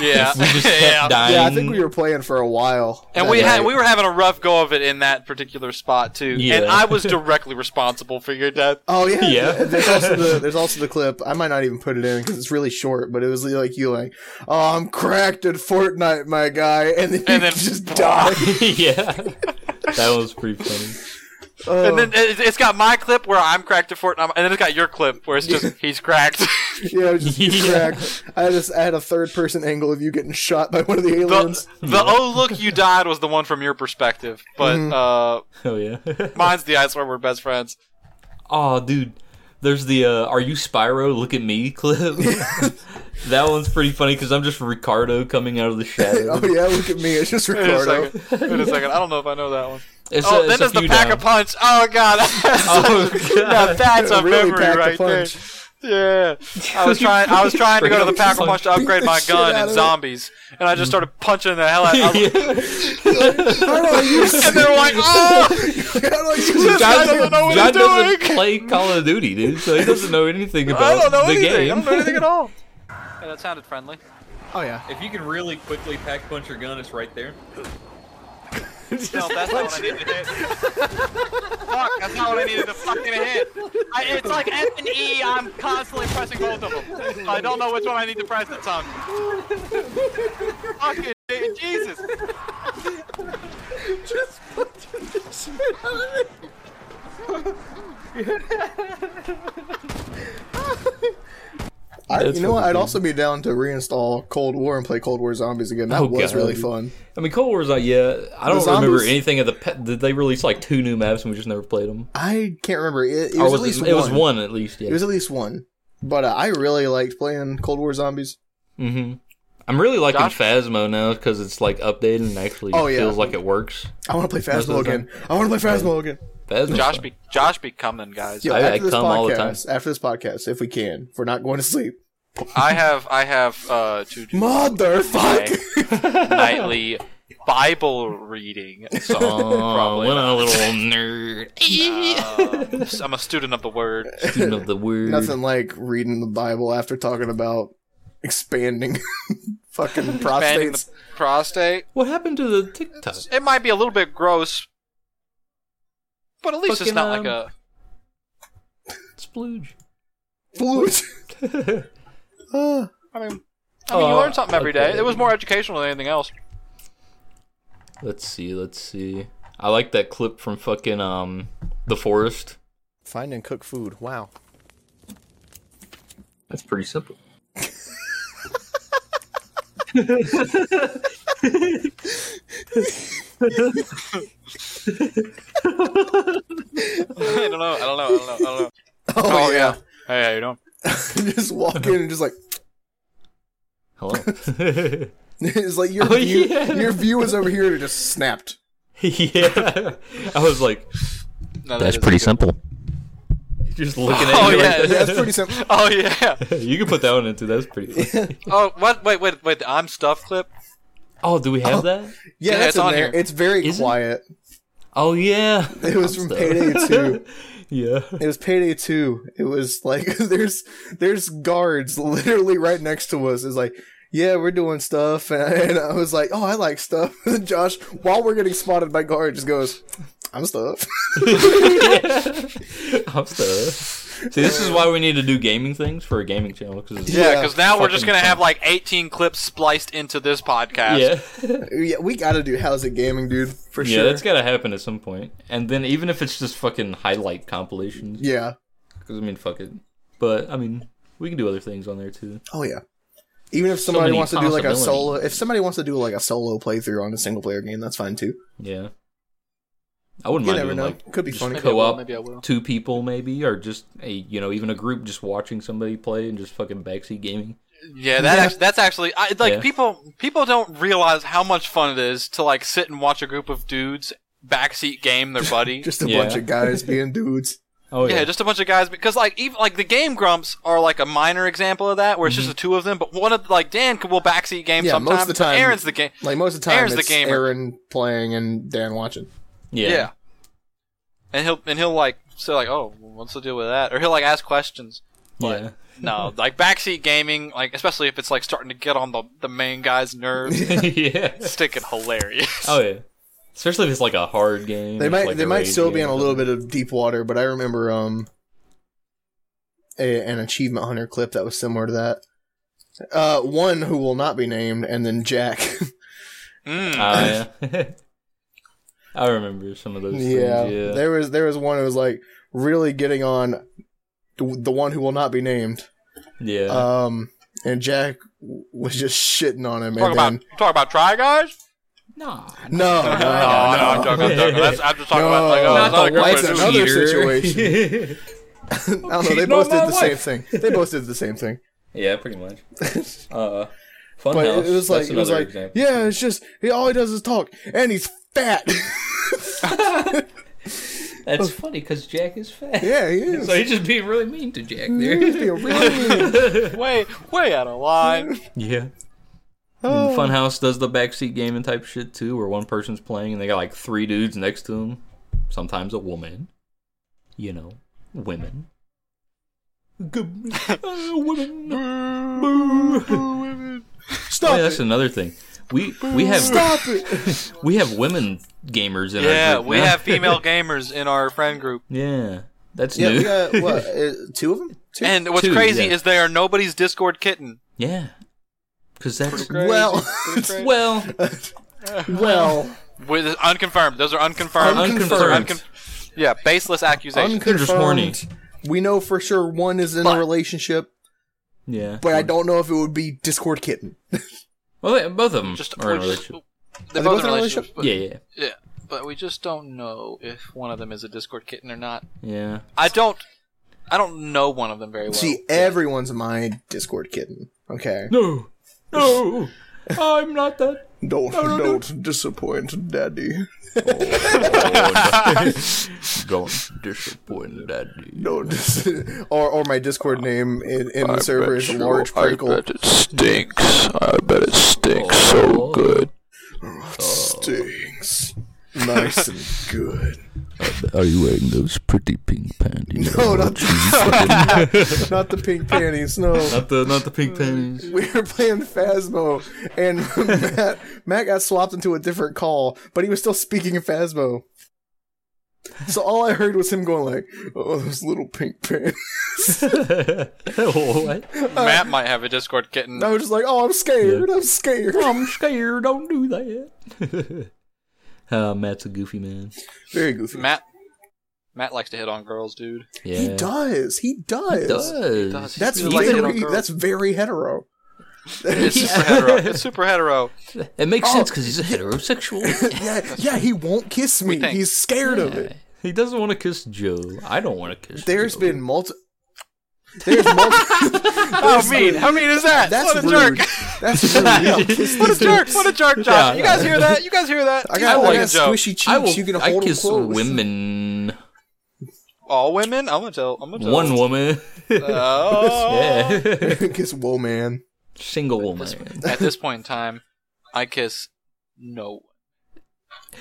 Speaker 3: Yeah,
Speaker 1: We just kept
Speaker 3: yeah.
Speaker 1: dying.
Speaker 2: yeah, I think we were playing for a while.
Speaker 3: And
Speaker 2: that
Speaker 3: we had
Speaker 2: night.
Speaker 3: we were having a rough go of it in that particular spot too. And
Speaker 1: Yeah.
Speaker 3: I was directly responsible for your death.
Speaker 2: Oh yeah,
Speaker 1: Yeah.
Speaker 2: th- There's also the there's also the clip. I might not even put it in because it's really short. But it was like you like, oh, I'm cracked at Fortnite, my guy, and then
Speaker 3: And
Speaker 2: you
Speaker 3: then-
Speaker 2: just die.
Speaker 1: yeah, that was pretty funny.
Speaker 2: Oh,
Speaker 3: And then it, it's got my clip where I'm cracked to Fortnite, and then it's got your clip where it's just he's cracked.
Speaker 2: yeah, it was just you
Speaker 1: Yeah.
Speaker 2: cracked. I just I had a third person angle of you getting shot by one of the
Speaker 3: the,
Speaker 2: aliens.
Speaker 3: the oh look you died was the one from your perspective, but uh,
Speaker 1: Oh yeah.
Speaker 3: mine's the I swear we're best friends.
Speaker 1: Oh, dude. There's the uh, "Are you Spyro? Look at me" clip. that one's pretty funny because I'm just Ricardo coming out of the shadow.
Speaker 2: oh yeah, look at me. It's just
Speaker 3: Wait a
Speaker 2: Ricardo.
Speaker 3: second. Wait a second. I don't know if I know that one.
Speaker 1: It's
Speaker 3: oh,
Speaker 1: a-
Speaker 3: then
Speaker 1: it's a
Speaker 3: there's the
Speaker 1: few
Speaker 3: pack
Speaker 1: down.
Speaker 3: a punch. Oh god.
Speaker 1: Oh,
Speaker 3: now
Speaker 1: God.
Speaker 3: that's a
Speaker 2: Really
Speaker 3: memory
Speaker 2: packed a
Speaker 3: right there.
Speaker 2: punch.
Speaker 3: Yeah, I was trying. I was trying to go to the pack a punch to upgrade
Speaker 2: the
Speaker 3: my
Speaker 2: shit out
Speaker 3: gun and
Speaker 2: of it.
Speaker 3: zombies, and I just started punching the hell out. of them.
Speaker 2: How do I use?
Speaker 3: And they're like, "Oh,
Speaker 2: How do I use?
Speaker 3: This
Speaker 2: this?
Speaker 3: guy
Speaker 1: John,
Speaker 3: doesn't know what
Speaker 1: John
Speaker 3: he's
Speaker 1: doesn't
Speaker 3: doing.
Speaker 1: play Call of Duty, dude, so he doesn't know anything about
Speaker 3: I don't know
Speaker 1: the
Speaker 3: anything.
Speaker 1: game.
Speaker 3: I don't know anything at all." Yeah, that sounded friendly.
Speaker 2: Oh yeah.
Speaker 7: If you can really quickly pack punch your gun, it's right there.
Speaker 3: No, that's not what I needed to hit. Fuck, that's not what I needed to fucking hit. I, it's like F and E. I'm constantly pressing both of them. I don't know which one I need to press at time. Fucking di- Jesus.
Speaker 2: I,
Speaker 1: That's
Speaker 2: you know what?
Speaker 1: fucking
Speaker 2: I'd
Speaker 1: cool.
Speaker 2: also be down to reinstall Cold War and play Cold War Zombies again. That
Speaker 1: Oh,
Speaker 2: was
Speaker 1: God.
Speaker 2: really fun.
Speaker 1: I mean, Cold War's not yet. I don't
Speaker 2: The
Speaker 1: remember
Speaker 2: zombies?
Speaker 1: anything of the. Pe- did they release like two new maps and we just never played them?
Speaker 2: I can't remember. It, it
Speaker 1: Or
Speaker 2: was, at least
Speaker 1: it,
Speaker 2: one.
Speaker 1: it Oh, was one at least. Yeah.
Speaker 2: It was at least one. But uh, I really liked playing Cold War Zombies.
Speaker 1: hmm I'm really liking
Speaker 3: Josh?
Speaker 1: Phasmo now because it's like updated and actually
Speaker 2: Oh, yeah.
Speaker 1: feels like it works.
Speaker 2: I want to play
Speaker 1: That's
Speaker 2: Phasmo
Speaker 1: what I'm
Speaker 2: again. I want to play Phasmo again.
Speaker 1: Phasmo's fun.
Speaker 3: be Josh be coming, guys.
Speaker 2: Yo,
Speaker 1: I- I
Speaker 2: after this
Speaker 1: come
Speaker 2: podcast,
Speaker 1: all the time.
Speaker 2: after this podcast, if we can, if we're not going to sleep,
Speaker 3: I have I have uh to do
Speaker 2: motherfucker.
Speaker 3: nightly Bible reading. So
Speaker 1: Oh,
Speaker 3: probably
Speaker 1: what a little nerd.
Speaker 3: um, I'm a student of the word.
Speaker 1: Student of the word.
Speaker 2: Nothing like reading the Bible after talking about expanding fucking
Speaker 3: Expanding
Speaker 2: prostates.
Speaker 3: the prostate.
Speaker 1: What happened to the TikTok?
Speaker 3: It might be a little bit gross, but at least it's
Speaker 1: Fucking,
Speaker 3: not
Speaker 1: um,
Speaker 3: like a
Speaker 1: Splooge.
Speaker 2: Flute. Ah.
Speaker 3: I mean, you
Speaker 1: Oh,
Speaker 3: learn something every day.
Speaker 1: okay.
Speaker 3: It was more educational than anything else.
Speaker 1: let's see. Let's see. I like that clip from fucking um the forest.
Speaker 2: Find and cook food. Wow.
Speaker 6: That's pretty simple.
Speaker 3: I don't know. I don't know. I don't know. I don't know.
Speaker 2: Oh, yeah.
Speaker 3: Hey, how you doing?
Speaker 2: just walk in and just like
Speaker 1: Hello.
Speaker 2: it's like your
Speaker 1: Oh,
Speaker 2: view,
Speaker 1: yeah.
Speaker 2: your view is over here and it just snapped.
Speaker 1: yeah. I was like,
Speaker 3: No, that
Speaker 8: That's
Speaker 3: is
Speaker 8: pretty
Speaker 3: a good
Speaker 8: simple.
Speaker 1: just looking at
Speaker 3: Oh,
Speaker 1: you.
Speaker 3: yeah,
Speaker 1: like
Speaker 2: Yeah,
Speaker 1: that.
Speaker 2: it's pretty simple.
Speaker 3: Oh yeah.
Speaker 1: you can put that one into. That's pretty. Funny.
Speaker 2: yeah,
Speaker 3: Oh what? Wait, wait, wait. The I'm stuffed clip.
Speaker 1: Oh, do we have that?
Speaker 3: Yeah,
Speaker 2: that's
Speaker 3: it's
Speaker 2: in
Speaker 3: on
Speaker 2: there.
Speaker 3: here.
Speaker 2: It's very
Speaker 1: Is it?
Speaker 2: quiet.
Speaker 1: Oh yeah.
Speaker 2: It was
Speaker 1: I'm
Speaker 2: from
Speaker 1: stuck.
Speaker 2: Payday 2.
Speaker 1: yeah.
Speaker 2: It was payday two. It was like there's there's guards literally right next to us. It's like, yeah, we're doing stuff, and I, and I was like, oh, I like stuff. And Josh, while we're getting spotted by guards, just goes, I'm stuff.
Speaker 1: I'm stuck. See, this is why we need to do gaming things for a gaming channel. Cause it's-
Speaker 3: Yeah,
Speaker 2: Yeah,
Speaker 3: because now we're just
Speaker 1: fucking
Speaker 3: gonna
Speaker 1: fun.
Speaker 3: have like 18 clips spliced into this podcast.
Speaker 1: yeah.
Speaker 2: yeah, we gotta do how's it gaming, dude, for
Speaker 1: Yeah,
Speaker 2: sure.
Speaker 1: that's gotta happen at some point. And then even if it's just fucking highlight compilations,
Speaker 2: yeah.
Speaker 1: because I mean, fuck it. But I mean, we can do other things on there too.
Speaker 2: Oh yeah. Even if somebody
Speaker 1: many
Speaker 2: wants to do like a
Speaker 1: possibilities.
Speaker 2: solo, if somebody wants to do like a solo playthrough on a single player game, that's fine too.
Speaker 1: Yeah. I wouldn't
Speaker 2: You
Speaker 1: mind
Speaker 2: never
Speaker 1: doing
Speaker 2: know.
Speaker 1: like
Speaker 2: Could be
Speaker 1: just
Speaker 2: funny. Maybe
Speaker 3: I will,
Speaker 1: co-op,
Speaker 3: maybe I will.
Speaker 1: two people maybe, or just a you know even a group just watching somebody play and just fucking backseat gaming.
Speaker 3: Yeah, that Act- that's actually I, like
Speaker 1: Yeah.
Speaker 3: people people don't realize how much fun it is to like sit and watch a group of dudes backseat game their buddy.
Speaker 2: Just a
Speaker 1: Yeah.
Speaker 2: bunch of guys being dudes.
Speaker 1: Oh
Speaker 3: yeah.
Speaker 1: yeah,
Speaker 3: just a bunch of guys because like even like the game grumps are like a minor example of that where it's just the two of them, but one of like Dan will backseat game
Speaker 2: Mm-hmm. Yeah,
Speaker 3: sometimes.
Speaker 2: most of the
Speaker 3: but
Speaker 2: time-
Speaker 3: Aaron's the game.
Speaker 2: Like most of the time,
Speaker 3: Aaron's the
Speaker 2: it's
Speaker 3: gamer.
Speaker 2: Aaron playing and Dan watching.
Speaker 1: yeah.
Speaker 3: Yeah. And he'll and he'll like say like, oh, what's the deal with that? Or he'll like ask questions.
Speaker 1: Yeah.
Speaker 3: No, like backseat gaming, like especially if it's like starting to get on the the main guy's nerves,
Speaker 1: yeah.
Speaker 3: it's sticking hilarious.
Speaker 1: Oh yeah. Especially if it's like a hard game.
Speaker 2: They
Speaker 1: it's
Speaker 2: might
Speaker 1: like
Speaker 2: they
Speaker 1: a
Speaker 2: might
Speaker 1: raid
Speaker 2: still be
Speaker 1: game
Speaker 2: in a
Speaker 1: or
Speaker 2: little bit of deep water, but I remember um a, an achievement hunter clip that was similar to that. Uh, one who will not be named, and then Jack. Uh,
Speaker 3: Mm.
Speaker 1: something. Ah, yeah. I remember some of those.
Speaker 2: yeah,
Speaker 1: things, yeah.
Speaker 2: there was there was one who was like really getting on the, the one who will not be named.
Speaker 1: yeah.
Speaker 2: Um, and Jack was just shitting on him,
Speaker 3: Talk
Speaker 2: and then
Speaker 3: about talk about try guys.
Speaker 1: nah.
Speaker 2: no, Oh, no,
Speaker 3: no, no, I'm joking. I'm joking. That's, I'm just talking about like
Speaker 2: No,
Speaker 3: oh,
Speaker 2: not
Speaker 3: another
Speaker 2: the
Speaker 3: group
Speaker 2: whites
Speaker 3: of
Speaker 2: and
Speaker 3: dudes.
Speaker 2: another
Speaker 1: Cheater.
Speaker 2: situation. I don't know. They
Speaker 1: Cheating
Speaker 2: both
Speaker 1: on
Speaker 2: did
Speaker 1: my
Speaker 2: the same
Speaker 1: wife.
Speaker 2: thing. They both did the same thing.
Speaker 1: yeah, pretty much. Uh, Funhouse.
Speaker 2: but it was like
Speaker 1: that's
Speaker 2: it was
Speaker 1: another
Speaker 2: like
Speaker 1: example.
Speaker 2: yeah it's just he, all he does is talk and he's fat
Speaker 1: That's funny because Jack is fat.
Speaker 2: yeah he is
Speaker 1: So he's just being really mean to Jack there.
Speaker 2: He's being really mean.
Speaker 3: Way way out of line.
Speaker 1: Yeah.
Speaker 3: Oh.
Speaker 1: And Funhouse does the backseat gaming type shit too, where one person's playing and they got like three dudes next to them, sometimes a woman. You know, women. Good uh, women. Boo.
Speaker 2: stop
Speaker 1: Oh, yeah, that's
Speaker 2: it
Speaker 1: another thing. We we have
Speaker 2: stop it
Speaker 1: we have women gamers in our
Speaker 3: Yeah,
Speaker 1: group
Speaker 3: we
Speaker 1: now.
Speaker 3: have female gamers in our friend group,
Speaker 1: yeah, that's
Speaker 2: yeah
Speaker 1: new.
Speaker 2: we got what uh, two of them two
Speaker 3: and what's
Speaker 1: Two,
Speaker 3: crazy
Speaker 1: yeah.
Speaker 3: is they are nobody's Discord kitten.
Speaker 1: yeah, because that's
Speaker 2: well
Speaker 1: well
Speaker 2: well
Speaker 3: With unconfirmed, those are unconfirmed.
Speaker 1: Unconfirmed.
Speaker 3: Those are yeah, baseless accusations.
Speaker 1: they're just horny.
Speaker 2: unconfirmed we know for sure one is in a
Speaker 3: But-
Speaker 2: relationship
Speaker 1: Yeah,
Speaker 2: but I don't know if it would be Discord kitten
Speaker 1: well they- both of them
Speaker 3: just,
Speaker 1: are in a
Speaker 3: we're just-
Speaker 1: relationship.
Speaker 3: They're
Speaker 2: Are they
Speaker 3: both in
Speaker 2: both in a
Speaker 3: relationships,
Speaker 1: Yeah, yeah,
Speaker 3: But, yeah, but we just don't know if one of them is a Discord kitten or not.
Speaker 1: yeah.
Speaker 3: I don't. I don't know one of them very well.
Speaker 2: see everyone's my Discord kitten okay
Speaker 1: No, no, I'm not that.
Speaker 2: don't don't disappoint daddy
Speaker 1: Don't disappoint daddy.
Speaker 2: No, dis- or or my Discord name in, in the server is large prickle.
Speaker 5: it stinks. I bet it stinks
Speaker 1: so
Speaker 5: good.
Speaker 2: Stings, nice and good.
Speaker 8: Are you wearing those pretty pink panties?
Speaker 2: No, not the, not the pink panties. No,
Speaker 1: Not the not the pink panties.
Speaker 2: we were playing Phasmo, and Matt Matt got swapped into a different call, but he was still speaking in Phasmo. So all I heard was him going like, "Oh, those little pink panties."
Speaker 1: Oh, what?
Speaker 3: Matt might have a Discord kitten.
Speaker 2: I was just like, "Oh, I'm scared. I'm scared."
Speaker 1: I'm scared. Don't do that. uh, Matt's a goofy man.
Speaker 2: Very goofy.
Speaker 3: Matt. Matt likes to hit on girls, dude.
Speaker 1: Yeah,
Speaker 2: He does. He does.
Speaker 1: Does.
Speaker 3: does.
Speaker 2: That's
Speaker 3: He likes to hit on
Speaker 2: very
Speaker 3: girls.
Speaker 2: that's very hetero.
Speaker 3: It's super hetero. It's super hetero.
Speaker 1: It makes
Speaker 2: Oh.
Speaker 1: sense because he's a heterosexual.
Speaker 2: yeah, yeah, he won't kiss me.
Speaker 3: think.
Speaker 2: He's scared of it.
Speaker 1: he doesn't want to kiss Joe. I don't want to kiss.
Speaker 2: There's
Speaker 1: Joe.
Speaker 2: been multi. There's multi.
Speaker 3: How Oh, mean? How mean is that?
Speaker 2: That's
Speaker 3: what a
Speaker 2: rude.
Speaker 3: jerk!
Speaker 2: That's rude. You don't kiss
Speaker 3: What a
Speaker 2: these
Speaker 3: jerk!
Speaker 2: dudes.
Speaker 3: What a jerk, Josh!
Speaker 1: Yeah.
Speaker 3: you guys hear that? You guys hear that?
Speaker 2: I got,
Speaker 1: I
Speaker 2: I
Speaker 1: like
Speaker 2: got
Speaker 1: it,
Speaker 3: Joe.
Speaker 2: squishy cheeks.
Speaker 1: I will.
Speaker 2: you can
Speaker 1: I
Speaker 2: hold
Speaker 1: kiss
Speaker 2: them close.
Speaker 1: women.
Speaker 3: All women? I'm gonna tell. I'm gonna tell.
Speaker 1: One woman.
Speaker 3: Oh.
Speaker 1: Yeah.
Speaker 2: kiss woe man.
Speaker 1: Single woman.
Speaker 3: At this point in time, I kiss no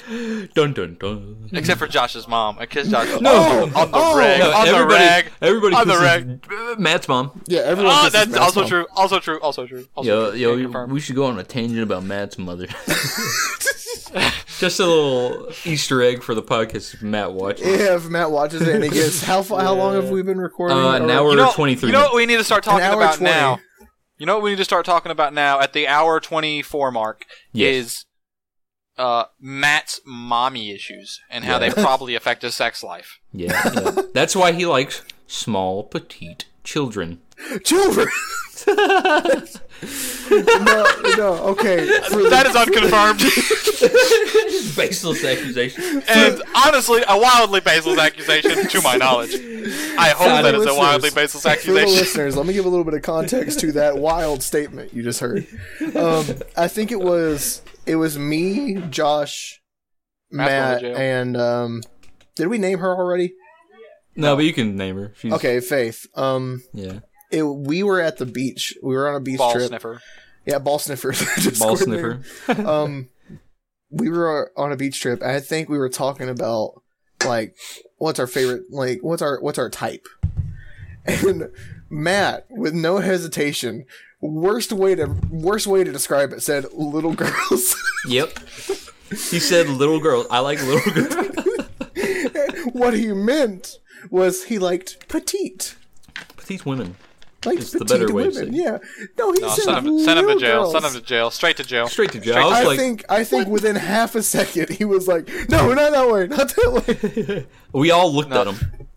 Speaker 3: one.
Speaker 1: Dun dun dun.
Speaker 3: except for Josh's mom. I kissed Josh's
Speaker 1: No.
Speaker 3: mom on the rag,
Speaker 1: No,
Speaker 3: on the
Speaker 1: everybody,
Speaker 3: rag,
Speaker 1: everybody
Speaker 3: on the
Speaker 1: kisses
Speaker 3: rag.
Speaker 1: uh, Matt's mom.
Speaker 2: Yeah, everyone.
Speaker 3: Oh,
Speaker 2: kisses
Speaker 3: that's
Speaker 2: Matt's
Speaker 3: also
Speaker 2: mom.
Speaker 3: true. Also true. Also true. Also
Speaker 1: Yo,
Speaker 3: true.
Speaker 1: yo,
Speaker 3: Can't
Speaker 1: you-
Speaker 3: confirm.
Speaker 1: we should go on a tangent about Matt's mother. Just a little Easter egg for the podcast if Matt watches.
Speaker 2: Yeah, if Matt watches it and he gets how fa- how long have we been recording?
Speaker 1: Uh, an
Speaker 2: Or-
Speaker 1: hour
Speaker 3: you know,
Speaker 1: 23.
Speaker 3: You know what we need to start talking
Speaker 2: hour
Speaker 3: about
Speaker 2: 20.
Speaker 3: now. You know what we need to start talking about now at the hour twenty four mark
Speaker 1: Yes.
Speaker 3: is uh, Matt's mommy issues and how
Speaker 1: Yeah.
Speaker 3: they probably affect his sex life.
Speaker 1: yeah, yeah. That's why he likes small, petite children.
Speaker 2: Children. no, no. Okay. For
Speaker 3: That is unconfirmed
Speaker 1: Baseless accusation.
Speaker 3: and honestly a wildly baseless accusation to my knowledge. I hope
Speaker 2: For the
Speaker 3: that is a
Speaker 2: listeners-
Speaker 3: wildly baseless
Speaker 2: For the
Speaker 3: accusation.
Speaker 2: listeners, let me give a little bit of context to that wild statement you just heard. Um, I think it was it was me, Josh,
Speaker 3: Matt's going
Speaker 2: Matt,
Speaker 3: to jail.
Speaker 2: and um, did we name her already?
Speaker 1: No, but you can name her.
Speaker 3: Mm.
Speaker 1: She's,
Speaker 2: Okay, Faith. Um,
Speaker 1: Yeah.
Speaker 2: it, we were at the beach. We were on a beach
Speaker 3: Ball
Speaker 2: trip.
Speaker 3: sniffer.
Speaker 2: Yeah, ball sniffer. Just
Speaker 1: Ball
Speaker 2: squirting
Speaker 1: sniffer.
Speaker 2: there. Um, we were on a beach trip. and I think we were talking about like what's our favorite, like what's our what's our type. And Matt, with no hesitation, worst way to worst way to describe it, said little girls.
Speaker 1: Yep. He said little girl. I like little girl.
Speaker 2: what he meant was he liked petite.
Speaker 1: Petite women.
Speaker 2: Like
Speaker 1: It's the
Speaker 2: petite
Speaker 1: better way
Speaker 2: women,
Speaker 1: to say it.
Speaker 2: yeah. No, he
Speaker 3: No,
Speaker 2: said
Speaker 3: send him, send him to
Speaker 2: little
Speaker 3: jail.
Speaker 2: girls.
Speaker 3: Send him to jail. Straight to jail.
Speaker 1: Straight to jail. I was
Speaker 2: I
Speaker 1: like,
Speaker 2: think I think within half a second he was like, "No, not that way, not that way."
Speaker 1: we all looked at him.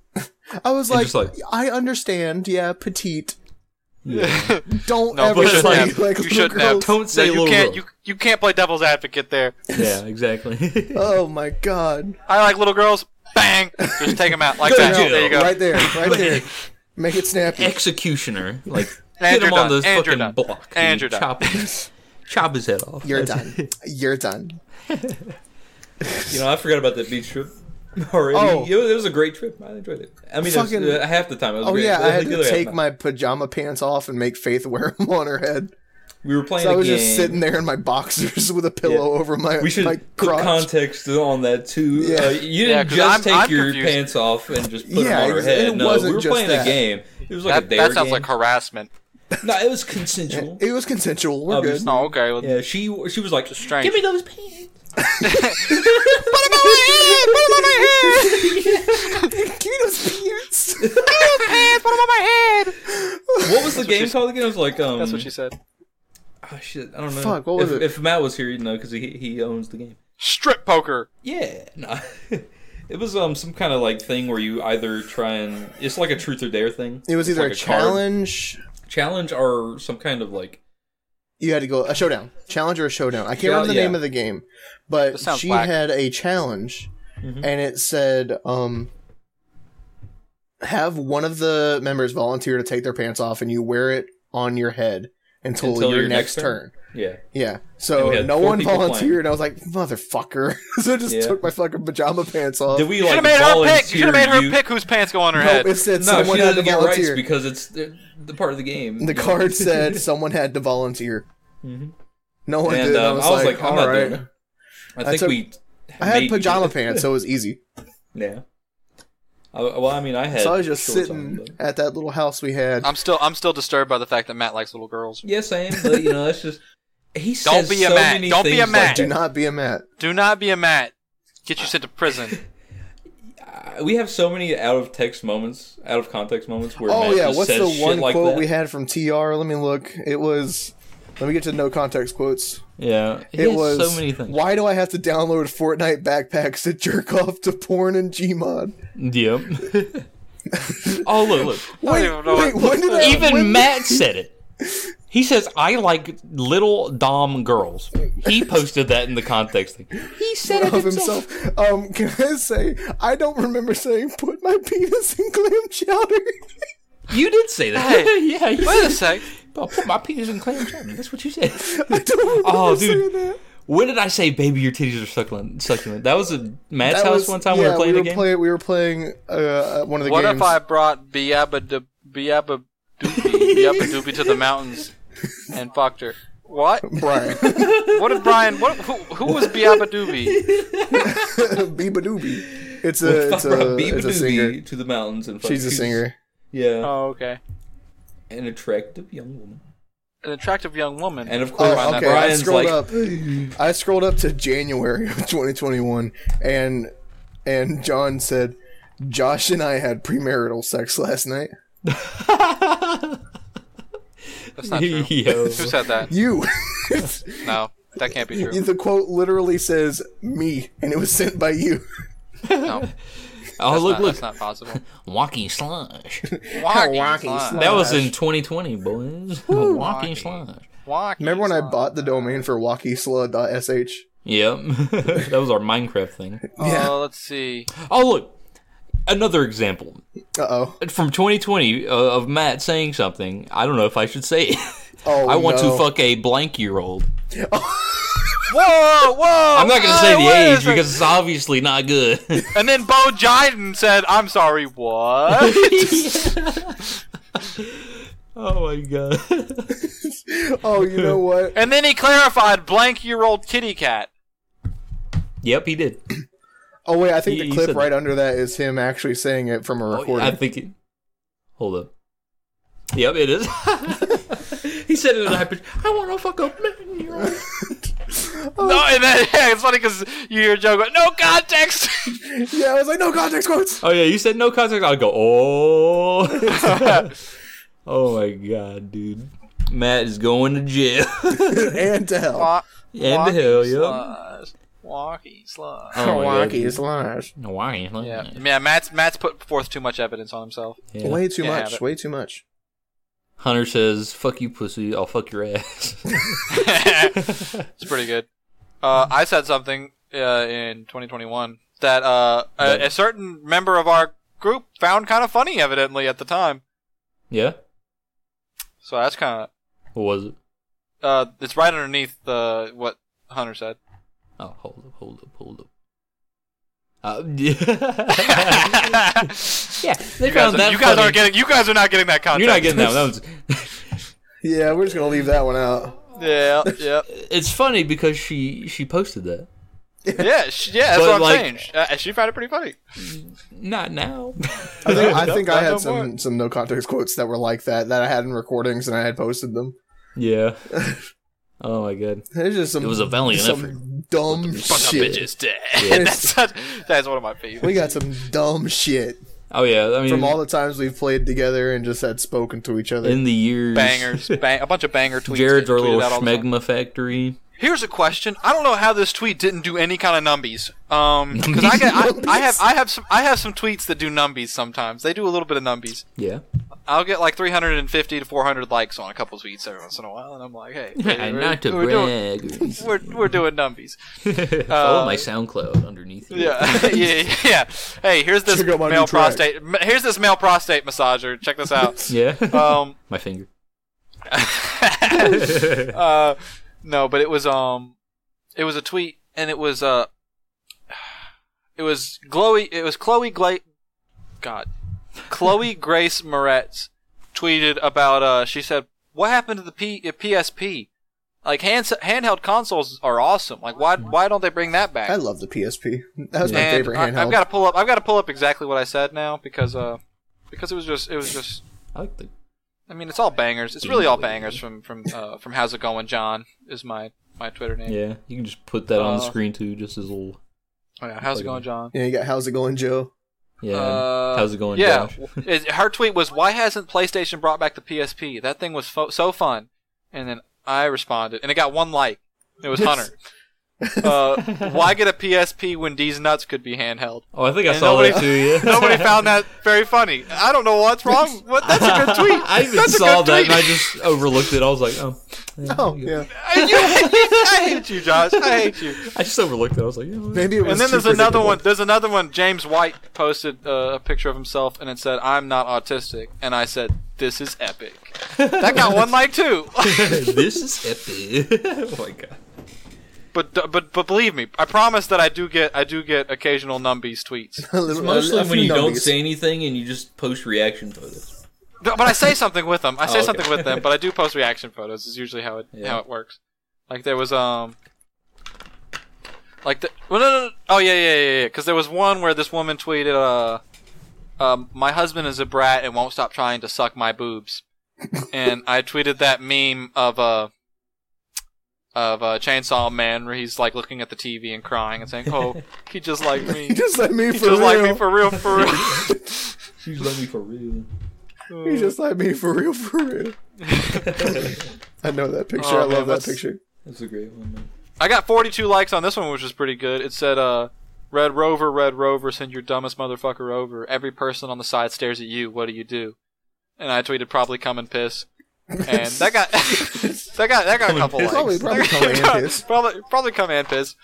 Speaker 2: I was
Speaker 1: And
Speaker 2: like,
Speaker 1: just like-
Speaker 2: I understand, yeah, petite. Don't
Speaker 3: No,
Speaker 2: ever
Speaker 3: you shouldn't
Speaker 2: say
Speaker 3: have.
Speaker 2: like
Speaker 3: you
Speaker 2: little
Speaker 3: shouldn't have.
Speaker 2: girls.
Speaker 1: Don't say
Speaker 3: no, you
Speaker 1: little
Speaker 3: can't.
Speaker 1: girls.
Speaker 3: You you can't play devil's advocate there.
Speaker 1: Yeah, exactly.
Speaker 2: Oh my god!
Speaker 3: I like little girls. Bang! Just take them out like that.
Speaker 1: Good
Speaker 3: There you go.
Speaker 2: Right there, right there. Make it snappy.
Speaker 1: Executioner. Like,
Speaker 3: And
Speaker 1: hit him
Speaker 3: you're
Speaker 1: on
Speaker 3: done.
Speaker 1: the
Speaker 3: And you're
Speaker 1: fucking
Speaker 3: done.
Speaker 1: block.
Speaker 3: And
Speaker 1: dude.
Speaker 3: you're done.
Speaker 1: chop His, chop his head off.
Speaker 2: You're
Speaker 1: That's-
Speaker 2: done. You're done.
Speaker 1: You know, I forgot about that beach trip. Already.
Speaker 2: Oh.
Speaker 1: It, was, it was a great trip. I enjoyed it. I mean, it was,
Speaker 2: Fucking-
Speaker 1: uh, half the time. It was
Speaker 2: Oh
Speaker 1: great.
Speaker 2: yeah,
Speaker 1: But
Speaker 2: I had
Speaker 1: the
Speaker 2: to
Speaker 1: other half,
Speaker 2: take
Speaker 1: no.
Speaker 2: my pajama pants off and make Faith wear them on her head.
Speaker 1: We were playing
Speaker 2: So I
Speaker 1: a
Speaker 2: was
Speaker 1: game.
Speaker 2: just sitting there in my boxers with a pillow
Speaker 1: Yeah.
Speaker 2: over my
Speaker 1: We should
Speaker 2: my
Speaker 1: put
Speaker 2: crotch.
Speaker 1: context on that too.
Speaker 2: Yeah.
Speaker 1: Uh, you
Speaker 3: Yeah,
Speaker 1: didn't
Speaker 3: 'cause
Speaker 1: just
Speaker 3: I'm-
Speaker 1: take
Speaker 3: I'm
Speaker 1: your
Speaker 3: confused.
Speaker 1: pants off and just put
Speaker 2: Yeah,
Speaker 1: them on her
Speaker 2: ex-
Speaker 1: head.
Speaker 2: it
Speaker 1: no,
Speaker 2: wasn't
Speaker 1: we were
Speaker 2: just
Speaker 1: playing
Speaker 2: that.
Speaker 1: a game. It was like a
Speaker 3: That,
Speaker 1: dare
Speaker 3: that sounds
Speaker 1: game.
Speaker 3: like harassment.
Speaker 1: No, it was consensual.
Speaker 2: It was consensual. We're
Speaker 1: Obviously.
Speaker 2: good.
Speaker 3: No, okay. well,
Speaker 1: yeah, she she was like,
Speaker 3: strange.
Speaker 1: "Give me those pants."
Speaker 2: Keto's pants.
Speaker 1: What was the game called again? It was like, um,
Speaker 3: That's what she said.
Speaker 1: Oh shit, I don't know.
Speaker 2: Fuck, what was
Speaker 1: if,
Speaker 2: it?
Speaker 1: If Matt was here, he'd know because he he owns the game.
Speaker 3: Strip poker.
Speaker 1: Yeah, no. It was um some kind of like thing where you either try and it's like a truth or dare thing.
Speaker 2: It was
Speaker 1: It's
Speaker 2: either
Speaker 1: like
Speaker 2: a
Speaker 1: card
Speaker 2: challenge.
Speaker 1: challenge or some kind of like
Speaker 2: you had to go a showdown challenge or a showdown i can't remember the
Speaker 1: Yeah.
Speaker 2: name of the game but
Speaker 3: That sounds
Speaker 2: she
Speaker 3: whack.
Speaker 2: had a challenge
Speaker 1: Mm-hmm.
Speaker 2: and it said um have one of the members volunteer to take their pants off and you wear it on your head until, your, next, turn.
Speaker 1: yeah.
Speaker 2: yeah
Speaker 1: And
Speaker 2: so
Speaker 1: we had
Speaker 2: no
Speaker 1: four
Speaker 2: one
Speaker 1: people playing.
Speaker 2: volunteered and i was like motherfucker so i just
Speaker 1: Yeah.
Speaker 2: took my fucking pajama pants off
Speaker 1: Did we
Speaker 3: You
Speaker 1: like
Speaker 3: should have made her
Speaker 1: volunteer
Speaker 3: pick. You should have made her
Speaker 1: you-
Speaker 3: pick whose pants go on her
Speaker 2: no,
Speaker 3: head.
Speaker 2: it said
Speaker 1: No,
Speaker 2: someone
Speaker 1: she
Speaker 2: had to
Speaker 1: doesn't get rights
Speaker 2: volunteer
Speaker 1: because it's the, the part of the game.
Speaker 2: the card said someone had to volunteer no one
Speaker 1: Mm-hmm. And,
Speaker 2: did
Speaker 1: um,
Speaker 2: i was like,
Speaker 1: I'm
Speaker 2: all
Speaker 1: not doing
Speaker 2: right
Speaker 1: it. I think
Speaker 2: took-
Speaker 1: we.
Speaker 2: i had
Speaker 1: made-
Speaker 2: pajama pants so it was easy
Speaker 1: Yeah. I, well, I mean, I had.
Speaker 2: So I was just
Speaker 1: shorts on,
Speaker 2: sitting
Speaker 1: but-
Speaker 2: at that little house we had.
Speaker 3: I'm still I'm still disturbed by the fact that Matt likes little girls.
Speaker 1: Yeah, same, but you know, that's just. He
Speaker 3: Don't
Speaker 1: says
Speaker 3: be a
Speaker 1: so
Speaker 3: Matt.
Speaker 1: many
Speaker 3: Don't be a
Speaker 1: things
Speaker 3: Matt.
Speaker 1: like
Speaker 2: Do
Speaker 1: that.
Speaker 2: not be a Matt.
Speaker 3: Do not be a Matt. Get you sent to prison.
Speaker 1: we have so many out of text moments, out of context moments where.
Speaker 2: Oh
Speaker 1: Matt
Speaker 2: yeah,
Speaker 1: just
Speaker 2: what's
Speaker 1: says
Speaker 2: the
Speaker 1: shit
Speaker 2: one
Speaker 1: like
Speaker 2: quote
Speaker 1: that.
Speaker 2: we had from TR? Let me look. It was. Let me get to no context quotes.
Speaker 1: Yeah, he
Speaker 2: It
Speaker 1: has
Speaker 2: was
Speaker 1: so many things.
Speaker 2: Why do I have to download Fortnite backpacks to jerk off to porn and Gmod?
Speaker 1: Yep. oh look, look.
Speaker 3: I
Speaker 2: Wait,
Speaker 3: don't even know
Speaker 2: wait,
Speaker 3: what-
Speaker 2: when did that,
Speaker 1: Even
Speaker 2: when-
Speaker 1: Matt said it. He says, I like little Dom girls. He posted that in the context thing. He said it
Speaker 2: of
Speaker 1: himself.
Speaker 2: himself. Um, can I say I don't remember saying put my penis in clam chowder.
Speaker 1: You did say that.
Speaker 3: Hey,
Speaker 1: yeah, you
Speaker 3: Wait a
Speaker 1: said-
Speaker 3: sec.
Speaker 1: I'll put my penis in clam chowder. That's what you said.
Speaker 2: I don't remember
Speaker 1: Oh,
Speaker 2: saying
Speaker 1: dude.
Speaker 2: that.
Speaker 1: When did I say, baby, your titties are succulent? succulent? That was at Matt's
Speaker 2: That
Speaker 1: house
Speaker 2: was-
Speaker 1: one time
Speaker 2: yeah,
Speaker 1: we were playing
Speaker 2: we
Speaker 1: a game.
Speaker 2: play- we were playing uh, one of the
Speaker 3: What
Speaker 2: games.
Speaker 3: if I brought Biaba de Biaba Doopy Biaba Doopy to the mountains and fucked her? What?
Speaker 2: Brian?
Speaker 3: What did Brian? What? Who, who was Biaba Doopy?
Speaker 2: Biba Doobie. It's a it's a, it's a singer.
Speaker 1: to the mountains and
Speaker 2: She's a singer. Uh,
Speaker 1: Yeah,
Speaker 3: Oh, okay.
Speaker 1: an attractive young woman.
Speaker 3: An attractive young woman.
Speaker 1: And of course,
Speaker 2: Oh, okay. I
Speaker 1: Brian's
Speaker 2: scrolled
Speaker 1: like,
Speaker 2: up. I scrolled up to January of 2021, and and John said, "Josh and I had premarital sex last night."
Speaker 3: That's not true.
Speaker 1: Yo.
Speaker 3: Who said that?
Speaker 2: You.
Speaker 3: No, that can't be true.
Speaker 2: the quote literally says "me," and it was sent by you.
Speaker 3: No,
Speaker 1: "Oh look,
Speaker 3: no,
Speaker 1: look,
Speaker 3: that's not possible.
Speaker 1: walking slush."
Speaker 3: Walking,
Speaker 2: Walking
Speaker 3: slime.
Speaker 2: slime.
Speaker 1: That was in 2020, boys. walking slush.
Speaker 3: Walking
Speaker 2: Remember when I
Speaker 3: slime.
Speaker 2: bought the domain for wakisla.sh?
Speaker 1: Yep, that was our Minecraft thing.
Speaker 2: Yeah.
Speaker 3: Oh, let's see.
Speaker 1: Oh look, another example
Speaker 2: Uh oh.
Speaker 1: from 2020 uh, of Matt saying something. I don't know if I should say it.
Speaker 2: Oh,
Speaker 1: I want
Speaker 2: no.
Speaker 1: to fuck a blank year old.
Speaker 3: Whoa, whoa!
Speaker 1: I'm not gonna
Speaker 3: whoa,
Speaker 1: say the
Speaker 3: wait a
Speaker 1: age
Speaker 3: second.
Speaker 1: because it's obviously not good.
Speaker 3: And then Bo Jiden said, "I'm sorry, what?"
Speaker 1: oh my god.
Speaker 2: Oh, you know what?
Speaker 3: and then he clarified, "Blank year old kitty cat."
Speaker 1: yep, he did.
Speaker 2: Oh wait, I think
Speaker 1: He-
Speaker 2: the
Speaker 1: he
Speaker 2: clip
Speaker 1: said- Oh,
Speaker 2: right under that is him actually saying it from a recording.
Speaker 1: I think it. Hold up. Yep, it is. he said it in a high pitch. I want to fuck up man. You're right."
Speaker 2: Oh,
Speaker 3: No, and then yeah, it's funny because you hear Joe go, "No context."
Speaker 2: yeah, I was like, no context quotes.
Speaker 1: Oh yeah, you said no contact. I'll go. Oh. oh my god, dude. Matt is going to jail
Speaker 2: and to hell.
Speaker 3: Oh,
Speaker 1: and to hell. Yep.
Speaker 3: Walkie slug.
Speaker 1: Oh my god.
Speaker 2: slash.
Speaker 1: Why?
Speaker 3: Yeah, yeah. Matt's Matt's put forth too much evidence on himself.
Speaker 1: Yeah.
Speaker 2: Way too
Speaker 3: Yeah,
Speaker 2: much.
Speaker 3: but-
Speaker 2: Way too much.
Speaker 1: Hunter says, "Fuck you, pussy. I'll fuck your ass."
Speaker 3: it's pretty good. Uh, I said something uh, in 2021 that uh, a, a certain member of our group found kind of funny, evidently at the time.
Speaker 1: yeah.
Speaker 3: So that's kind
Speaker 1: What was it?
Speaker 3: of uh, it's right underneath the what Hunter said.
Speaker 1: Oh, hold up, hold up, hold up. Uh, yeah, they
Speaker 3: You guys,
Speaker 1: found that
Speaker 3: you guys
Speaker 1: funny.
Speaker 3: aren't getting. You guys are not getting that context.
Speaker 1: You're not getting that. one. That one's-
Speaker 2: Yeah, we're just gonna leave that one out.
Speaker 3: Yeah, yeah,
Speaker 1: it's funny because she she posted that.
Speaker 3: yeah. She, yeah, that's
Speaker 1: But,
Speaker 3: what I'm
Speaker 1: like-
Speaker 3: saying. Uh, she found it pretty funny.
Speaker 1: Not now.
Speaker 2: I think I, think I
Speaker 3: not no
Speaker 2: had some some no context quotes that were like that that I had in recordings and I had posted them.
Speaker 1: yeah. Oh my god.
Speaker 2: There's just some.
Speaker 1: It was a valiant
Speaker 2: some
Speaker 1: effort.
Speaker 2: Dumb shit.
Speaker 3: Bitches dead.
Speaker 2: Yes.
Speaker 3: that's such, that's one of my favorites.
Speaker 2: We got some dumb shit
Speaker 1: Oh yeah. I mean,
Speaker 2: from all the times we've played together and just had spoken to each other.
Speaker 1: in the years,
Speaker 3: Bangers, bang, a bunch of banger tweets.
Speaker 1: Jared's
Speaker 3: that
Speaker 1: our
Speaker 3: tweeted
Speaker 1: little
Speaker 3: out all the time.
Speaker 1: schmegma factory.
Speaker 3: Here's a question. I don't know how this tweet didn't do any kind of numbies. Um, because I, get- I, I have I have some I have some tweets that do numbies sometimes. They do a little bit of numbies.
Speaker 1: Yeah.
Speaker 3: I'll get like 350 to 400 likes on a couple tweets every once in a while, and I'm like, hey, we're,
Speaker 1: Not to
Speaker 3: we're doing
Speaker 1: brag.
Speaker 3: we're, we're doing numbies.
Speaker 1: Follow my SoundCloud underneath. here.
Speaker 3: Yeah, yeah, yeah. Hey, here's this
Speaker 2: Check out my new
Speaker 3: male
Speaker 2: track.
Speaker 3: prostate. m- Here's this male prostate massager. Check this out.
Speaker 1: Yeah.
Speaker 3: um,
Speaker 1: my finger.
Speaker 3: uh, no, but it was um, it was a tweet, and it was uh, it was Chloe. It was Chloe Gla- God, Chloe Grace Moretz tweeted about uh, she said, "What happened to the P- uh, PSP? Like hands- handheld consoles are awesome. Like why why don't they bring that back?"
Speaker 2: I love the PSP. That was my
Speaker 3: and
Speaker 2: favorite
Speaker 3: I,
Speaker 2: handheld.
Speaker 3: have got to pull up. I've got to pull up exactly what I said now because uh, because it was just it was just
Speaker 1: I like the.
Speaker 3: I mean, it's all bangers. It's really all bangers from from uh, from How's It Going, John is my my Twitter name.
Speaker 1: Yeah, you can just put that on the
Speaker 3: Uh,
Speaker 1: screen too, just as a little.
Speaker 3: Oh, yeah. How's it going, John?
Speaker 2: yeah, you got how's it going, Joe?
Speaker 1: Yeah.
Speaker 3: Uh,
Speaker 1: How's it going,
Speaker 3: Yeah,
Speaker 1: Josh?
Speaker 3: It- her tweet was, "Why hasn't PlayStation brought back the PSP? That thing was fo- so fun." And then I responded, and it got one like. It was Hunter. Uh, why get a PSP when these nuts could be handheld?
Speaker 1: Oh, I think I
Speaker 3: And
Speaker 1: saw
Speaker 3: nobody-
Speaker 1: that too. Yeah.
Speaker 3: Nobody found that very funny. I don't know what's wrong. What? That's a good tweet.
Speaker 1: I even
Speaker 3: That's a
Speaker 1: saw
Speaker 3: good
Speaker 1: that
Speaker 3: tweet.
Speaker 1: and I just overlooked it. I was like, oh.
Speaker 2: Oh, yeah.
Speaker 3: You- I hate you, Josh. I hate you.
Speaker 1: I just overlooked it. I was like, oh, yeah.
Speaker 2: Maybe it was
Speaker 3: And then
Speaker 2: too
Speaker 3: there's another
Speaker 2: predictable.
Speaker 3: one. There's another one. James White posted uh, a picture of himself, and it said, "I'm not autistic," and I said, "This is epic." That got one like too.
Speaker 1: this is epic. oh my god.
Speaker 3: but but but believe me, I promise that I do get I do get occasional numbies tweets.
Speaker 2: A little-
Speaker 7: It's
Speaker 2: a-
Speaker 7: mostly
Speaker 2: a
Speaker 7: when
Speaker 2: few
Speaker 7: you don't
Speaker 2: numbies.
Speaker 7: say anything and you just post reaction photos.
Speaker 3: Th- but I say something with them. I say
Speaker 7: okay.
Speaker 3: something with them, but I do post reaction photos. Is usually how it
Speaker 7: Yeah.
Speaker 3: how it works. Like there was um, like the well, no, no, no. oh yeah yeah yeah yeah because there was one where this woman tweeted uh, um, my husband is a brat and won't stop trying to suck my boobs, and I tweeted that meme of uh of uh, Chainsaw Man where he's like looking at the TV and crying and saying oh he just liked me.
Speaker 2: He just let me
Speaker 3: He
Speaker 2: for
Speaker 3: just
Speaker 2: real.
Speaker 3: liked me for real, for real.
Speaker 1: She's loving me for real.
Speaker 2: he just let me for real, for real. I know that picture.
Speaker 3: Oh,
Speaker 2: I
Speaker 3: man,
Speaker 2: love that
Speaker 3: what's-
Speaker 2: picture.
Speaker 1: That's a great one. Man.
Speaker 3: I got 42 likes on this one, which was pretty good. It said, uh, Red Rover, Red Rover, send your dumbest motherfucker over. Every person on the side stares at you. What do you do? And I tweeted, probably come and piss. And that got, that got, that got a couple likes.
Speaker 2: Probably, probably come and piss.
Speaker 3: Probably, probably come and piss.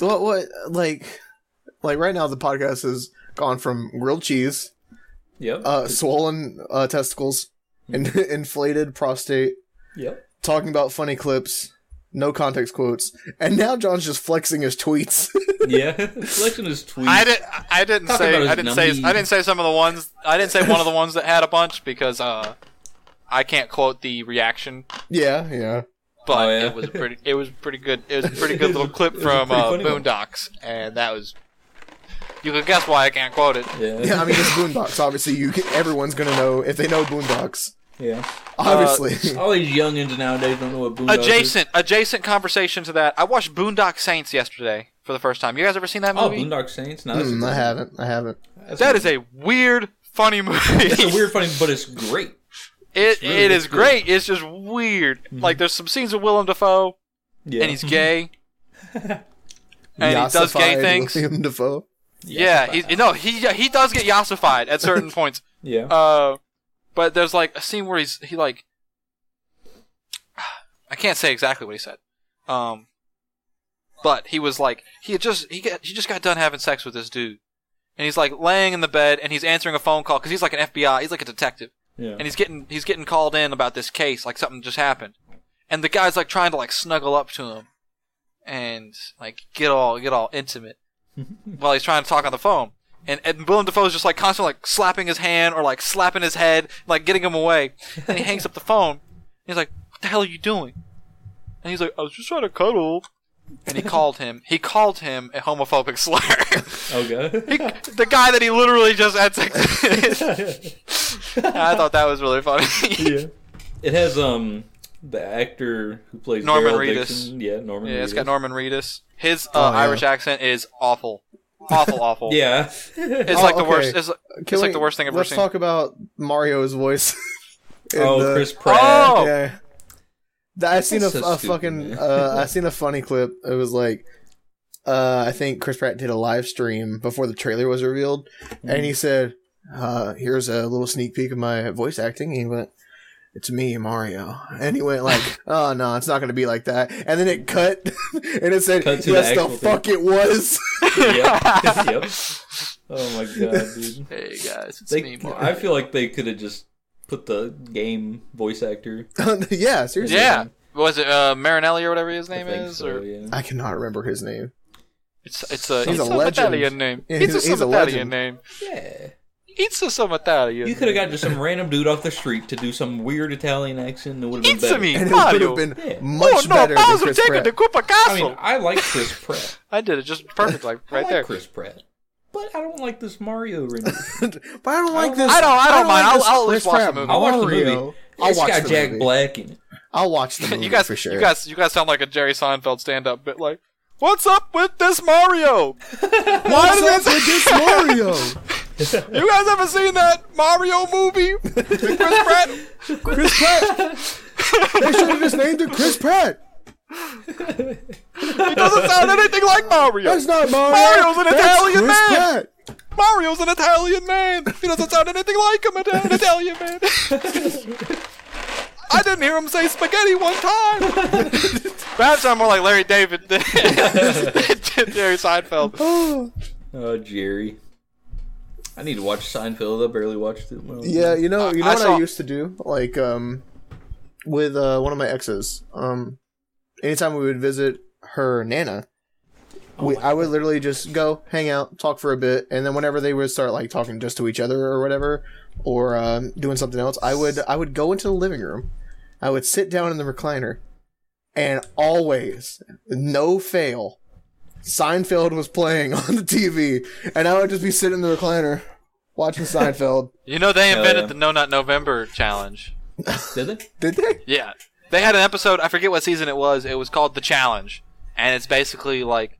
Speaker 2: What, what, like, like right now the podcast has gone from grilled cheese,
Speaker 1: Yep.
Speaker 2: uh, swollen uh, testicles, and inflated prostate,
Speaker 1: yep.
Speaker 2: talking about funny clips, no context quotes, and now John's just flexing his tweets.
Speaker 1: Yeah. Selection is tweet.
Speaker 3: I didn't, I didn't
Speaker 7: Talking about
Speaker 3: say,
Speaker 7: his
Speaker 3: I didn't say,
Speaker 7: nummies.
Speaker 3: I didn't say some of the ones, I didn't say one of the ones that had a bunch because, uh, I can't quote the reaction,
Speaker 2: yeah, yeah.
Speaker 3: but
Speaker 7: Oh, yeah.
Speaker 3: it was a pretty, it was pretty good. It was a pretty good little clip
Speaker 1: It was a
Speaker 3: from
Speaker 1: pretty
Speaker 3: uh,
Speaker 1: funny one.
Speaker 3: Boondocks, and that was. You can guess why I can't quote it.
Speaker 1: Yeah.
Speaker 2: Yeah, I mean it's Boondocks. Obviously, you can, everyone's gonna know if they know Boondocks.
Speaker 1: Yeah.
Speaker 3: Uh,
Speaker 2: Obviously,
Speaker 7: All these youngins nowadays don't know what boondocks
Speaker 3: Adjacent, adjacent conversation to that. I watched Boondock Saints yesterday for the first time. You guys ever seen that
Speaker 7: Oh,
Speaker 3: movie?
Speaker 7: Boondock Saints. No, that's
Speaker 2: Mm, I haven't. I haven't.
Speaker 3: that is a weird, funny movie.
Speaker 7: It's a weird funny, but it's great.
Speaker 3: It,
Speaker 7: really
Speaker 3: it is
Speaker 7: good.
Speaker 3: great. It's just weird. Like there's some scenes of Willem Dafoe,
Speaker 1: Yeah.
Speaker 3: and he's gay, and he does gay
Speaker 2: Yassified
Speaker 3: things.
Speaker 2: William Defoe.
Speaker 3: Yeah, he, no, he he does get yassified at certain points.
Speaker 1: yeah.
Speaker 3: Uh, but there's like a scene where he's he like, I can't say exactly what he said. Um, but he was like he had just he got he just got done having sex with this dude, and he's like laying in the bed and he's answering a phone call because he's like an FBI, he's like a detective,
Speaker 1: yeah.
Speaker 3: and he's getting he's getting called in about this case, like something just happened, and the guy's like trying to like snuggle up to him, and like get all get all intimate while he's trying to talk on the phone. And, and Willem Dafoe's just like constantly like slapping his hand or like slapping his head, like getting him away. And he hangs up the phone. And he's like, "What the hell are you doing?" And he's like, "I was just trying to cuddle." And he called him. He called him a homophobic slur.
Speaker 1: okay.
Speaker 3: he, the guy that he literally just had sex with. I thought that was really funny.
Speaker 1: yeah. It has um the actor who plays
Speaker 3: Norman
Speaker 1: Daryl
Speaker 3: Reedus.
Speaker 1: Dixon. Yeah, Norman.
Speaker 3: yeah, it's
Speaker 1: Reedus.
Speaker 3: got Norman Reedus. His uh,
Speaker 2: Oh, yeah.
Speaker 3: Irish accent is awful, awful, awful.
Speaker 1: Yeah.
Speaker 3: it's
Speaker 2: Oh,
Speaker 3: like the
Speaker 2: okay.
Speaker 3: worst. It's, it's
Speaker 2: Can
Speaker 3: like
Speaker 2: we-
Speaker 3: the worst thing I've ever
Speaker 2: Let's
Speaker 3: seen.
Speaker 2: talk about Mario's voice. in
Speaker 1: oh,
Speaker 2: the-
Speaker 1: Chris Pratt.
Speaker 3: oh,
Speaker 2: Yeah. Th- I seen a,
Speaker 1: so
Speaker 2: a
Speaker 1: stupid,
Speaker 2: fucking.
Speaker 1: man.
Speaker 2: Uh, I seen a funny clip. It was like, uh, I think Chris Pratt did a live stream before the trailer was revealed, and
Speaker 1: Mm.
Speaker 2: he said, uh, "Here's a little sneak peek of my voice acting." He went, "It's me, Mario," and he went like, "Oh no, it's not going to be like that." And then it cut, and it said,
Speaker 1: Cut to the
Speaker 2: "Yes, the,
Speaker 1: actual thing.
Speaker 2: fuck it was."
Speaker 1: yep. yep. Oh my god, dude.
Speaker 3: Hey guys, it's
Speaker 1: They,
Speaker 3: me. Mark.
Speaker 1: I feel like they could have just put the game voice actor.
Speaker 2: yeah, seriously.
Speaker 3: Yeah. Was it uh, Marinelli or whatever his name
Speaker 1: I think
Speaker 3: is?
Speaker 1: so,
Speaker 3: or
Speaker 1: yeah.
Speaker 2: I cannot remember his name.
Speaker 3: it's it's a
Speaker 2: He's
Speaker 3: it's
Speaker 2: a
Speaker 3: some
Speaker 2: legend.
Speaker 3: Italian name.
Speaker 2: Yeah,
Speaker 3: it's
Speaker 2: he's-
Speaker 3: a,
Speaker 2: he's a
Speaker 3: some Italian
Speaker 2: legend.
Speaker 3: name.
Speaker 1: yeah.
Speaker 3: It's a some Italian.
Speaker 1: You could have got just some random dude off the street to do some weird Italian accent and it would have
Speaker 3: It's
Speaker 1: been better.
Speaker 3: me,
Speaker 2: And it would
Speaker 3: Mario.
Speaker 2: have been
Speaker 1: Yeah.
Speaker 2: much
Speaker 3: oh no,
Speaker 2: better than
Speaker 3: Bowser
Speaker 2: Chris
Speaker 3: taking
Speaker 2: Pratt.
Speaker 3: the Koopa
Speaker 1: I
Speaker 3: Castle. I,
Speaker 1: mean, I like Chris Pratt.
Speaker 3: did it just perfect, like right
Speaker 1: I like
Speaker 3: there.
Speaker 1: Chris Pratt. But I don't like this Mario render.
Speaker 2: But I don't like this.
Speaker 3: I don't- I don't mind.
Speaker 2: like
Speaker 3: I'll-
Speaker 2: this
Speaker 3: I'll at least
Speaker 2: Chris
Speaker 3: watch the
Speaker 2: Pratt
Speaker 3: movie.
Speaker 1: I watched the
Speaker 2: Mario.
Speaker 1: movie.
Speaker 2: I'll
Speaker 1: It's
Speaker 2: watch
Speaker 1: got
Speaker 2: the
Speaker 1: Jack
Speaker 2: movie.
Speaker 1: Black in it.
Speaker 2: I'll watch the movie
Speaker 3: you guys,
Speaker 2: for sure.
Speaker 3: you guys, you guys sound like a Jerry Seinfeld stand-up bit. Like, what's up with this Mario? Why
Speaker 2: What's up
Speaker 3: did
Speaker 2: with this Mario?
Speaker 3: you guys ever seen that Mario movie? With Chris Pratt.
Speaker 2: Chris Pratt. They should have just named it Chris Pratt.
Speaker 3: He doesn't sound anything like Mario.
Speaker 2: That's not Mario.
Speaker 3: Mario's an
Speaker 2: That's
Speaker 3: Italian
Speaker 2: Chris
Speaker 3: man.
Speaker 2: Pratt.
Speaker 3: Mario's an Italian man. He doesn't sound anything like him, an, an Italian man. I didn't hear him say spaghetti one time. Perhaps I'm more like Larry David than than Jerry Seinfeld.
Speaker 1: Oh, Jerry. I need to watch Seinfeld. I barely watched it. When I was
Speaker 2: Yeah, you know, you know
Speaker 3: Uh, I
Speaker 2: what
Speaker 3: saw-
Speaker 2: I used to do, like um, with uh, one of my exes. Um, anytime we would visit her nana, we I would literally just go hang out, talk for a bit, and then whenever they would start like talking just to each other or whatever, or um, doing something else, I would I would go into the living room, I would sit down in the recliner, and always, no fail, Seinfeld was playing on the TV, and I would just be sitting in the recliner watching Seinfeld.
Speaker 3: You know they
Speaker 1: Hell
Speaker 3: invented
Speaker 1: yeah.
Speaker 3: the No Not November challenge.
Speaker 1: Did they?
Speaker 2: Did they?
Speaker 3: Yeah. They had an episode, I forget what season it was, it was called The Challenge. And it's basically like,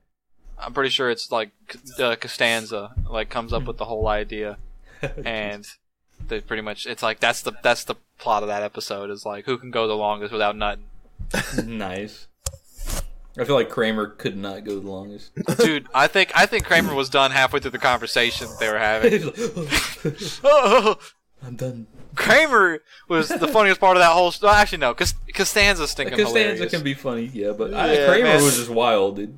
Speaker 3: I'm pretty sure it's like C- uh, Costanza, like comes up with the whole idea. And they pretty much, it's like, that's the, that's the plot of that episode is like, who can go the longest without nutting?
Speaker 1: nice. I feel like Kramer could not go the longest.
Speaker 3: Dude, I think, I think Kramer was done halfway through the conversation they were having.
Speaker 1: He's like, "Oh, I'm done.
Speaker 3: Kramer was the funniest part of that whole, well, actually no, Cos- Costanza's stinking
Speaker 1: Costanza
Speaker 3: hilarious.
Speaker 1: can be funny, yeah, but I,
Speaker 3: Yeah,
Speaker 1: Kramer
Speaker 3: man.
Speaker 1: was just wild, dude.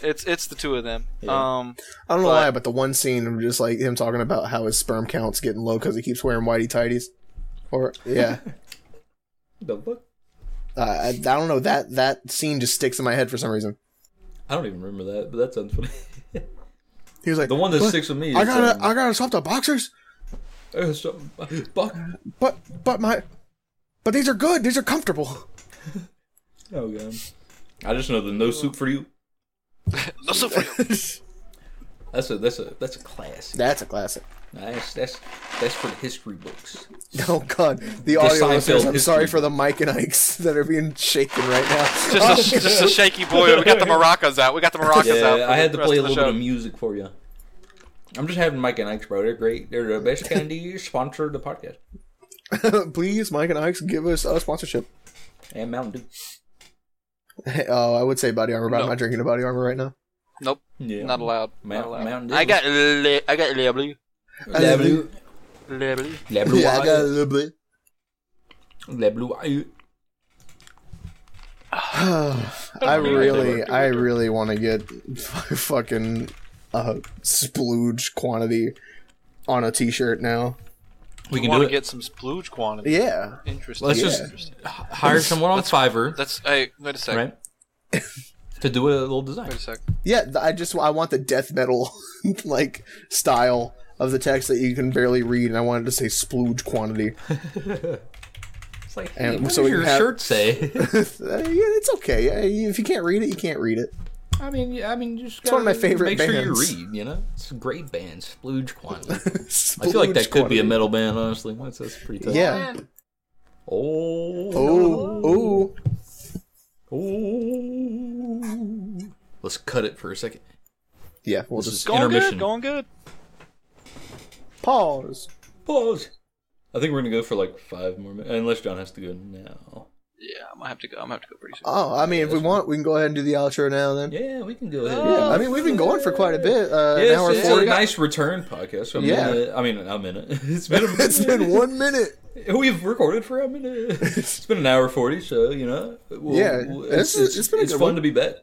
Speaker 3: it's, it's the two of them.
Speaker 1: Yeah.
Speaker 3: Um,
Speaker 2: I don't know
Speaker 3: But-
Speaker 2: why, but the one scene of just like him talking about how his sperm count's getting low because he keeps wearing whitey tighties, or yeah,
Speaker 1: The fuck?
Speaker 2: uh, I, I don't know that that scene just sticks in my head for some reason.
Speaker 1: I don't even remember that, but that sounds funny.
Speaker 2: He was like,
Speaker 1: the one that
Speaker 2: "What?
Speaker 1: sticks with me. Is,
Speaker 2: I gotta,
Speaker 1: um,
Speaker 2: I gotta swap the boxers,
Speaker 1: uh, so- fuck.
Speaker 2: but but my, but these are good. These are comfortable.
Speaker 1: Oh god. I just know the no soup for you.
Speaker 3: no, so for you.
Speaker 1: That's a that's a that's a classic.
Speaker 2: That's a classic.
Speaker 1: Nice. That's that's for the history books.
Speaker 2: Oh god, the audio
Speaker 1: Seinfeld
Speaker 2: listeners. I'm
Speaker 1: history.
Speaker 2: sorry for the Mike and Ikes that are being shaken right now.
Speaker 3: just, a, just a shaky boy. We got the maracas out. We got the maracas out.
Speaker 1: Yeah,
Speaker 3: for
Speaker 1: I had
Speaker 3: the
Speaker 1: to
Speaker 3: rest
Speaker 1: play a
Speaker 3: the
Speaker 1: little bit
Speaker 3: show.
Speaker 1: of music for you. I'm just having Mike and Ike's, bro. They're great. They're the best candy sponsor the podcast
Speaker 2: Please, Mike and Ikes, give us a sponsorship.
Speaker 1: and Mountain Dew.
Speaker 2: oh, I would say body armor, but
Speaker 3: No.
Speaker 2: I'm not drinking a body armor right now.
Speaker 3: Nope,
Speaker 1: Yeah,
Speaker 3: not allowed.
Speaker 1: Mount-
Speaker 3: not allowed.
Speaker 1: Mountain Dew.
Speaker 3: I got li- I got libbly.
Speaker 2: Yeah,
Speaker 1: Blue,
Speaker 3: Libbly.
Speaker 1: la blue,
Speaker 2: I got a
Speaker 1: eye,
Speaker 2: little bit.
Speaker 1: la blue. eye.
Speaker 2: I really, I really want to get f- fucking uh, splooge quantity on a T-shirt now.
Speaker 1: We can
Speaker 3: You
Speaker 1: do
Speaker 3: want to
Speaker 1: it.
Speaker 3: get some splooge quantity.
Speaker 2: Yeah,
Speaker 3: Interesting.
Speaker 1: Let's
Speaker 2: Yeah.
Speaker 1: just h- hire someone on Fiverr,
Speaker 3: That's hey. Wait a sec.
Speaker 1: right? to do a little design.
Speaker 3: Wait a sec.
Speaker 2: yeah. th- I just, I want the death metal like style of the text that you can barely read, and I wanted to say splooge quantity.
Speaker 1: It's like,
Speaker 2: And
Speaker 1: hey, what
Speaker 2: so
Speaker 1: does
Speaker 2: you
Speaker 1: your
Speaker 2: have-
Speaker 1: shirt say?
Speaker 2: Uh, yeah, it's okay. Uh, you- If you can't read it, you can't read it.
Speaker 1: I mean, yeah, I mean, you just
Speaker 2: It's one of my
Speaker 1: gotta
Speaker 2: favorite
Speaker 1: Make
Speaker 2: bands.
Speaker 1: sure you read. You know, it's a great band, Splooge Quantity. I feel like that could be a metal band, honestly. That's, that's pretty tough.
Speaker 2: Yeah.
Speaker 1: Oh.
Speaker 2: Oh, oh.
Speaker 1: Oh. Let's cut it for a second.
Speaker 2: Yeah, we'll
Speaker 1: This is
Speaker 2: just
Speaker 3: Going
Speaker 1: intermission.
Speaker 3: good. Going good.
Speaker 2: pause.
Speaker 1: Pause. I think we're gonna go for like five more minutes, unless John has to go now.
Speaker 3: Yeah, I'm gonna have to go. I'm gonna have to go pretty soon.
Speaker 2: Oh, I mean, if we want, we can go ahead and do the outro now. Then.
Speaker 1: Yeah, we can go ahead.
Speaker 2: Yeah, I mean, we've been going for quite a bit. Uh,
Speaker 1: Yeah,
Speaker 2: an hour
Speaker 1: it's, it's
Speaker 2: forty.
Speaker 1: a nice return podcast. A
Speaker 2: Yeah.
Speaker 1: minute- I mean, a minute. It's been a minute.
Speaker 2: it's been one minute.
Speaker 1: We've recorded for a minute. It's been an hour forty, so you know. we'll-
Speaker 2: Yeah,
Speaker 1: we'll- it's,
Speaker 2: this is-
Speaker 1: it's,
Speaker 2: it's been a
Speaker 1: it's
Speaker 2: good
Speaker 1: fun
Speaker 2: one.
Speaker 1: to be back.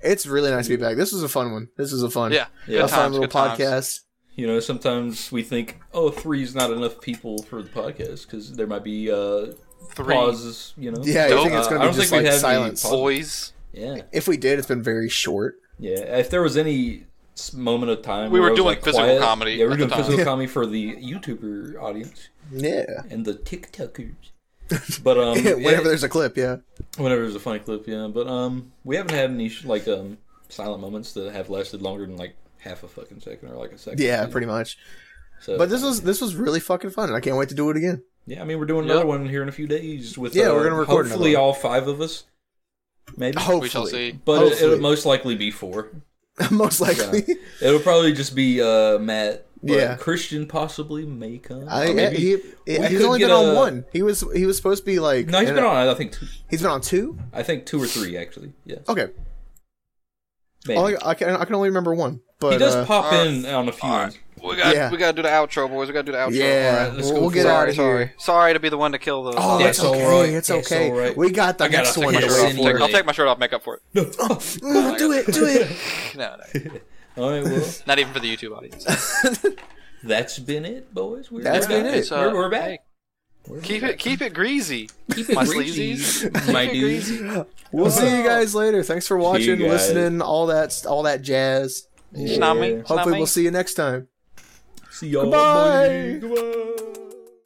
Speaker 2: It's really nice to be back. This was a fun one. This was a fun,
Speaker 3: Yeah.
Speaker 1: Yeah.
Speaker 2: a
Speaker 3: Good
Speaker 1: That's
Speaker 2: fun
Speaker 3: times.
Speaker 2: little
Speaker 3: Good times.
Speaker 2: podcast.
Speaker 1: You know, sometimes we think, oh, three is not enough people for the podcast because there might be uh,
Speaker 3: Three
Speaker 1: pauses. You know,
Speaker 2: Yeah,
Speaker 3: Dope.
Speaker 2: I think it's
Speaker 1: Uh,
Speaker 2: going
Speaker 1: I
Speaker 2: to
Speaker 1: don't
Speaker 2: be
Speaker 1: think
Speaker 2: just
Speaker 1: we
Speaker 2: like
Speaker 1: have any
Speaker 2: silence.
Speaker 1: pause-
Speaker 3: boys.
Speaker 1: yeah,
Speaker 2: If we did, it's been very short.
Speaker 1: yeah. If there was any s- moment of time,
Speaker 3: We
Speaker 1: where
Speaker 3: were
Speaker 1: I was,
Speaker 3: doing
Speaker 1: like,
Speaker 3: physical
Speaker 1: quiet-
Speaker 3: comedy
Speaker 1: Yeah, we were
Speaker 3: at the
Speaker 1: doing
Speaker 3: time.
Speaker 1: physical comedy for the YouTuber audience
Speaker 2: Yeah.
Speaker 1: and the TikTokers. But um,
Speaker 2: Whenever
Speaker 1: yeah,
Speaker 2: there's a clip, yeah.
Speaker 1: whenever there's a funny clip, yeah. But um, we haven't had any sh- like um silent moments that have lasted longer than like half a fucking second or like a second.
Speaker 2: Yeah, pretty much.
Speaker 1: So,
Speaker 2: But this was this was really fucking fun, and I can't wait to do it again.
Speaker 1: Yeah, I mean, we're doing
Speaker 3: Yep.
Speaker 1: another one here in a few days with
Speaker 2: Yeah,
Speaker 1: uh,
Speaker 2: we're gonna record another
Speaker 1: hopefully
Speaker 2: one.
Speaker 1: all five of us, maybe.
Speaker 2: Hopefully,
Speaker 3: We shall see.
Speaker 1: but it,
Speaker 2: hopefully.
Speaker 1: it'll most likely be four.
Speaker 2: most likely.
Speaker 1: It'll probably just be uh, Matt, But
Speaker 2: Yeah.
Speaker 1: Christian possibly may come.
Speaker 2: I,
Speaker 1: Or maybe-
Speaker 2: he,
Speaker 1: we
Speaker 2: he's
Speaker 1: could
Speaker 2: only
Speaker 1: get
Speaker 2: been on
Speaker 1: a-
Speaker 2: one. He was he was supposed to be like
Speaker 1: No, he's
Speaker 2: in
Speaker 1: been
Speaker 2: a-
Speaker 1: on. I think two,
Speaker 2: He's been on two.
Speaker 1: I think two or three actually. Yeah.
Speaker 2: Okay,
Speaker 1: Maybe.
Speaker 2: Only- I can I can only remember one. But
Speaker 1: he does
Speaker 2: uh,
Speaker 1: pop
Speaker 3: uh,
Speaker 1: in on a few.
Speaker 3: all
Speaker 1: ones.
Speaker 3: We got
Speaker 2: Yeah.
Speaker 3: we got to do the outro, boys. We got to do the outro.
Speaker 2: Yeah,
Speaker 1: Alright, let's
Speaker 2: we'll,
Speaker 1: go
Speaker 2: we'll get
Speaker 1: for it.
Speaker 2: out
Speaker 3: sorry,
Speaker 2: of here.
Speaker 3: sorry, sorry to be the one to kill the.
Speaker 2: Oh,
Speaker 1: Yeah,
Speaker 2: it's
Speaker 1: it's all
Speaker 2: okay.
Speaker 1: right.
Speaker 2: It's
Speaker 1: It's
Speaker 2: okay.
Speaker 1: all right.
Speaker 2: We got the
Speaker 1: I gotta
Speaker 2: next one.
Speaker 1: take
Speaker 2: to
Speaker 1: my
Speaker 2: wait
Speaker 1: sin
Speaker 2: for.
Speaker 3: I'll take my shirt off, make up for it.
Speaker 1: No.
Speaker 2: Mm, do it, do it.
Speaker 3: No, no,
Speaker 1: All right. Well,
Speaker 3: not even for the YouTube audience.
Speaker 1: that's been it, boys. We're
Speaker 2: That's
Speaker 1: we're
Speaker 2: been
Speaker 1: back.
Speaker 2: it.
Speaker 1: We're, we're back.
Speaker 3: uh, keep it, keep it greasy.
Speaker 1: Keep it
Speaker 3: My
Speaker 1: breezy,
Speaker 3: sleazies.
Speaker 1: my
Speaker 3: Keep it
Speaker 1: dudes.
Speaker 3: greasy.
Speaker 2: We'll see you guys later. Thanks for
Speaker 1: you
Speaker 2: watching,
Speaker 1: guys.
Speaker 2: listening, all that all that jazz.
Speaker 1: Yeah.
Speaker 3: Snami,
Speaker 2: Hopefully,
Speaker 3: snami.
Speaker 2: we'll see you next time.
Speaker 1: See y'all.
Speaker 2: Goodbye.
Speaker 1: Goodbye.